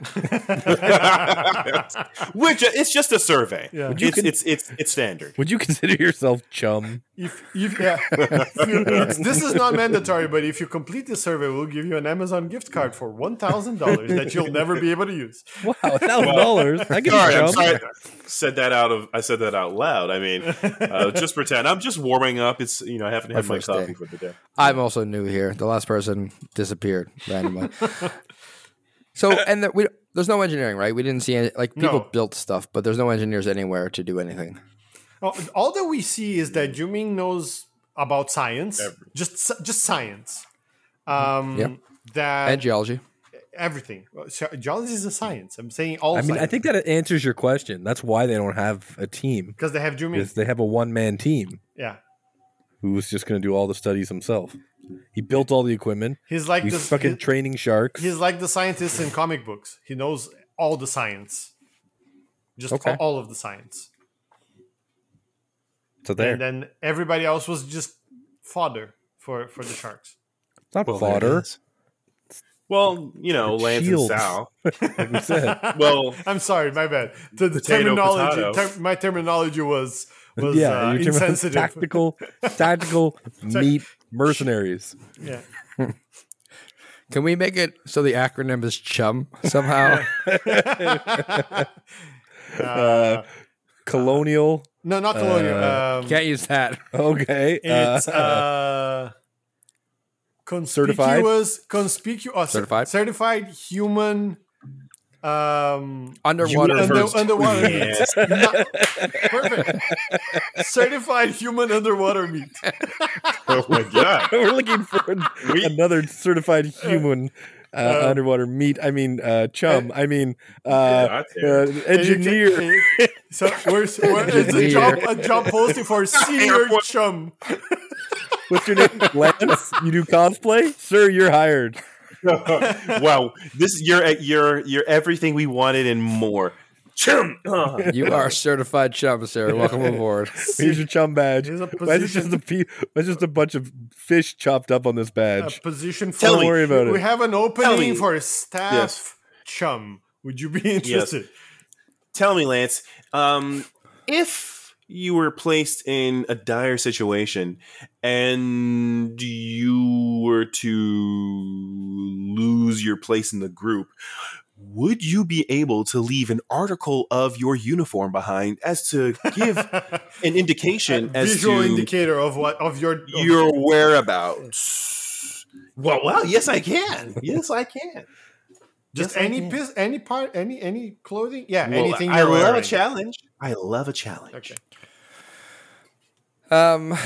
S3: Which uh, it's just a survey.
S2: Yeah. Would
S3: It's,
S4: you con-
S3: it's it's it's standard.
S4: Would you consider yourself chum?
S2: If, if, yeah. If you- it's- this is not mandatory, but if you complete the survey, we'll give you an Amazon gift card for one thousand dollars that you'll never be able to use.
S4: Wow, thousand dollars. I can
S3: Sorry, I'm
S4: jump.
S3: sorry. Said that out of I said that out loud. I mean, uh, just pretend I'm just warming up. It's you know I haven't had my
S1: first day.
S3: coffee for the day.
S1: I'm also new here. The last person disappeared
S2: [laughs]
S1: randomly. so, and the, we there's no engineering, right? We didn't see any, like people
S2: No.
S1: built stuff, but there's no engineers anywhere to do anything.
S2: All- All that we see is that Juming knows about science, just s- just science. Um,
S1: Yeah.
S2: That
S1: And geology.
S2: everything. Well, so Geology is a science. I'm saying all.
S4: I mean, I
S2: science,
S4: think that answers your question. That's why they don't have a team.
S2: because they have Juming.
S4: Is they have a one man team
S2: Yeah,
S4: who was just going to do all the studies himself. He built all the equipment.
S2: he's like
S4: He's
S2: this.
S4: fucking
S2: he-
S4: training sharks.
S2: he's like the scientist in comic books. He knows all the science, just
S1: Okay.
S2: all of the science.
S4: so there,
S2: And then everybody else was just fodder for for the sharks.
S4: it's not fodder.
S3: Well, you know,
S4: The
S3: Lance
S4: shields.
S3: and Sal.
S4: Like we said.
S3: Well,
S2: I'm sorry, my bad. The, the
S3: Potato,
S2: terminology,
S3: potato.
S2: ter- my terminology
S4: [laughs]
S2: was was
S4: yeah,
S2: uh,
S4: you're talking about
S2: insensitive. [laughs]
S4: [laughs] tactical, tactical meat mercenaries.
S2: Yeah.
S1: Can we make it so the acronym is CHUM somehow?
S2: [laughs]
S4: Uh, colonial.
S2: No, not colonial.
S4: Uh,
S1: [laughs]
S2: um,
S1: Can't use that.
S4: Okay. uh,
S2: it's uh,
S4: Certified?
S2: conspicuous, conspicuous, oh,
S1: Certified?
S2: certified, certified human. Um,
S1: Underwater
S2: under-
S1: first.
S2: underwater meat.
S3: yes.
S2: Not- perfect. certified human underwater meat.
S6: Oh my god.
S4: [laughs] we're looking for an- another certified human uh,
S2: Uh,
S4: underwater meat. I mean, uh, chum. I mean, uh,
S6: out there.
S4: uh,
S2: [laughs]
S4: engineer.
S2: And you can- So we're, we're- it's a job, a job posting for senior chum.
S4: What's your name? Lance. You do cosplay, sir. You're hired.
S3: [laughs] wow, this you're you're you're everything we wanted and more. Chum. Uh,
S1: You are certified CHUM, sir. Welcome aboard.
S4: Here's your chum badge.
S2: Here's a
S4: Why is it just
S2: position-
S4: a pe- why is it just a bunch of fish chopped up on this
S2: A
S4: badge?
S2: position for.
S3: Tell
S4: Don't
S3: me.
S4: worry about
S2: we
S4: it.
S2: have an opening
S3: me.
S2: for staff
S3: Yes.
S2: chum. Would you be interested?
S3: Tell me, Lance, um, if you were placed in a dire situation and you were to lose your place in the group, would you be able to leave an article of your uniform behind as to give
S2: [laughs]
S3: an indication as
S2: Visual
S3: to
S2: indicator of what of your of-
S7: [laughs]
S3: your whereabouts? Well, well, yes, I can. Yes, I can.
S2: just
S3: yes, I
S2: any
S3: can.
S2: pis- any part any any clothing. Yeah,
S3: Well,
S2: anything.
S3: I
S2: you're
S3: love a
S2: wearing.
S3: challenge. I love a challenge.
S2: Okay.
S1: Um,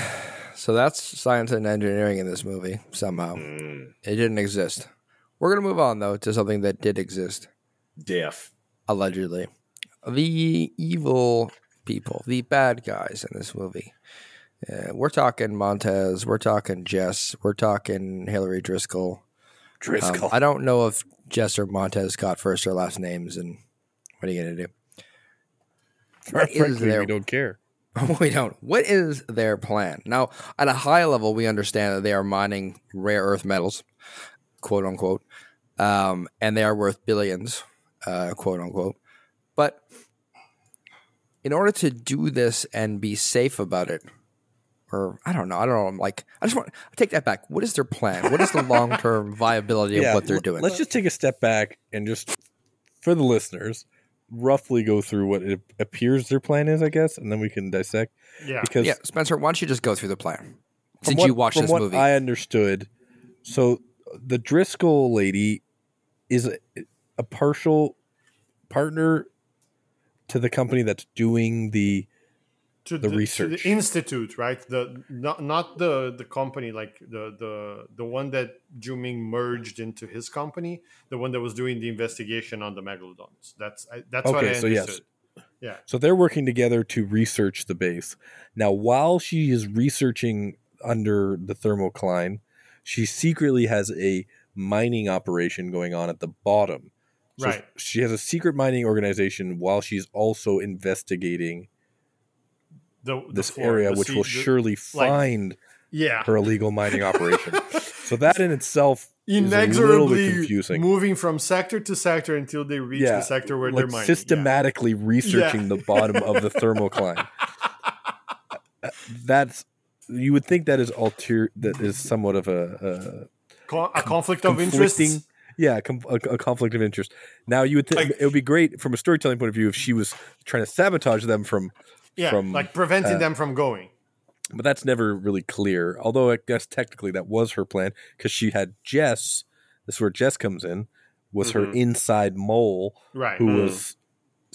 S1: so that's science and engineering in this movie somehow.
S3: Mm.
S1: It didn't exist. We're gonna move on though to something that did exist
S3: Deaf.
S1: allegedly. The evil people, the bad guys in this movie. Uh, we're talking Montez. We're talking Jess. We're talking Hillary Driscoll. Um,
S4: Driscoll.
S1: I don't know if Jess or Montez got first or last names, and what are you gonna do? what is
S4: [laughs] Frankly,
S1: there?
S4: we don't care.
S1: [laughs] we don't. What is their plan? Now, at a high level, we understand that they are mining rare earth metals, quote unquote, um, and they are worth billions, uh, quote unquote. But in order to do this and be safe about it, or I don't know, I don't know. I'm like, I just want I take that back. What is their plan? What is
S4: [laughs]
S1: the long term viability of what they're
S4: l-
S1: doing?
S4: Let's just take a step back and just for the listeners, roughly go through what it appears their plan is, I guess, and then we can dissect
S2: Yeah.
S4: because
S1: yeah, Spencer, why don't you just go through the plan?
S4: from
S1: Since
S4: what-
S1: you watch
S4: from
S1: this
S4: what
S1: movie,
S4: I understood. So the Driscoll lady is a, a partial partner to the company that's doing the
S2: To
S4: The
S2: to
S4: research.
S2: the institute, right? The not not the the company, like the the the one that Juming merged into his company, the one that was doing the investigation on the megalodons. That's I, that's what I
S4: Okay, so
S2: understood.
S4: yes. So they're working together to research the base. Now, while she is researching under the thermocline, she secretly has a mining operation going on at the bottom.
S2: Right.
S4: She has a secret mining organization while she's also investigating
S2: The, the
S4: this
S2: floor,
S4: area,
S2: the
S4: which
S2: sea-
S4: will
S2: the-
S4: surely
S2: like-
S4: find
S2: [laughs] yeah
S4: her illegal mining operation. so that in itself bit
S2: inexorably
S4: confusing.
S2: moving from sector to sector until they reach
S4: Yeah,
S2: the sector [laughs] where they're
S4: like
S2: mining. yeah.
S4: systematically researching the bottom of
S2: [laughs]
S4: the thermocline. Uh, That's you would think that is alter that is somewhat of a,
S2: Con- a conflict
S4: a
S2: of interest.
S4: conflicting, yeah, com- a, a conflict of interest. Now you would think
S3: Like-
S4: it would be great from a storytelling point of view if she was trying to sabotage them from,
S2: Yeah,
S4: from,
S2: like preventing
S4: uh,
S2: them from going.
S4: but that's never really clear. Although I guess technically that was her plan because she had Jess. This is where Jess comes in. Was her
S3: Mhm.
S2: Mm-hmm.
S4: inside mole
S2: Right.
S4: who was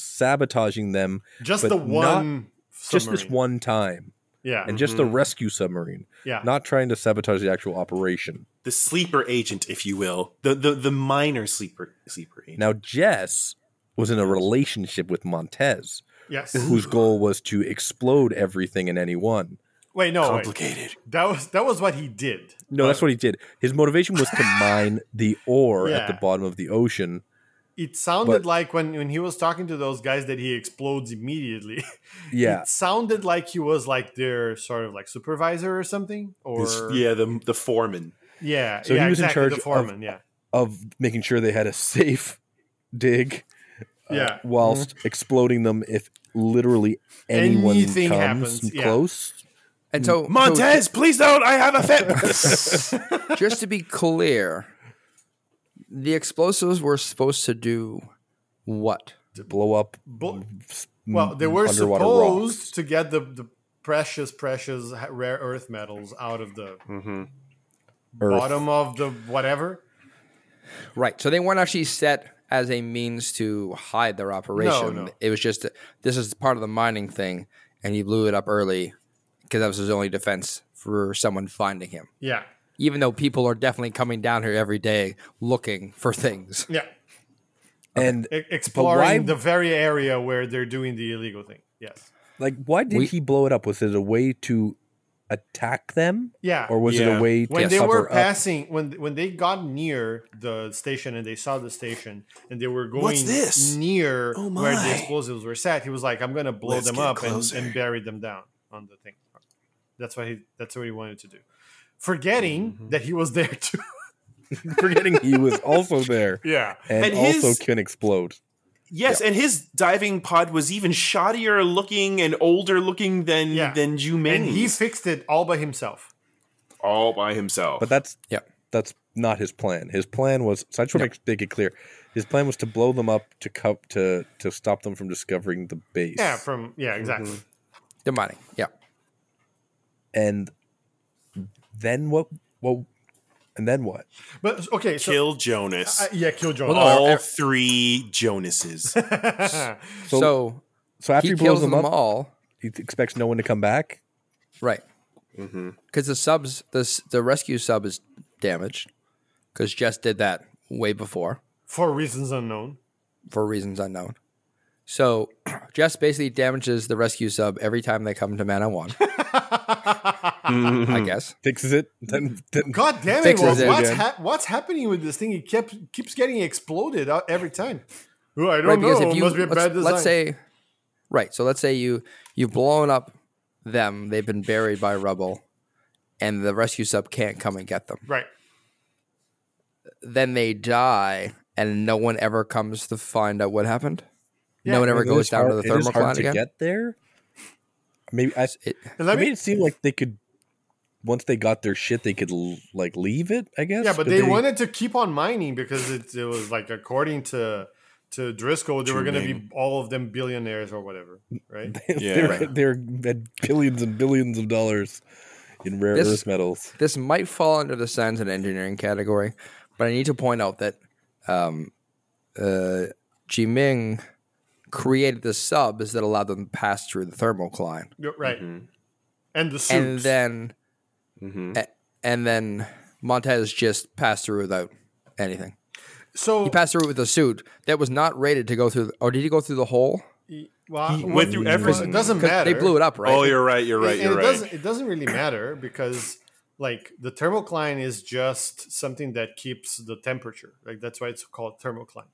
S4: sabotaging them
S2: just
S4: but
S2: the
S4: not-
S2: one.
S4: just this
S2: submarine.
S4: one time
S2: Yeah.
S4: and just the rescue submarine
S2: Yeah.
S4: not trying to sabotage the actual operation
S7: the sleeper agent, if you will, the the the minor sleeper sleeper agent.
S4: now jess was in a relationship with montez
S2: yes.
S4: whose goal was to explode everything and anyone
S2: Wait, no. Wait.
S7: complicated.
S2: That was that was what he did.
S4: no that's what he did his motivation was
S2: [laughs]
S4: to mine the ore at the
S2: Yeah.
S4: bottom of the ocean
S2: It sounded
S4: But-
S2: like when when he was talking to those guys that he explodes immediately. [laughs]
S4: yeah
S2: It sounded like he was like their sort of like supervisor or something. Or
S7: This- yeah, the the foreman.
S2: yeah.
S4: So
S2: yeah,
S4: he was in
S2: exactly,
S4: charge
S2: the
S4: of-
S2: foreman. yeah.
S4: of making sure they had a safe dig uh,
S2: Yeah.
S4: whilst exploding them if literally anyone
S2: Anything
S4: comes
S2: happens, yeah.
S4: close
S1: And so, so
S7: Mm. Montez, please don't. I have a fit.
S1: ju- [laughs] just to be clear, the explosives were supposed to do what?
S4: to blow up.
S2: Bl-
S4: s-
S2: Well, they were
S4: underwater
S2: supposed
S4: rocks.
S2: to get the, the precious, precious ha- rare earth metals out of the
S4: Earth.
S2: bottom of the whatever.
S1: Right. So they weren't actually set as a means to hide their operation.
S2: No, no.
S1: It was just this is part of the mining thing, and he blew it up early because that was his only defense for someone finding him.
S2: Yeah.
S1: Even though people are definitely coming down here every day looking for things.
S2: Yeah.
S4: And
S2: E- exploring
S4: why-
S2: the very area where they're doing the illegal thing. Yes.
S4: like, why did
S1: We-
S4: he blow it up? Was it a way to attack them,
S2: Yeah.
S4: or was it
S7: Yeah.
S4: a way to
S2: when they
S4: cover
S2: were
S4: up?
S2: passing when when they got near the station and they saw the station and they were going
S7: What's this?
S2: near
S7: Oh
S2: where
S7: my.
S2: the explosives were set he was like i'm gonna blow
S7: Let's
S2: them
S7: get
S2: up and,
S7: closer."
S2: and bury them down on the thing that's what he that's what he wanted to do forgetting
S7: Mm-hmm.
S2: that he was there too [laughs]
S4: forgetting he was also there
S2: yeah
S4: [laughs] and,
S7: And his-
S4: also can explode?
S7: Yes, and his diving pod was even shoddier looking and older looking than
S2: Yeah.
S7: than you
S2: and he fixed it all by himself
S7: all by himself.
S4: But that's
S1: Yeah.
S4: that's not his plan. His plan was. So I just want to make it clear. His plan was to blow them up to co- to to stop them from discovering the base.
S2: yeah from yeah exactly
S7: Mm-hmm.
S1: The mining. Yeah.
S4: and then what? Well, and then what?
S2: but okay so
S7: kill Jonas.
S2: uh, yeah kill john
S7: all three Jonases.
S1: So,
S4: So, so after
S1: he
S4: he, blows
S1: kills
S4: them,
S1: them,
S4: up,
S1: all.
S4: he expects no one to come back.
S1: Right.
S2: Mm-hmm.
S1: Because the subs, the s- the rescue sub is damaged. Because Jess did that way before.
S2: [laughs] for reasons unknown
S1: for reasons unknown. So [clears throat] Jess basically damages the rescue sub every time they come to Man on One,
S2: Mm-hmm.
S1: I guess.
S4: fixes it. Then, then
S2: God damn it!
S1: Fixes
S2: Walt,
S1: it
S2: what's
S4: again.
S2: hap what's happening with this thing? It kept keeps getting exploded out every time. Well, I don't
S1: Right,
S2: know.
S1: because if
S2: it
S1: you
S2: must be a
S1: let's,
S2: bad design.
S1: let's say right, so let's say you you've blown up them, they've been buried by rubble, and the rescue sub can't come and get them.
S2: right.
S1: Then they die and no one ever comes to find out what happened.
S2: Yeah,
S1: no one ever
S4: It
S1: goes
S4: is
S1: down to
S4: hard-
S1: the
S4: it is
S1: thermocline
S4: hard to
S1: again.
S4: get there. Maybe I.
S1: It-
S2: And
S4: I
S2: let
S4: made
S2: me,
S4: it seem like they could. Once they got their shit, they could l- like leave it. I guess.
S2: yeah, but they,
S4: [laughs]
S2: wanted to keep on mining because it, it was like according to to Driscoll, they were going to be
S7: Tuning.
S2: all of them billionaires or whatever, right?
S4: They're,
S7: Yeah.
S4: they're had billions and billions of dollars in rare
S1: This-
S4: earth metals.
S1: this might fall under the science and engineering category, but I need to point out that um, uh, Jiming created the subs that allowed them to pass through the thermocline,
S2: You're right. And the suits.
S1: Mm-hmm. and uh, then a- and then Montez just passed through without anything.
S2: so
S1: He passed through with a suit that was not rated to go through. The, or did he go through the hole?
S2: well,
S7: He went through
S2: well,
S7: everything.
S2: It doesn't
S1: 'Cause
S2: matter.
S1: They blew it up, right?
S7: Oh, you're right. You're right.
S2: And-
S7: You're
S2: and it
S7: right.
S2: Doesn't, it doesn't really matter because like the thermocline is just something that keeps the temperature. Like that's why it's called thermocline.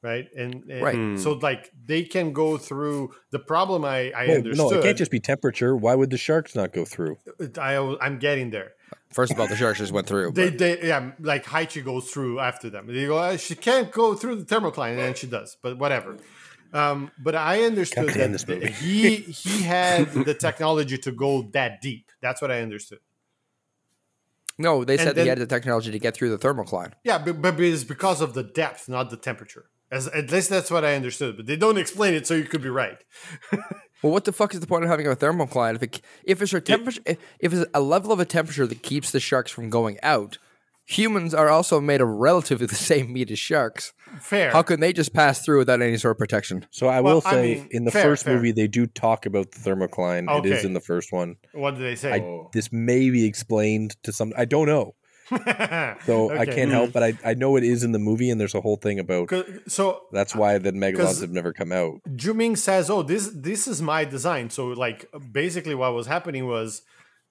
S2: right? And, and
S1: Right.
S7: Hmm.
S2: so like they can go through the problem. I I
S4: Well,
S2: understood.
S4: no, it can't just be temperature. Why would the sharks not go through?
S2: I I'm getting there.
S1: First of all, the Sharks just went through.
S2: They,
S1: But
S2: they, yeah, like Haichi goes through after them. They go, "Ah, she can't go through the thermocline, and then she does, but whatever. Um, but I understood
S4: Goddamn
S2: that
S4: this movie.
S2: he he had the technology to go that deep. That's what I understood.
S1: no, they said
S2: and
S1: they had
S2: then-
S1: the technology to get through the thermocline.
S2: Yeah, but, but it's because of the depth, not the temperature. As, at least that's what I understood. But they don't explain it, so you could be right.
S1: Well, what the fuck is the point of having a thermocline if it, if it's a temperature if it's a level of a temperature that keeps the sharks from going out? Humans are also made of relatively [laughs] the same meat as sharks.
S2: Fair.
S1: How can they just pass through without any sort of protection?
S4: So I
S2: Well,
S4: will
S2: I
S4: say,
S2: mean,
S4: in the
S2: fair,
S4: first
S2: fair.
S4: movie, they do talk about the thermocline. It is
S2: Okay.
S4: in the first one.
S2: what did they
S4: I,
S2: say?
S4: This may be explained to some. I don't know, so I
S2: Okay.
S4: can't help. But I, I know it is in the movie, and there's a whole thing
S2: [laughs]
S4: about.
S2: 'Cause- So
S4: That's why the megalons
S2: Uh, 'Cause-
S4: have never come out.
S2: Juming says, "Oh, this this is my design." So, like, basically, what was happening was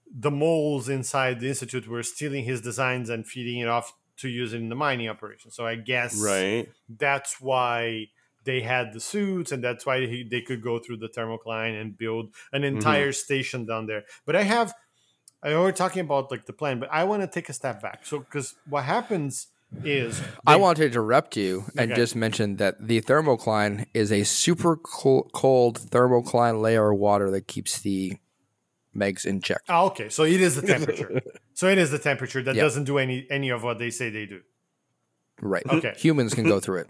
S2: the moles inside the institute were stealing his designs and feeding it off to use it in the mining operation. So, I guess
S7: Right.
S2: that's why they had the suits, and that's why he, they could go through the thermocline and build an
S1: Mm-hmm.
S2: entire station down there. But I have, I know we're talking about like the plan, but I want to take a step back. So, because what happens is,
S1: I
S2: they-
S1: want to interrupt you and
S2: Okay.
S1: just mention that the thermocline is a super cool, cold thermocline layer of water that keeps the megs in check.
S2: Ah, okay, so it is
S1: [laughs]
S2: the temperature. so it is the temperature that
S1: Yeah.
S2: doesn't do any any of what they say they do.
S1: Right.
S2: Okay.
S1: Humans can go through it.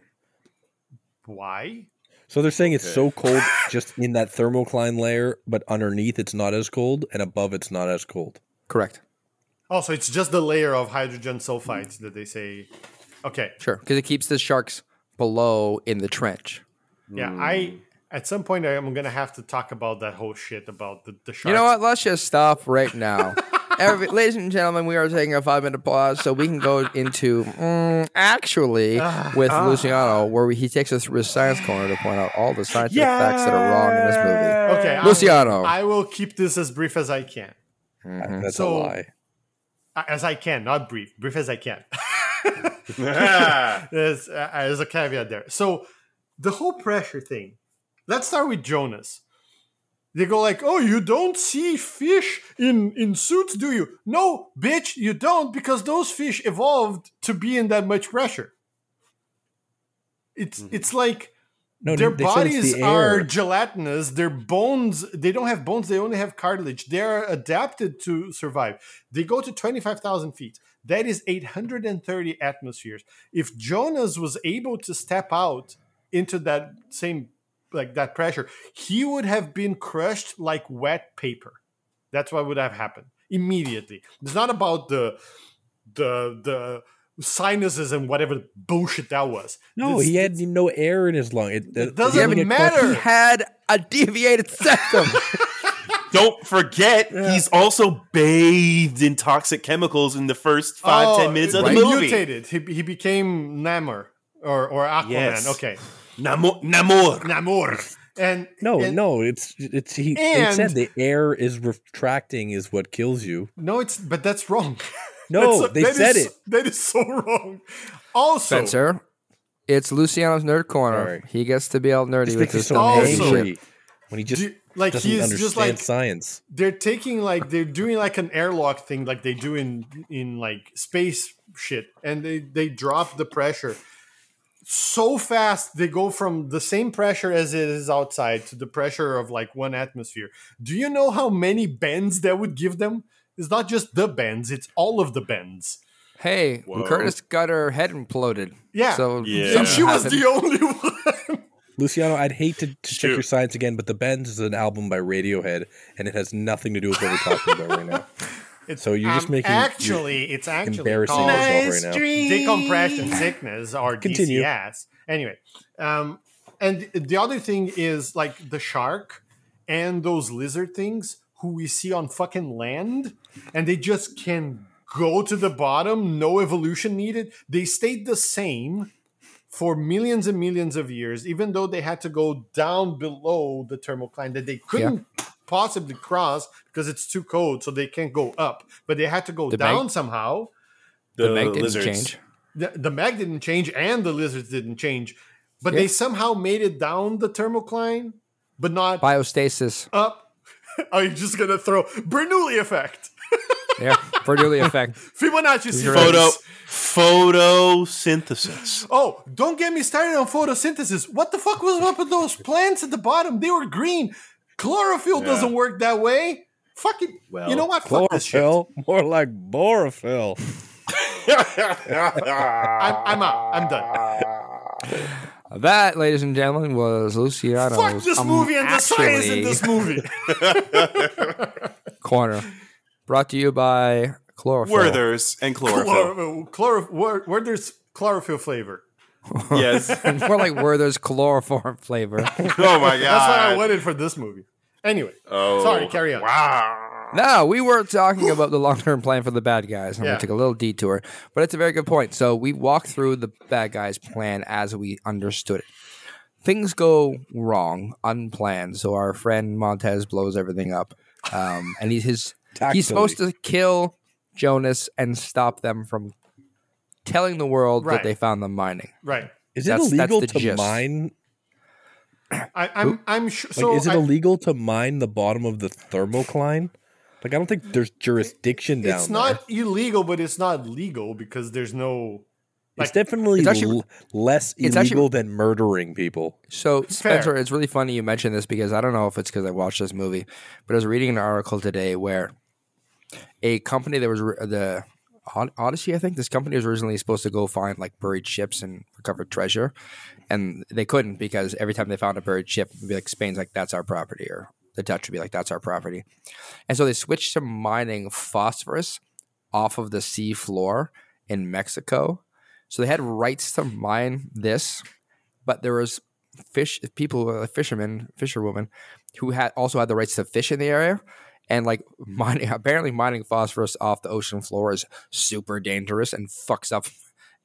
S2: Why?
S4: So they're saying it's so cold just in that thermocline layer, but underneath it's not as cold, and above it's not as cold.
S1: Correct.
S2: Also, it's just the layer of hydrogen sulfide that they say. Okay,
S1: Sure. Because it keeps the sharks below in the trench.
S2: yeah,
S1: Mm.
S2: I at some point I'm gonna have to talk about that whole shit about the the sharks.
S1: You know what? Let's just stop right now. Every, ladies and gentlemen, we are taking a five minute pause so we can go into mm, actually with Luciano, where we, he takes us through his science corner to point out all the scientific facts that are wrong in this movie.
S2: Okay, I will-
S1: Luciano.
S2: I will keep this as brief as I can.
S1: Mm-hmm.
S4: That's
S2: So-
S4: a lie.
S2: As I can, not brief, brief as I can.
S7: Ah.
S2: [laughs] there's, uh, there's a caveat there. So the whole pressure thing. Let's start with Jonas. They go like, "Oh, you don't see fish in in suits, do you?" No, bitch, you don't because those fish evolved to be in that much pressure. It's it's like
S4: No,
S2: their
S4: they said it's
S2: bodies
S4: the
S2: are
S4: air.
S2: gelatinous. Their bones, they don't have bones. They only have cartilage. They are adapted to survive. They go to 25,000 feet. That is 830 atmospheres. If Jonas was able to step out into that same, like that pressure, he would have been crushed like wet paper. That's what would have happened immediately. It's not about the, the, the, sinuses and whatever bullshit that was
S4: No,
S2: It's-
S4: he had no air in his lung. It,
S2: It doesn't
S4: when it got-
S1: He
S2: matter.
S1: had a deviated septum.
S7: Don't forget, he's also bathed in toxic chemicals in the first five ten
S2: Oh,
S7: minutes of the
S2: he
S7: movie.
S2: mutated. He, he became Namor or or Aquaman.
S7: Yes.
S2: Okay,
S7: Namor. Namor.
S2: Namor. And
S4: No,
S2: and-
S4: no, it's it's he. they
S2: And-
S4: said the air is retracting is what kills
S2: [laughs]
S4: you.
S2: no, it's but that's wrong. [laughs]
S4: No,
S2: That's-
S4: they
S2: that
S4: said
S2: is-
S4: it.
S2: That is so wrong. Also,
S1: Spencer, it's Luciano's nerd corner.
S4: Sorry.
S1: He gets to be all nerdy
S4: Just
S1: with
S4: makes me
S1: his
S4: so
S1: dumb
S2: Also-
S1: shit.
S4: angry when he just
S2: do- like
S4: doesn't
S2: he's
S4: understand
S2: just like
S4: science.
S2: they're taking like they're doing like an airlock thing like they do in in like space shit and they they drop the pressure so fast they go from the same pressure as it is outside to the pressure of like one atmosphere do you know how many bends that would give them it's not just the bends it's all of the bends
S1: Hey, when Curtis got her head imploded.
S2: Yeah.
S1: So
S7: Yeah.
S1: something
S2: and she was
S1: happened.
S2: the only [laughs] one
S4: Luciano, I'd hate to, to check your science again, but The Bends is an album by Radiohead, and it has nothing to do with what we're talking about right now.
S2: it's,
S4: So you're just making-
S2: Um, actually it's actually
S4: embarrassing
S2: called-
S4: yourself right now.
S2: decompression sickness or
S4: Continue.
S2: DCS. Anyway, um, and the other thing is like the shark and those lizard things who we see on fucking land, and they just can go to the bottom, no evolution needed. They stayed the same for millions and millions of years, even though they had to go down below the thermocline that they couldn't possibly cross because it's too cold, so they can't go up. But they had to go
S1: The
S2: down
S1: bank-
S2: somehow
S1: The bank didn't change.
S2: the, the mag didn't change and the lizards didn't change But they somehow made it down the thermocline, but not
S1: Biostasis.
S2: up. Are you just gonna throw Bernoulli effect?
S1: Yeah, Bernoulli effect.
S2: Fibonacci sequence.
S7: Photo photosynthesis.
S2: Oh, don't get me started on photosynthesis. What the fuck was up with those plants at the bottom? They were green. Chlorophyll
S5: Yeah.
S2: doesn't work that way. Fucking,
S7: Well,
S2: you know what? Fuck this shit.
S4: Chlorophyll, [laughs] more like borophyll.
S2: I'm, I'm out. I'm done.
S1: That, ladies and gentlemen, was Luciano.
S2: Fuck this movie and the science in this movie.
S1: [laughs]
S2: [laughs]
S1: corner. Brought to you by chlorophyll.
S7: Werthers and chlorophyll.
S2: Chlorophyll, chloro, where, where there's chlorophyll flavor.
S7: yes.
S1: [laughs]
S7: [laughs]
S1: More like Werther's chloroform flavor.
S7: Oh my god.
S2: That's what I wanted for this movie. Anyway,
S7: Oh,
S2: sorry, carry on.
S7: Wow.
S1: No, we were talking about the long term plan for the bad guys. I'm
S2: Yeah.
S1: going to take a little detour, but it's a very good point. So we walk through the bad guys' plan as we understood it. Things go wrong, unplanned. So our friend Montez blows everything up, um, and he's his,
S4: Tactily.
S1: he's supposed to kill Jonas and stop them from telling the world
S2: Right.
S1: that they found them mining.
S2: Right.
S4: Is it
S1: That's- that's
S4: illegal
S1: the
S4: to
S1: gist.
S4: mine?
S2: I, I'm, I'm sure.
S4: Like,
S2: so
S4: is it
S2: I-
S4: illegal to mine the bottom of the thermocline? Like, I don't think there's jurisdiction down
S2: it's
S4: there.
S2: not illegal, but it's not legal because there's no.
S4: it's definitely
S1: It's actually-
S4: l- less
S1: it's
S4: illegal
S1: actually-
S4: than murdering people.
S1: So
S2: Fair.
S1: Spencer, it's really funny you mentioned this because I don't know if it's because I watched this movie, but I was reading an article today where a company that was re- the Od- Odyssey, I think this company was originally supposed to go find like buried ships and recover treasure, and they couldn't because every time they found a buried ship, it'd be like Spain's like that's our property, or the Dutch would be like that's our property, and so they switched to mining phosphorus off of the sea floor in Mexico. So they had rights to mine this, but there was fish people, uh, fishermen, fisherwomen, who had also had the rights to fish in the area, and like mining. [laughs] Apparently, mining phosphorus off the ocean floor is super dangerous and fucks up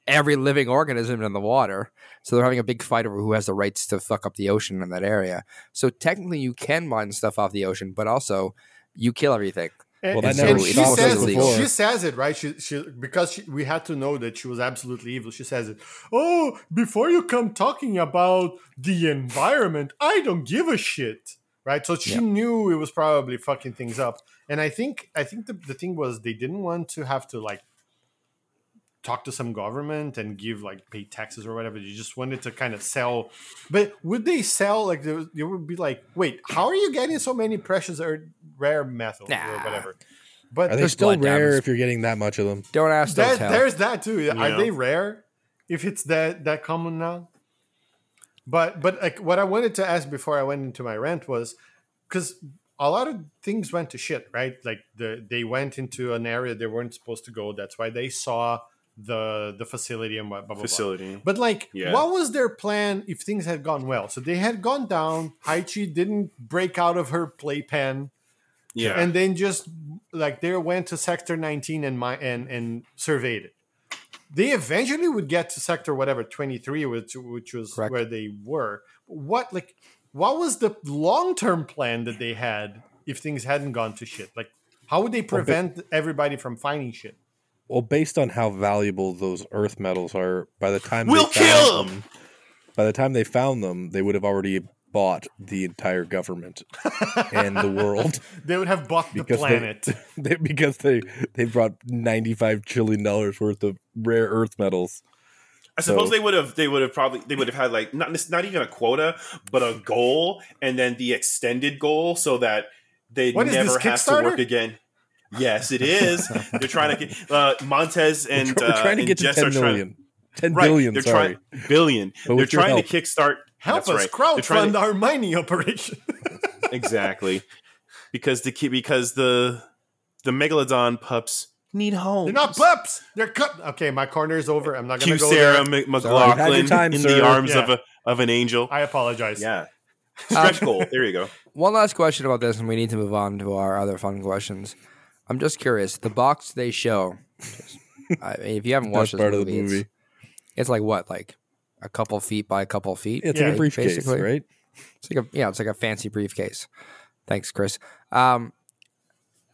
S1: every living organism in the water. So they're having a big fight over who has the rights to fuck up the ocean in that area. So technically, you can mine stuff off the ocean, but also you kill everything.
S2: And,
S4: Well,
S1: that never
S2: she
S1: stopped us
S2: says
S1: before.
S2: she says it right. She, she because she, we had to know that she was absolutely evil. She says it. Oh, before you come talking about the environment, I don't give a shit. Right. So she
S1: Yeah.
S2: knew it was probably fucking things up. And I think I think the, the thing was they didn't want to have to like talk to some government and give like pay taxes or whatever. They just wanted to kind of sell. But would they sell like there, there would be like, wait, how are you getting so many precious or rare metals or
S1: Nah.
S2: whatever? But
S4: Are they
S1: There's
S4: still
S1: blood
S4: rare
S1: diamonds.
S4: if you're getting that much of them?
S1: Don't ask, don't
S2: that,
S1: tell.
S2: there's that too.
S7: Yeah.
S2: Are they rare? If it's that that common now? But but like what I wanted to ask before I went into my rant was because a lot of things went to shit, right? Like the they went into an area they weren't supposed to go. That's why they saw the the facility and what blah, blah, blah.
S7: Facility.
S2: But like,
S7: Yeah.
S2: what was their plan if things had gone well? So they had gone down. Haichi didn't break out of her playpen,
S7: Yeah.
S2: and then just like they went to sector 19 and my and and surveyed it. They eventually would get to sector whatever 23, which which was
S1: Correct.
S2: where they were. What like what was the long term plan that they had if things hadn't gone to shit? Like, how would they prevent everybody from finding shit?
S4: Well, based on how valuable those earth metals are, by the time
S7: We'll
S4: they found
S7: kill 'em!
S4: them- by the time they found them, they would have already bought the entire
S2: [laughs]
S4: government and the world
S2: They would have bought the
S4: Because they-
S2: planet.
S4: [laughs] they, because they they brought ninety five trillion dollars worth of rare earth metals.
S7: I suppose
S4: So-
S7: they would have. They would have probably. They would have had like not not even a quota, but a goal, and then the extended goal, so that they
S2: What is this,
S7: never have to work
S2: Kickstarter?
S7: again. Yes, it is. They're trying to get uh, Montez and
S4: We're
S7: uh,
S4: trying to
S7: and
S4: get to
S7: Jess
S4: ten
S7: are trying-
S4: million. Ten
S7: Right,
S4: billion,
S7: they're
S4: sorry.
S7: trying billion.
S4: But
S7: They're
S4: with your
S7: trying to kickstart.
S2: Help
S7: that's
S2: us
S7: right. They're trying
S2: crowdfund
S7: to-
S2: our mining operation. [laughs]
S7: exactly because the ki- because the the megalodon pups need homes.
S2: They're not pups. They're cut. Okay, my corner is over. I'm not gonna
S7: Cue
S2: go
S7: Sarah
S2: there.
S7: Mc-
S4: Sorry, had
S7: McLaughlin
S4: your time,
S7: in the
S4: sir.
S7: arms of
S2: Yeah.
S7: a of an angel.
S2: I apologize.
S7: yeah, [laughs]
S1: Um,
S7: stretch goal. There you go.
S1: One last question about this, and we need to move on to our other fun questions. I'm just curious. The box they show. I mean, if you haven't watched
S4: [laughs] That's
S1: this
S4: part of
S1: movie,
S4: the movie.
S1: It's, it's like what, like a couple feet by a couple feet.
S4: It's
S2: Yeah,
S4: like a briefcase,
S1: basically.
S4: right?
S1: It's like a yeah, it's like a fancy briefcase. Thanks, Chris. Um,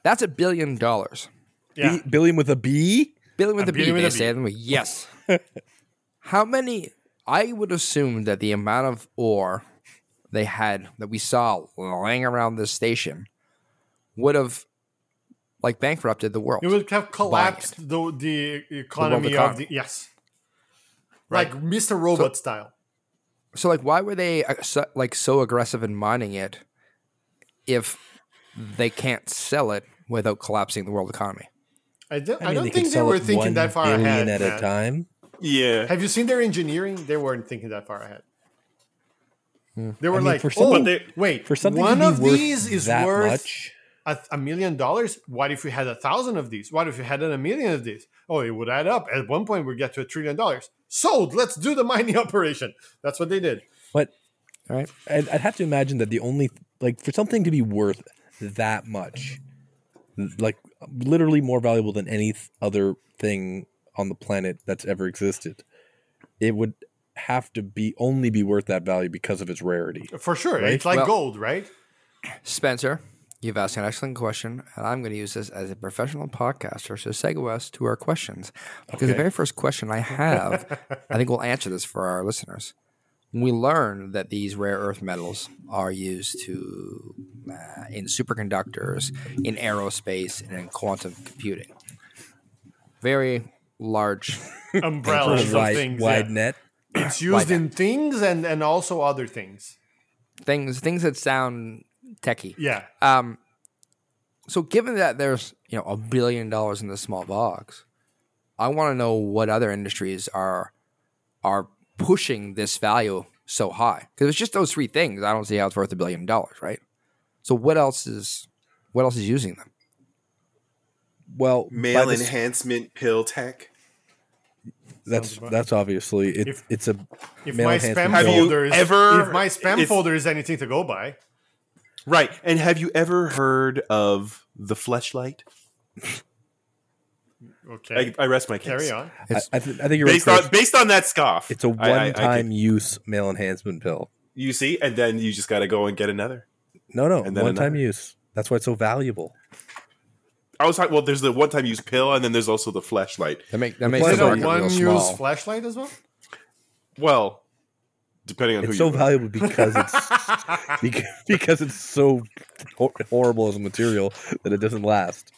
S1: that's a billion dollars.
S2: Yeah.
S4: B- billion with a B?
S1: Billion with
S2: A
S1: a B.
S2: billion with [laughs]
S1: They
S2: a B.
S1: say it. I'm like, yes. How many I would assume that the amount of ore they had that we saw lying around this station would have like bankrupted the world.
S2: It would have collapsed the, the economy of
S1: economy.
S2: the yes, like Mr. Robot style.
S1: so like why were they uh, so, like so aggressive in mining it if they can't sell it without collapsing the world economy?
S2: I don't, I
S4: mean,
S2: don't
S4: could
S2: think they
S4: sell
S2: were
S4: it
S2: thinking
S4: one
S2: that far
S4: billion
S2: ahead.
S4: at
S2: man.
S4: a time.
S7: Yeah.
S2: Have you seen their engineering? They weren't thinking that far ahead. They were
S4: Hmm. mean,
S2: like,
S4: for
S2: oh,
S4: something-
S2: wait,
S4: For something
S2: one
S4: to be
S2: of
S4: worth
S2: these is
S4: that
S2: worth
S4: much,
S2: a, a million dollars. What if we had a thousand of these? What if we had a million of these? Oh, it would add up. At one point, we get to a trillion dollars. Sold. Let's do the mining [laughs] operation. That's what they did.
S4: but
S1: All right.
S4: I'd, I'd have to imagine that the only like for something to be worth that much, like literally more valuable than any th- other thing on the planet that's ever existed, it would have to be only be worth that value because of its rarity.
S2: For sure. It's like
S1: Well-
S2: gold, right?
S1: Spencer, you've asked an excellent question, and I'm going to use this as a professional podcaster to segue us to our questions. Because the very first question I have, I think we'll answer this for our listeners. We learned that these rare earth metals are used to uh, in superconductors, in aerospace, and in quantum computing. Very large.
S2: Umbrellas of
S4: wide,
S2: things.
S4: wide
S2: yeah.
S4: net.
S2: It's used in things and, and also other things.
S1: things things that sound techie.
S2: Yeah.
S1: Um, so given that there's you know a billion dollars in this small box, I want to know what other industries are are pushing this value so high because it's just those three things. I don't see how it's worth a billion dollars, right? So what else is what else is using them?
S4: Well, by
S7: Male
S4: this-
S7: enhancement pill tech.
S4: that's that's obviously it,
S2: If-
S4: it's a
S2: If
S4: male
S2: my spam
S4: enhancement
S7: Have
S4: pill.
S7: you
S2: folder is
S7: ever-
S2: if my spam
S7: if-
S2: folder is anything to go by,
S7: Right. And have you ever heard of the fleshlight?
S2: okay.
S7: I, I rest my case.
S2: Carry on.
S4: I, I, th- I think you're
S7: Based
S4: right.
S7: on
S4: Chris.
S7: based on that scoff.
S4: it's a
S7: I- I- I
S4: one-time use male enhancement pill.
S7: could- you see, and then you just gotta go and get another.
S4: No, no,
S7: And then
S4: one-time
S7: another.
S4: use. That's why it's so valuable.
S7: I was talking well, there's the one time use pill and then there's also the fleshlight.
S1: That make that makes
S4: makes Why
S2: Is
S4: the
S2: it
S4: not
S2: a
S4: market
S2: one use flashlight as well?
S7: Well, depending on
S4: it's
S7: who
S4: so
S7: you are.
S4: valuable because it's beca- because it's so hor- horrible as a material that it doesn't last.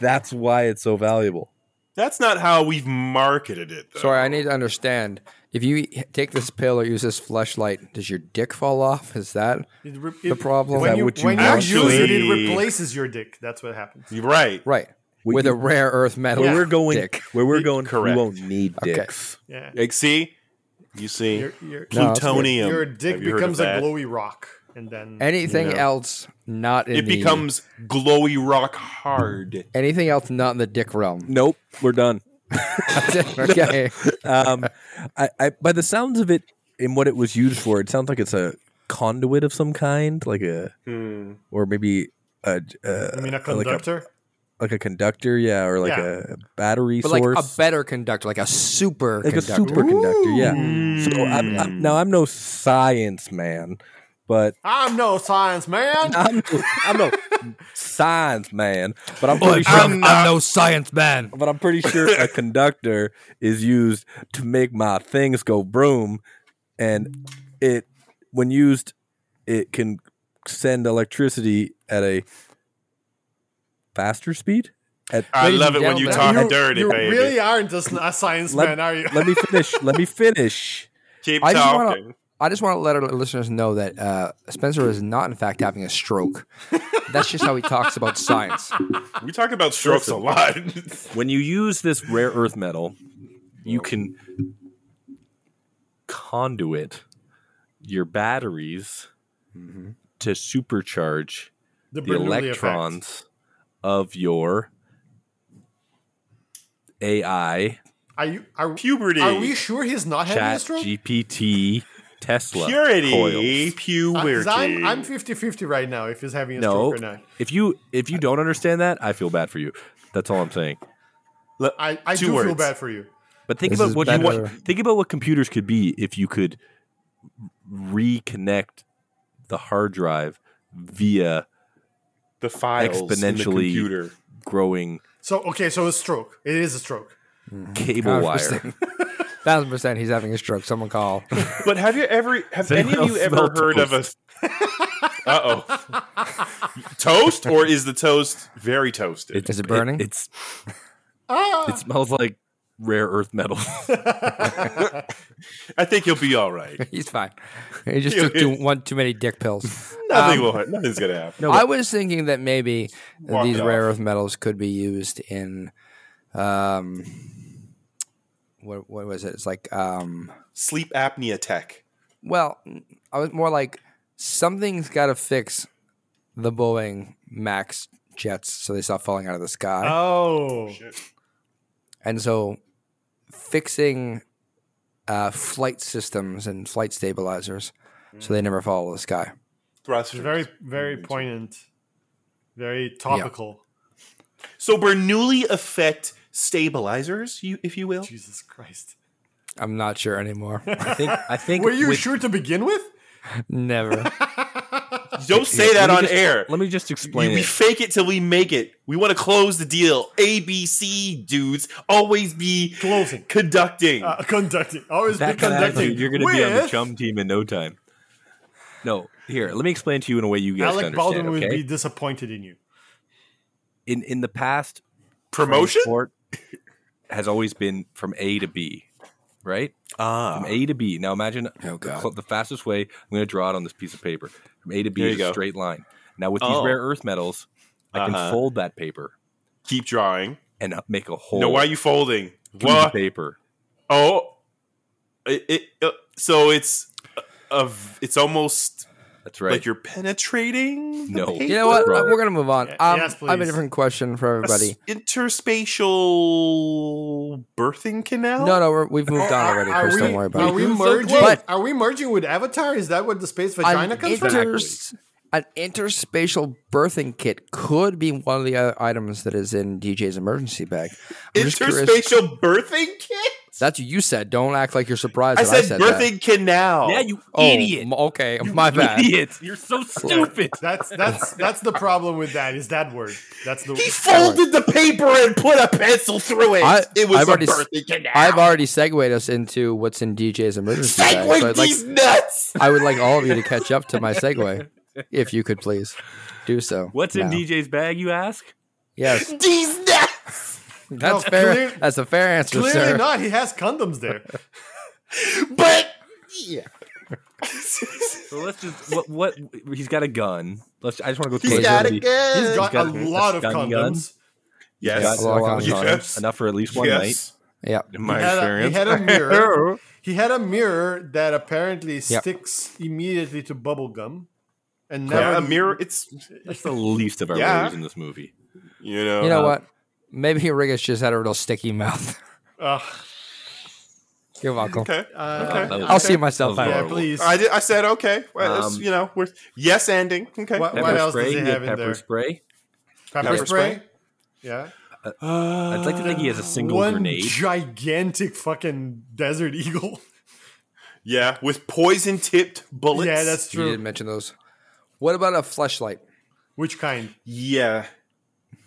S4: That's why it's so valuable.
S7: That's not how we've marketed it though.
S1: Sorry, I need to understand. If you take this pill or use this flashlight, does your dick fall off? Is that
S2: It re-
S1: the
S2: it-
S1: problem?
S2: When
S4: that
S2: you,
S4: what you
S2: when
S4: want?
S2: you use it, it
S7: Actually-
S2: replaces your dick. That's what happens.
S7: You're right.
S1: right.
S4: We
S1: With a
S4: can-
S1: rare earth metal.
S4: Where we're going,
S1: dick.
S4: where we're going,
S7: Correct.
S4: we won't need
S1: Okay.
S4: dicks.
S2: Yeah.
S7: Like, see? You see?
S2: Your, your,
S1: No, that's good.
S7: plutonium.
S2: your dick
S7: Have you heard
S2: becomes
S7: of
S2: a
S7: that?
S2: glowy rock. And then
S1: Anything
S7: No.
S1: else not in
S7: It
S1: the-
S7: becomes glowy rock hard.
S1: anything else not in the dick realm.
S4: Nope, we're done.
S1: [laughs] okay.
S4: Um, I, I by the sounds of it and what it was used for, it sounds like it's a conduit of some kind, like a
S7: Hmm.
S4: or maybe a,
S2: I mean
S4: a
S2: a
S4: like a
S2: conductor.
S4: like a conductor, yeah, or like
S2: Yeah.
S4: a battery
S1: But like
S4: source,
S1: a better conductor, like a super
S4: like a
S1: conductor.
S4: superconductor, yeah.
S7: Mm.
S4: So I'm, I'm, now I'm no science man, but [laughs]
S2: I'm no science man.
S4: I'm I'm no science man, but I'm pretty sure,
S7: I'm not-
S1: no science man.
S4: but I'm pretty sure a conductor is used to make my things go broom, and it when used, it can send electricity at a faster speed. At
S3: Uh,
S7: I
S1: Ladies
S7: love it
S1: and
S7: when you talk
S1: gentlemen,
S7: dirty,
S2: you
S7: baby.
S2: really aren't just a science
S4: Let-
S2: man, are you?
S4: let me finish. let me finish.
S7: Keep
S1: I just wanna-
S7: talking.
S1: I just want to let our listeners know that uh, Spencer is not, in fact, having a stroke. That's just how he talks about science.
S7: We talk about strokes
S3: [laughs]
S7: a lot.
S4: when you use this rare earth metal, you can conduit your batteries to supercharge the
S2: Bernoulli
S4: electrons of your AI,
S2: effect. Are you are,
S7: Puberty.
S2: are we sure he's not having a
S4: Chat
S2: stroke?
S4: GPT, Tesla.
S7: Purity.
S4: coils.
S2: Uh,
S7: Puberty.
S2: 'cause I'm, I'm 50-50 right now if he's having a
S4: No,
S2: stroke or not.
S4: if you if you don't understand that, I feel bad for you. That's all I'm saying.
S7: Le-
S2: I, I
S7: Two
S2: do feel
S7: words.
S2: bad for you.
S4: But think
S1: This
S4: about
S1: is
S4: what you
S1: better.
S4: want. Think about what computers could be if you could reconnect the hard drive via
S7: the files in the
S4: Exponentially-
S7: computer.
S4: growing Mm-hmm.
S2: So okay, so a stroke. It is a stroke.
S4: cable wire.
S1: Thousand percent, he's having a stroke. Someone call.
S3: But have you ever have
S5: Does
S3: any of
S5: anyone
S3: you
S5: else
S3: ever
S5: smell
S3: heard [laughs] of a Uh oh. toast or is the toast very toasted?
S1: Is it burning?
S5: it's
S2: Ah!
S5: it smells like rare earth
S4: [laughs]
S5: metals.
S3: I think you'll be all right.
S1: [laughs] he's fine. He just took too, one too many dick pills.
S3: Nothing will hurt. Nothing's gonna happen.
S1: I was thinking that maybe
S3: Walk
S1: these
S3: it
S1: rare earth metals could be used in, um, what what was it? It's like um,
S3: Sleep apnea tech.
S1: well, I was more like something's got to fix the Boeing Max jets so they stop falling out of the sky.
S2: Oh,
S1: And so fixing uh, flight systems and flight stabilizers so they never fall out of the sky.
S3: Thrusters.
S2: very very poignant, very topical.
S3: so Bernoulli effect stabilizers, you if you will.
S2: Jesus Christ,
S1: I'm not sure
S2: [laughs]
S1: anymore.
S4: I think I think
S2: were you
S4: with-
S2: sure to begin with? [laughs]
S1: never.
S3: Don't say
S4: Let
S3: that
S4: me
S3: on
S4: just-
S3: air.
S4: Let me just explain
S3: We
S4: it.
S3: fake it till we make it. We want to close the deal. ABC dudes always be
S2: Closing.
S3: conducting.
S2: Uh, conducting, always
S4: That
S2: be
S4: kind of
S2: conducting.
S4: attitude, you're going to be on the
S2: with-
S4: chum team in no time. No, here, let me explain to you in a way you guys
S2: Alec
S4: can
S2: Baldwin would
S4: understand. Okay,
S2: be disappointed in you.
S4: in in the past,
S3: Promotion?
S4: transport has always been from A to B, right?
S3: Ah.
S4: From A to B. Now imagine
S1: Oh,
S4: the,
S1: God.
S4: cl- the fastest way. I'm going to draw it on this piece of paper. From A to B
S3: There
S4: is
S3: you
S4: a
S3: go.
S4: straight line. Now with
S3: Oh.
S4: these rare earth metals, I
S3: Uh-huh.
S4: can fold that paper
S3: Keep drawing.
S4: and uh, make a whole
S3: No, why are you folding?
S4: piece of
S3: What?
S4: paper.
S3: Oh, it, it uh, so it's uh, of it's almost
S4: That's right.
S3: like you're penetrating. the
S4: No.
S3: paper?
S1: You know what?
S4: Right.
S1: We're going to move on.
S2: Yeah,
S1: Um,
S2: yes,
S1: I have a
S2: please.
S1: different question for
S3: A
S1: everybody.
S3: s- interspatial birthing canal.
S1: No, no, we're, we've moved on
S2: Oh, Are-
S1: already,
S2: are
S1: Chris.
S2: we-
S1: Don't worry
S2: Are
S1: about it.
S2: we
S3: You're so
S2: merging?
S1: close.
S2: are we merging with Avatar? Is that what the space
S1: An,
S2: vagina comes from?
S1: inters- an interspatial birthing kit could be one of the other items that is in DJ's emergency bag. I'm just curious-
S3: interspatial birthing kit.
S1: That's what you said. Don't act like you're surprised
S3: I
S1: that I
S3: said,
S1: said that.
S3: birthing canal.
S4: yeah, you
S1: Oh,
S4: idiot!
S1: m- okay, my bad.
S4: Idiot! You're
S3: [laughs]
S4: so stupid.
S2: That's that's that's the problem with that. Is that word? That's the
S3: He folded the paper and put a pencil through it.
S1: I-
S3: it was
S1: I've
S3: a
S1: already s-
S3: birthing canal.
S1: I've already segued us into what's in DJ's emergency bag.
S3: Segway
S1: so I'd like,
S3: these nuts.
S1: I would like all of you to catch up to my segue, if you could please do so.
S4: What's in
S1: now.
S4: DJ's bag? You ask.
S1: Yes,
S3: These nuts.
S1: that's
S2: No,
S1: fair.
S2: clear-
S1: that's a fair answer,
S2: clearly
S1: sir.
S2: not. He has condoms there.
S3: But
S4: So let's just what what he's got a gun. Let's. I just want to go
S3: he's
S4: through.
S3: got
S4: everybody.
S3: a gun.
S2: He's got,
S4: got
S2: a
S4: a
S2: lot of
S4: stun gun.
S2: condoms.
S4: He's got
S1: Yes. A lot of
S4: a lot of
S3: Yes.
S4: guns, enough for at least one night.
S1: Yeah,
S4: In
S2: He
S4: my
S2: had, a, he
S3: [laughs]
S4: experience,
S2: had a mirror. he had a mirror that apparently
S1: Yep.
S2: sticks immediately to bubble gum, and never
S3: Yeah, a mirror. It's
S4: that's the least of our
S3: Yeah.
S4: worries in this movie.
S3: you know.
S1: you know
S4: Uh,
S1: what? Maybe Riggis just had a real sticky mouth. [laughs]
S2: Ugh.
S1: You're welcome.
S3: Okay.
S2: Uh,
S4: that was-
S1: I'll see myself
S4: That was
S1: out.
S2: yeah,
S4: horrible.
S2: please.
S3: uh, I, did, I said okay. Well, it's,
S4: Um,
S3: you know, we're yes ending. Okay.
S2: What-
S4: Pepper
S2: what else
S4: spray.
S2: does he
S4: you
S2: have
S4: get
S2: in
S4: pepper
S2: there?
S4: spray.
S2: Pepper, spray.
S3: Pepper spray?
S2: Yeah.
S4: I'd like to think he has a single
S2: One
S4: grenade.
S2: gigantic fucking desert eagle.
S3: Yeah, with poison tipped [laughs] bullets.
S2: yeah, that's
S1: You didn't
S2: true.
S1: mention those. What about a fleshlight?
S2: Which kind?
S3: yeah.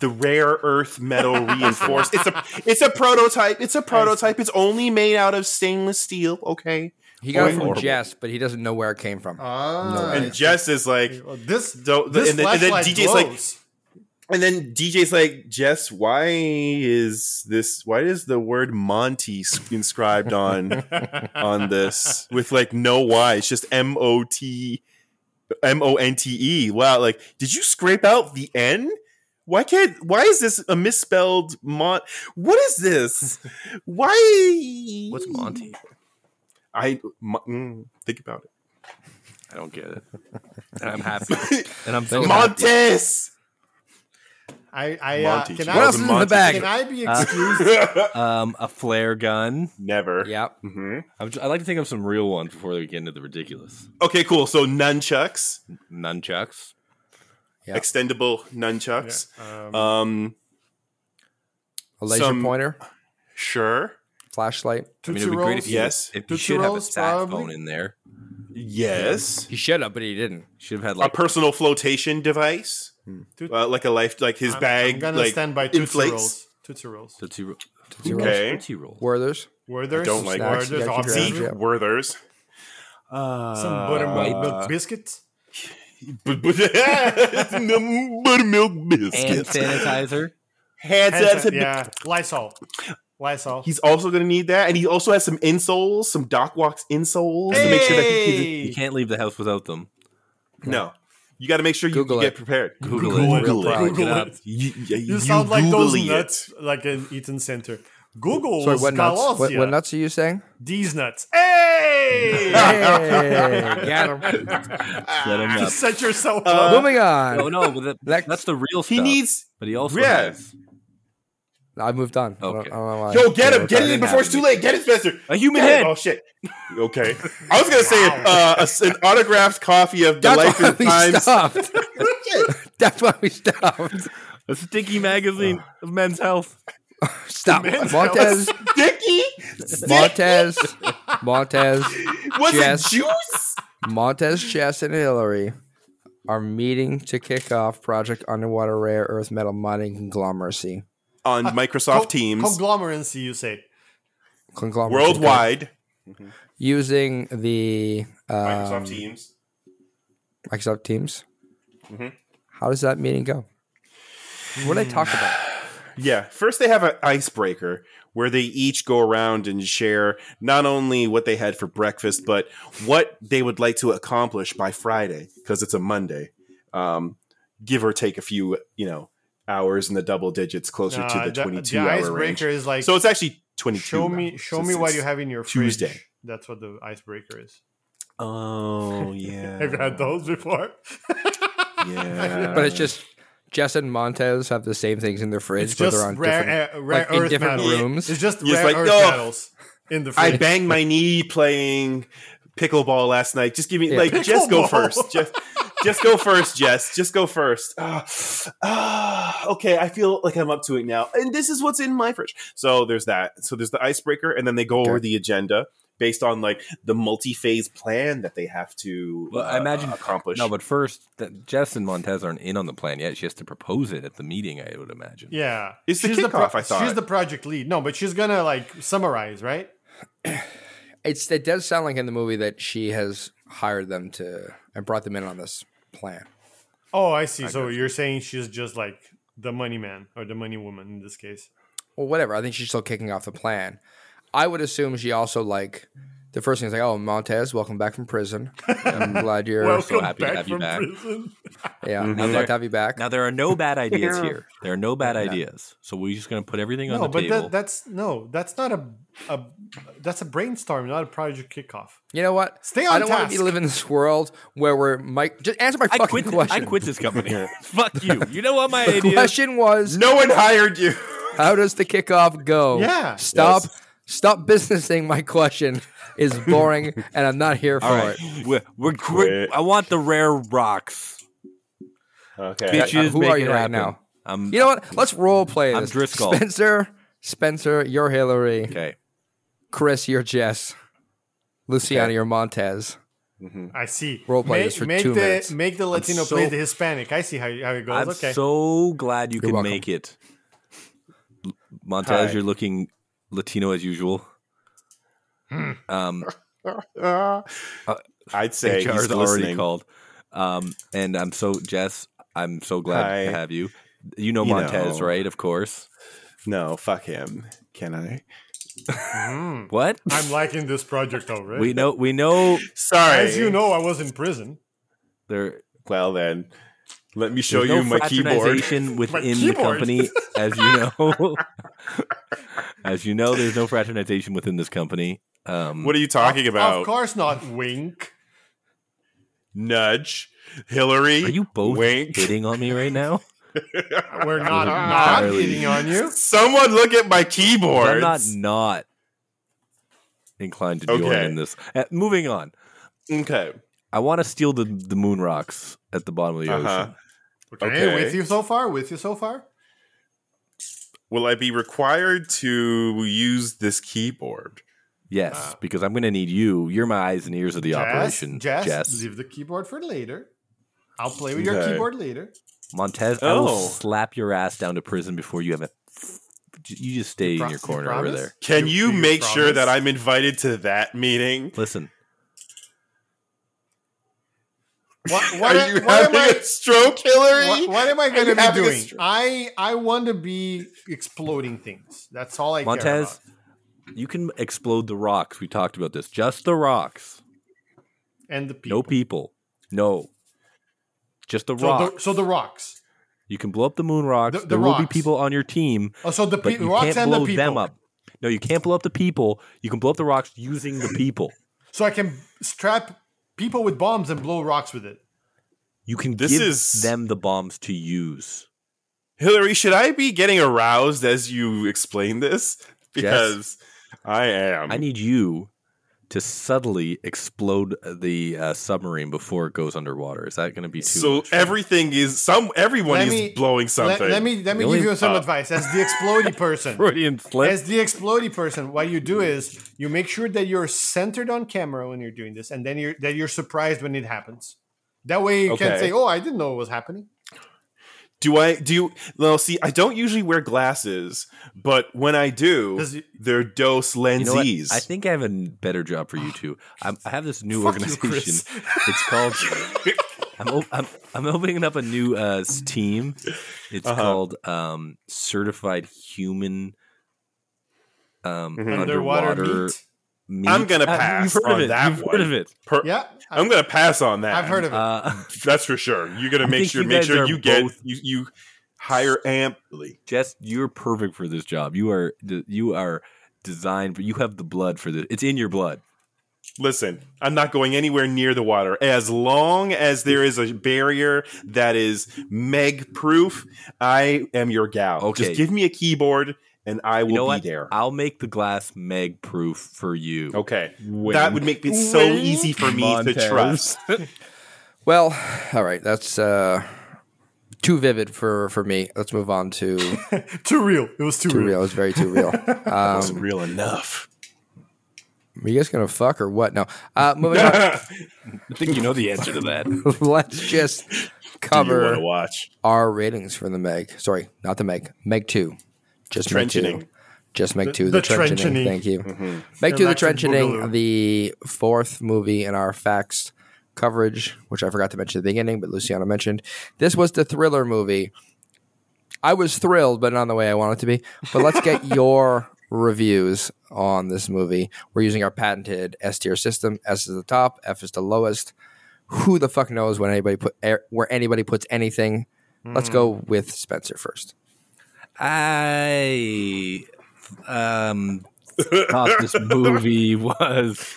S3: The rare
S2: [laughs]
S3: earth metal reinforced. It's a it's a prototype. It's a prototype. It's only made out of stainless steel. Okay.
S1: He got it from
S4: Horrible.
S1: Jess, but he doesn't know where it came from.
S2: Ah,
S1: way.
S3: And Jess is like,
S2: Well, this
S3: Don't-
S2: this
S3: and then- and then
S2: flashlight
S3: DJ's like-
S2: glows.
S3: and then DJ's like, Jess, why is this? Why is the word Monty s- inscribed on [laughs] on this with like no Y? It's just M O T M O N T E. Wow, like did you scrape out the N? Why can't? Why is this a misspelled Mont? What is this? Why?
S4: What's Monty?
S3: I Mo- mm, think about it.
S4: I don't get it. And I'm happy. And I'm so happy.
S3: Montes.
S2: I, I uh,
S3: Monty.
S2: can
S3: What
S1: what
S2: I
S1: else is
S3: was a
S1: in the
S3: monster.
S1: bag?
S2: can I be
S3: [laughs]
S4: Uh,
S2: excused?
S4: Um, a flare gun.
S3: Never.
S1: yeah.
S3: Mhm.
S4: I'm j- I like to think of some real ones before we get into the ridiculous.
S3: Okay. Cool. So nunchucks.
S4: Nunchucks.
S1: Yeah.
S3: extendable nunchucks.
S2: um,
S3: Um,
S1: A laser
S3: Some-
S1: pointer,
S3: sure.
S1: flashlight.
S4: I mean, it would be great if
S2: Tootsie
S4: you,
S2: Rolls?
S3: Yes.
S4: if you should have
S2: Tootsie
S4: a
S2: Rolls,
S4: saxophone
S2: probably.
S4: in there.
S3: Yes.
S1: He should have, but he didn't.
S4: Should have had
S3: A
S4: like
S3: personal flotation device,
S2: Toot-
S3: uh, like a life, like his
S2: I'm-
S3: bag,
S2: I'm gonna
S3: like
S2: stand by Tootsie
S3: inflates.
S2: Rolls. Tootsie Rolls.
S4: Tootsie Ro-
S1: Tootsie Rolls.
S8: Okay.
S4: Tootsie Rolls.
S1: Werther's.
S2: Werther's,
S8: don't like
S1: Snacks,
S2: Werther's,
S1: Yucky
S2: options.
S1: Draft.
S8: Z
S1: Yeah.
S2: [laughs]
S8: Werthers.
S3: Uh,
S2: some buttermilk
S3: uh,
S2: milk biscuits.
S8: But- but- Mm, Buttermilk
S4: Hand
S8: biscuits.
S4: sanitizer.
S8: Hand
S2: Hand
S8: sanitizer.
S2: san- yeah, Lysol, Lysol.
S3: He's also going to need that, and he also has some insoles, some Doc Walks insoles to make sure that he can.
S4: You can't leave the house without them.
S3: No, you got to make sure you,
S1: Google
S3: you get
S1: it.
S3: prepared.
S4: Google, it.
S1: Real
S3: it.
S1: proud.
S4: Look it up.
S3: You, you,
S2: You, sound like
S3: Google
S2: those
S3: it.
S2: nuts, like an Eaton Center. Google
S1: Sorry, what nuts? What,
S2: Scalosia.
S1: what nuts are you saying?
S2: These nuts. Hey!
S1: [laughs] Hey,
S2: [laughs]
S1: got 'em.
S4: Set him up.
S2: Just set yourself
S3: Uh,
S2: up.
S1: Moving on.
S4: No, no, but that-
S1: Next.
S4: that's the real
S3: He
S4: stuff.
S3: needs.
S4: but he also
S3: Yeah.
S4: has
S1: I moved on. I don't-
S4: Okay.
S1: I don't know why.
S8: Yo, get him.
S1: Okay.
S8: Get it in before it's too late. Get it, Spencer.
S4: a human
S8: Get it.
S4: head.
S8: Oh, shit. Okay. [laughs] I was going to say uh, a s an autographed copy of The
S1: That's
S8: Life
S1: why
S8: and
S1: we
S8: Times.
S1: stopped. That's why we stopped.
S4: A sticky [sighs] magazine of men's health.
S1: Stop. Montez.
S8: Dicky?
S1: Montez. Montez.
S8: Was
S1: Yes.
S8: it juice?
S1: Montez Chess and Hillary are meeting to kick off Project Underwater Rare Earth Metal Mining Conglomeracy.
S3: On
S8: Uh,
S3: Microsoft Teams,
S2: Conglomeracy, you say.
S1: Conglomeracy
S3: worldwide.
S1: Using the um, Microsoft,
S3: Teams.
S1: Teams.
S3: Mhm.
S1: How does that meeting go? What do they talk about?
S3: Yeah. First, they have an icebreaker where they each go around and share not only what they had for breakfast, but what they would like to accomplish by Friday because it's a Monday. Um, give or take a few, you know, hours in the double digits, closer to
S2: Nah,
S3: the twenty-two
S2: the
S3: hour range.
S2: icebreaker is like
S3: So it's actually twenty-two.
S2: show me
S3: hours.
S2: show
S3: It's-
S2: me what
S3: it's-
S2: you have in your
S3: Tuesday.
S2: fridge. That's what the icebreaker is.
S3: Oh yeah.
S2: [laughs] Have you had those before? [laughs]
S3: Yeah.
S1: But it's just Jess and Montez have the same things in their fridge,
S2: It's
S1: but
S2: just
S1: they're on different.
S2: rare, uh, rare
S1: like, in
S2: earth
S1: different
S2: metals.
S1: rooms.
S2: It's just
S3: Just
S2: rare
S3: like,
S2: earth
S3: oh,
S2: metals in the
S3: I
S2: fridge.
S3: banged my knee playing pickleball last night. Just give me
S1: Yeah.
S3: like just go
S2: Pickleball.
S3: first. Just just go first, Jess. Just go first. Ah, ah, okay, I feel like I'm up to it now. And this is what's in my fridge. So there's that. So there's the icebreaker, and then they go over
S1: Okay.
S3: the agenda based on like the multi-phase plan that they have to
S4: Well, I
S3: uh,
S4: imagine-
S3: accomplish.
S4: No, but first, that Jess and Montez aren't in on the plan yet. She has to propose it at the meeting, I would imagine.
S2: yeah,
S3: It's the
S2: pro-
S3: kickoff, I thought.
S2: she's the project lead. No, but she's gonna like summarize, right?
S1: It's it does sound like in the movie that she has hired them to and brought them in on this plan.
S2: Oh, I see. so you're saying she's just like the money man or the money woman in this case.
S1: well, whatever. I think she's still kicking off the plan. I would assume she also like the first thing is like, oh, Montez, welcome back from prison. I'm glad you're.
S4: so happy to have you back.
S2: prison.
S1: yeah, I'm glad to have you back.
S4: Now, there are [laughs] no bad ideas here. There are no bad ideas. So we're just going to put everything on
S2: No,
S4: the
S2: but
S4: table.
S2: that, that's no, that's not a, a that's a brainstorm, not a project kickoff.
S1: you know what?
S2: Stay
S1: I
S2: on
S1: don't want to be
S2: task.
S1: living in this world where we're Mike. Just answer my
S4: I
S1: fucking
S4: quit,
S1: question.
S4: I quit this company. [laughs] Fuck you. You know [laughs] what my idea is?
S1: Question was,
S3: no one hired you. [laughs]
S1: how does the kickoff go?
S2: Yeah.
S1: Stop. Stop businessing. My question is
S2: [laughs]
S1: boring, and I'm not here for
S4: All right.
S1: it.
S4: We're, we're,
S3: Quit.
S4: I want the rare rocks.
S3: Okay.
S4: Bitches,
S1: who
S4: make
S1: are
S4: it
S1: you right
S4: happen.
S1: now?
S4: I'm,
S1: You know what? Let's role play
S4: I'm
S1: this.
S4: Driscoll.
S1: Spencer, Spencer, you're Hillary.
S4: okay.
S1: Chris, you're Jess. Luciana, you're Montez.
S3: Mm-hmm.
S2: I see.
S1: Role play
S2: make,
S1: this for
S2: make
S1: two
S2: the,
S1: minutes.
S2: Make the Latino
S4: so-
S2: play the Hispanic. I see how, how it goes.
S4: I'm
S2: okay.
S4: so glad you
S1: You're
S4: could
S1: welcome.
S4: make it. L- Montez,
S3: Hi.
S4: you're looking Latino as usual. Um,
S3: Uh, I'd [laughs] say
S4: HR
S3: he's
S4: is already
S3: listening.
S4: called. Um, and I'm so Jess, I'm so glad to
S3: Hi.
S4: have you. You know
S3: You
S4: Montez,
S3: know.
S4: right? Of course.
S3: No, fuck him. Can I?
S2: Mm.
S4: What?
S2: I'm liking this project already.
S4: we know we know
S3: Sorry.
S2: As you know, I was in prison.
S4: there
S3: Well then, let me [laughs] show
S4: there's no
S3: you [laughs] my keyboard.
S4: fraternization
S2: My
S4: within the
S2: keyboard.
S4: company, as you
S3: [laughs]
S4: know. as you know, there's no fraternization within this company. Um
S3: What are you talking about?
S2: Of course not. Wink.
S3: Nudge, Hillary.
S4: are you both
S3: wink?
S4: hitting on me right now? [laughs]
S2: We're not not
S4: Entirely.
S2: hitting on you.
S3: Someone look at my keyboard.
S4: I'm not not inclined to join
S3: Okay.
S4: in this. Uh, moving on.
S3: okay.
S4: I want to steal the the moon rocks at the bottom of the
S3: Uh-huh.
S4: ocean.
S2: Okay.
S3: Okay.
S2: With you so far. With you so far.
S3: Will I be required to use this keyboard?
S4: Yes,
S2: Uh.
S4: because I'm going to need you. You're my eyes and ears of the operation,
S2: Jess,
S4: Jess.
S2: leave the keyboard for later. I'll play with your
S3: Okay.
S2: keyboard later.
S4: Montez, I will
S3: Oh.
S4: slap your ass down to prison before you have a j- you just stay in
S2: pro-
S4: your
S2: you
S4: corner over
S2: promise?
S4: there.
S3: Can
S2: Do-
S3: you
S2: do you
S3: make sure
S2: promise?
S3: that I'm invited to that meeting?
S4: Listen,
S2: What,
S3: Are [laughs]
S2: what,
S3: you
S2: what am
S3: having
S2: I?
S3: a stroke, Hillary?
S2: What, what am I
S3: you
S2: going to be
S3: having a
S2: doing?
S3: stroke?
S2: I I want to be exploding things. That's all I care
S4: Montez,
S2: about.
S4: you can explode the rocks. We talked about this. Just the rocks.
S2: And the people.
S4: No people. No. Just the
S2: So
S4: rocks.
S2: the, so the rocks.
S4: you can blow up the moon rocks.
S2: The- the
S4: there will be
S2: rocks.
S4: people on your team,
S2: Oh, so the
S4: but
S2: pe-
S4: you
S2: rocks
S4: can't
S2: and
S4: blow
S2: the people.
S4: them up. No, you can't blow up the people. You can blow up the rocks using the people.
S2: So I can strap people with bombs and blow rocks with it.
S4: You can
S3: This
S4: give
S3: is-
S4: them the bombs to use.
S3: Hillary, should I be getting aroused as you explain this? Because I am.
S4: I need you to subtly explode the uh, submarine before it goes underwater. Is that going to be too?
S3: so
S4: much?
S3: everything is some. Everyone
S2: Let
S3: is
S2: me-
S3: blowing
S2: Let,
S3: something.
S2: let me let me
S4: Really?
S2: give you some
S3: Oh.
S2: advice as the
S4: [laughs]
S2: explodey person.
S4: Freudian slip.
S2: As the explodey person, what you do is you make sure that you're centered on camera when you're doing this, and then you're that you're surprised when it happens. That way you can't
S3: Okay.
S2: say, "Oh, I didn't know it was happening."
S3: Do I do you well see I don't usually wear glasses, but when I do,
S2: Does it-
S3: they're dose lenses.
S4: You know what? I think I have a n- better job for you two.
S3: [sighs]
S4: I'm, I have this new
S2: Fuck you,
S4: organization.
S2: Chris.
S4: it's
S3: [laughs]
S4: called. I'm, op- I'm I'm opening up a new uh, s- team. It's
S3: Uh-huh.
S4: called um, Certified Human um,
S3: Mhm.
S2: Underwater,
S4: Underwater.
S2: meat.
S4: Meat.
S3: I'm gonna
S4: Uh,
S3: pass
S4: You've heard of
S3: on
S4: it.
S3: that
S4: you've
S3: one.
S4: heard
S3: [laughs]
S4: of it.
S3: Per-
S2: Yeah, I,
S3: I'm gonna pass on that.
S2: have heard of it.
S4: Uh,
S3: that's for sure. You're gonna
S4: I
S3: make
S4: think
S3: sure
S4: you
S3: make
S4: guys
S3: sure
S4: are
S3: you get
S4: both-
S3: you you hire amply.
S4: Jess, you're perfect for this job. You are d- you are designed, but you have the blood for this. It's in your blood.
S3: Listen, I'm not going anywhere near the water. As long as there is a barrier that is Meg proof, I am your gal.
S4: Okay.
S3: Just give me a keyboard and I will
S4: know
S3: be
S4: what?
S3: there.
S4: I'll make the glass Meg proof for you.
S3: okay.
S4: Wink.
S3: That would make it so
S2: Wink.
S3: easy for me
S4: Montez.
S3: to trust.
S4: [laughs]
S1: Well, all right, that's uh, too vivid for for me. Let's move on to
S2: too real. It was too,
S1: too
S2: real.
S1: real. It's very too
S2: [laughs]
S1: real. Um,
S3: real enough.
S1: are you guys gonna fuck or what? No. Uh, moving on. [laughs]
S4: I think you know the answer to that.
S1: Let's just
S3: want
S1: cover
S3: to watch
S1: our ratings for the Meg. Sorry, not the Meg. Meg two. Just Meg two.
S3: trenching?
S1: Just Meg
S2: The-
S1: two.
S2: the
S1: The, trenching.
S2: trenching.
S1: Thank you. Meg two. The
S2: Relaxing
S1: trenching.
S2: boogaloo.
S1: The fourth movie in our facts coverage, which I forgot to mention at the beginning, but Luciano mentioned. This was the thriller movie. I was thrilled, but not in the way I wanted to be. But let's get your reviews on this movie. We're using our patented S tier system. S is the top, F is the lowest. Who the fuck knows when anybody put er, where anybody puts anything? Let's go with Spencer first.
S4: I um thought
S2: [laughs]
S4: this movie was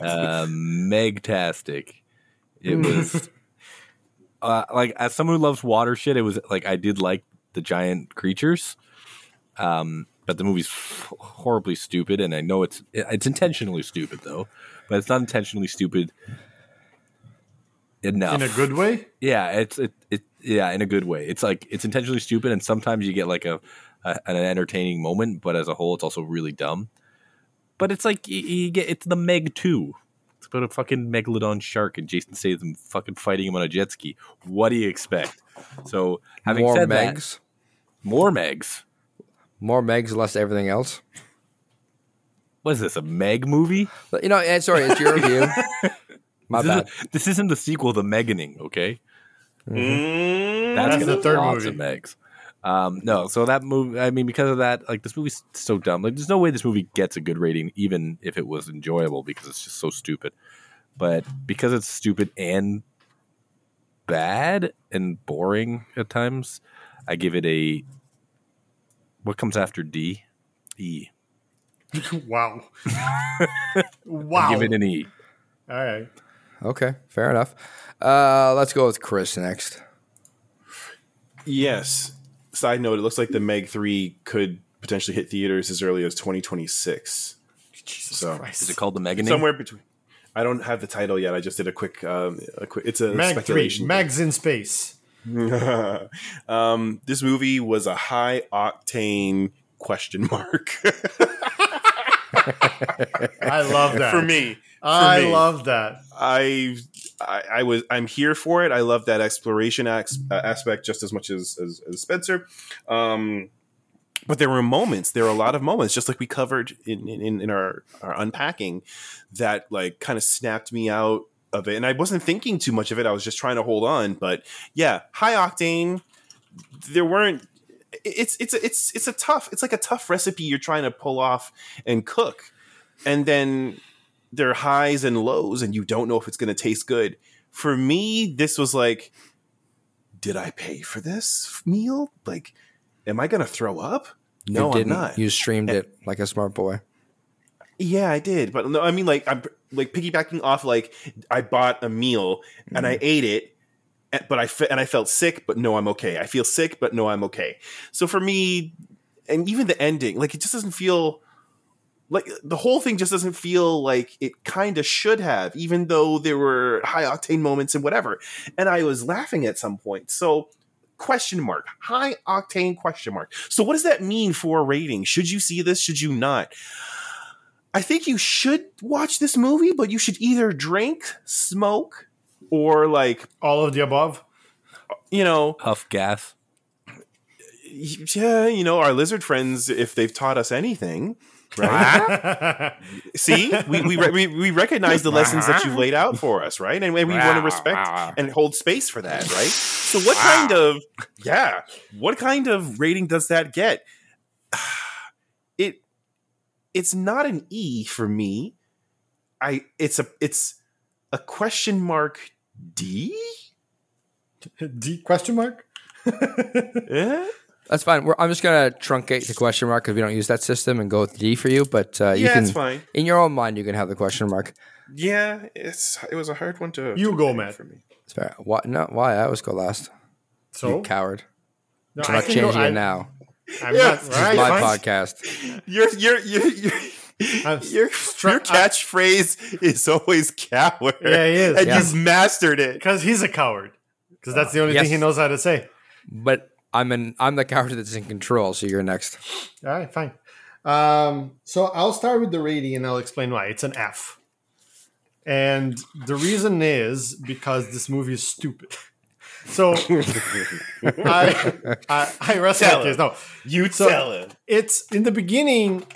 S4: uh, megtastic. It
S2: Hmm.
S4: was uh, like as someone who loves water shit, it was like I did like the giant creatures. Um, but the movie's horribly stupid, and I know it's it's intentionally stupid though, but it's not intentionally stupid enough
S2: In a good way. [laughs]
S4: yeah, it's it, it yeah, in a good way. It's like it's intentionally stupid, and sometimes you get like a, a an entertaining moment, but as a whole, it's also really dumb. But it's like you, you get it's the Meg two. It's about a fucking megalodon shark and Jason Statham fucking fighting him on a jet ski. What do you expect? So having
S1: more
S4: said that,
S1: Megs,
S4: more Megs.
S1: more Megs, less everything else.
S4: What is this a Meg movie?
S1: But, you know, eh, sorry, it's your review. My
S4: this,
S1: bad.
S4: Isn't, this isn't the sequel to Meganing, okay? That's,
S2: Mm-hmm. That's
S4: gonna
S2: the third
S4: lots
S2: movie.
S4: Of Megs. Um, no, so that movie. I mean, because of that, like this movie's so dumb. Like, there's no way this movie gets a good rating, even if it was enjoyable, because it's just so stupid. But because it's stupid and bad and boring at times, I give it a. What comes after D? E.
S2: Wow.
S4: I
S2: wow.
S4: Give it an E.
S2: All right.
S1: Okay, fair enough. Uh, let's go with Chris next.
S3: Yes. Side note: It looks like the Meg Three could potentially hit theaters as early as 2026.
S2: Jesus
S3: So,
S2: Christ.
S4: Is it called the Meganing?
S3: Somewhere between. I don't have the title yet. I just did a quick. Um, a quick. It's a
S2: Mag three.
S3: speculation.
S2: Mags in space.
S3: um, this movie was a high octane question [laughs] mark
S2: I love that
S3: for me.
S2: I
S3: me.
S2: love that.
S3: I, I I was I'm here for it. I love that exploration ax, uh, aspect just as much as as, as Spencer. Um, but there were moments there were a lot of moments just like we covered in in, in our our unpacking that like kind of snapped me out of it and i wasn't thinking too much of it i was just trying to hold on but yeah high octane there weren't it's it's it's it's a tough it's like a tough recipe you're trying to pull off and cook and then there are highs and lows and you don't know if it's going to taste good for me this was like did i pay for this meal like am i going to throw up no
S1: you
S3: i'm
S1: didn't.
S3: not
S1: You streamed it like a smart boy.
S3: yeah i did but no i mean like i'm like piggybacking off like i bought a meal and i ate it and- but i fe- and i felt sick but no i'm okay i feel sick but no i'm okay so for me and even the ending like it just doesn't feel like the whole thing just doesn't feel like it kind of should have even though there were high octane moments and whatever and i was laughing at some point so question mark high octane question mark so what does that mean for a rating should you see this should you not i think you should watch this movie but you should either drink smoke or like
S2: All of the above.
S3: you know
S4: Huff gas.
S3: yeah you know our lizard friends if they've taught us anything right See, we we, re- we we recognize the lessons that
S2: Uh-huh.
S3: you've laid out for us, right? And we want to respect and hold space for that, right? So, what kind of yeah, what kind of rating does that get? [sighs] It it's not an E for me. I it's a it's a question mark D.
S2: [laughs] D question mark?
S3: Eh?
S1: That's fine. We're, I'm just gonna truncate the question mark because we don't use that system and go with D for you. But uh, you
S3: Yeah,
S1: can,
S3: it's fine.
S1: in your own mind, you can have the question mark.
S3: Yeah, it's it was a hard one to
S2: You
S3: to
S2: go,
S3: pick
S2: Matt.
S3: for me.
S1: It's fair. Why? No, why? I always go last.
S2: So
S1: You coward.
S2: no,
S1: I'm not
S2: can go-
S1: changing
S2: I-
S1: it now.
S2: I'm
S3: Yeah,
S2: not
S3: this is
S1: It's
S2: right.
S1: my
S2: fine.
S1: podcast.
S3: Your your your your,
S2: I'm
S3: [laughs] your,
S2: stra-
S3: your catchphrase is always coward.
S2: Yeah, he is.
S3: and
S1: Yeah.
S3: you've mastered it.
S2: Because he's a coward. Because that's the only
S1: yes.
S2: thing he knows how to say.
S1: But I'm in. I'm the coward that's in control. So you're next.
S2: All right, fine. Um, so I'll start with the rating and I'll explain why. It's an F. And the reason is because this movie is stupid. [laughs] So I, I, I rest
S3: Tell
S2: my
S3: him.
S2: case. No,
S3: You
S2: So-
S3: tell him.
S2: it's in the beginning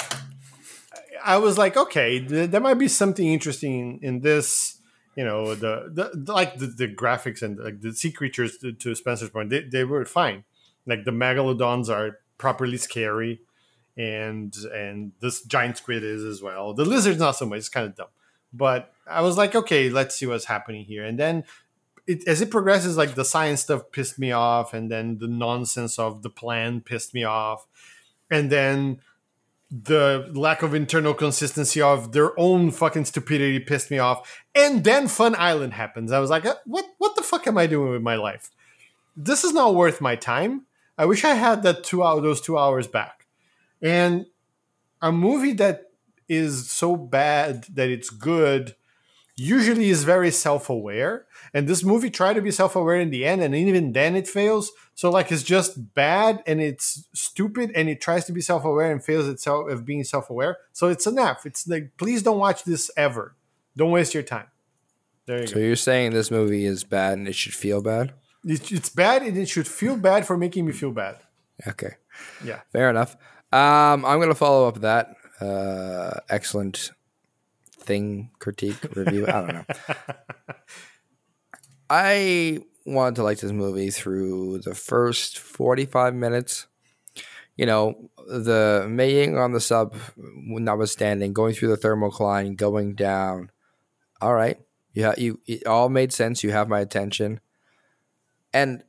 S2: i was like okay th- there might be something interesting in this you know the, the, the- like the, the graphics and like the sea creatures to, to spencer's point they, they were fine like the megalodons are properly scary and and this giant squid is as well the lizard's not so much it's kind of dumb but i was like okay let's see what's happening here and then it, as it progresses like the science stuff pissed me off and then the nonsense of the plan pissed me off and then the lack of internal consistency of their own fucking stupidity pissed me off. And then Fun Island happens. I was like, "Uh, what what the fuck am I doing with my life? This is not worth my time. I wish I had that two hour those two hours back. And a movie that is so bad that it's good usually is very self-aware and this movie tried to be self-aware in the end and even then it fails so like it's just bad and it's stupid and it tries to be self-aware and fails itself of being self-aware so it's an f it's like please don't watch this ever don't waste your time there you
S1: So
S2: go
S1: you're saying this movie is bad and it should feel bad?
S2: it, it's bad and it should feel bad for making me feel bad
S1: Okay.
S2: Yeah.
S1: Fair enough. Um, I'm going to follow up that uh, excellent thing, critique, review. I don't know. I wanted to like this movie through the first 45 minutes. You know, the maying on the sub, notwithstanding, going through the thermocline, going down. All right. Yeah, you it all made sense. You have my attention. And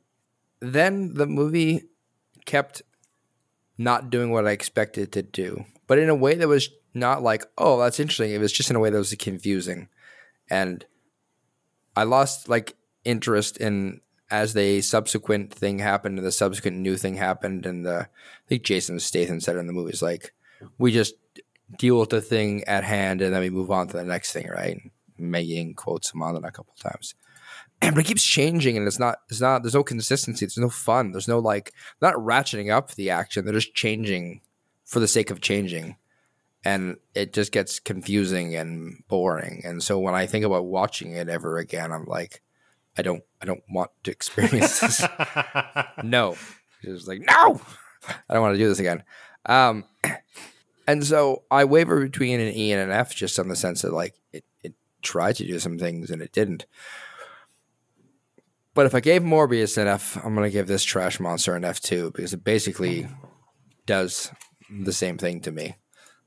S1: then the movie kept not doing what I expected it to do, but in a way that was not like, oh, that's interesting. It was just in a way that was confusing. And I lost like interest in as the subsequent thing happened and the subsequent new thing happened. And the, I think Jason Statham said it in the movies, like, we just deal with the thing at hand and then we move on to the next thing, right? Megan quotes him on it a couple times. [clears throat] But it keeps changing and it's not, it's not, there's no consistency. There's no fun. There's no like, not ratcheting up the action. They're just changing for the sake of changing. And it just gets confusing and boring. And so when I think about watching it ever again, I'm like, [laughs] I don't I don't want to experience this. no. It's like, no. I don't want to do this again. Um, [clears throat] and so I waver between an E and an F, just on the sense that like it, it tried to do some things and it didn't. But if I gave Morbius an F, I'm going to give this trash monster an F too because it basically does the same thing to me.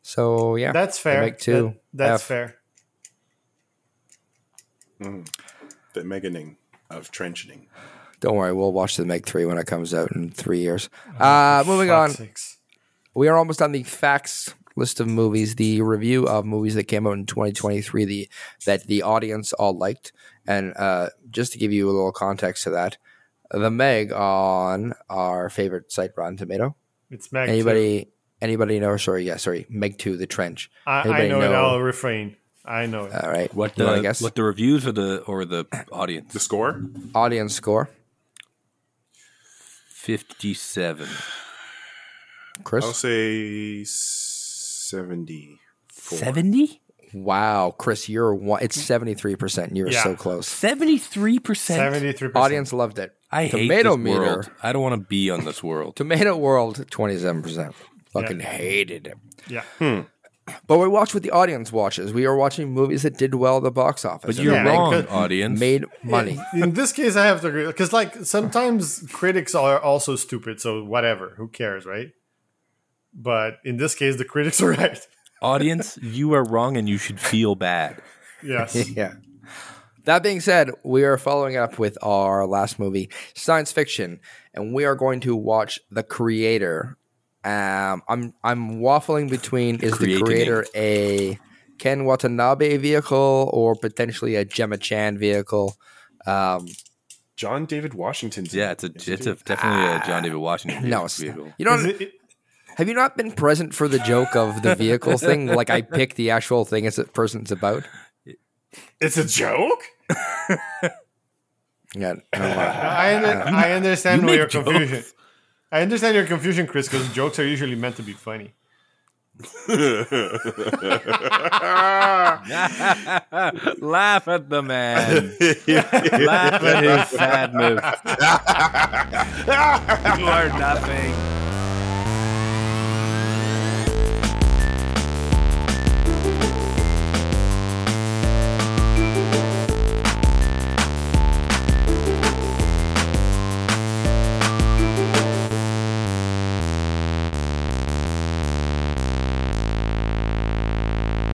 S1: So yeah,
S2: [laughs] That's fair.
S1: make two.
S2: That- that's
S1: F.
S2: fair.
S3: The meganing of trenching.
S1: don't worry, we'll watch the Meg three when it comes out in three years. Uh, moving on.
S2: Six.
S1: We are almost on the facts list of movies, the review of movies that came out in 2023 the, that the audience all liked. And uh, just to give you a little context to that, the Meg on our favorite site, Rotten Tomato.
S2: It's Meg. Anybody?
S1: Anybody, anybody know? Sorry, yeah, sorry, Meg Two, The Trench.
S2: I, I
S1: anybody
S2: know, it.
S1: know? Uh,
S2: I'll refrain. I know it.
S1: All right,
S4: What
S1: you
S4: the
S1: wanna guess?
S4: what the reviews or the or the audience?
S3: The score?
S1: audience score,
S4: Fifty seven.
S1: Chris?
S4: Oh.
S3: I'll say 70.
S4: Seventy?
S1: Wow, Chris, you're one. It's seventy three percent. You're
S2: Yeah.
S1: so close.
S4: Seventy three percent.
S2: Seventy-three percent.
S1: Audience loved it.
S4: I hate
S1: Tomato
S4: this
S1: meter.
S4: world. I don't want to be on this world.
S1: Tomato World, twenty seven percent. Fucking hated it.
S2: Yeah.
S1: But we watch what the audience watches. We are watching movies that did well at the box office.
S4: But you're
S2: Yeah,
S4: wrong,
S2: because-
S4: audience.
S1: Made money.
S2: In this case, I have to agree because, like, sometimes critics are also stupid. So whatever, who cares, right? But in this case, the critics are [laughs] right.
S4: audience, you are wrong, and you should feel bad.
S1: [laughs]
S2: Yes.
S1: yeah. That being said, we are following up with our last movie, science fiction, and we are going to watch The Creator. Um, I'm I'm waffling between is The
S4: Creating
S1: Creator a Ken Watanabe vehicle or potentially a Gemma Chan vehicle? Um,
S3: John David Washington's.
S4: Yeah, it's a it's a, definitely a John David Washington
S1: no, it's-
S4: vehicle.
S1: you don't.
S2: Is it-
S1: Have you not been present for the joke of the vehicle thing? Like
S2: [laughs]
S1: I picked the actual thing it's a person's about.
S3: It's a joke?
S1: Yeah, I don't know.
S2: I, under- I understand
S4: you
S2: where
S4: make
S2: your
S4: jokes.
S2: confusion. I understand your confusion, Chris, because jokes are usually meant to be funny.
S4: [laughs] Laugh at the man. Laugh at his sadness. you are nothing.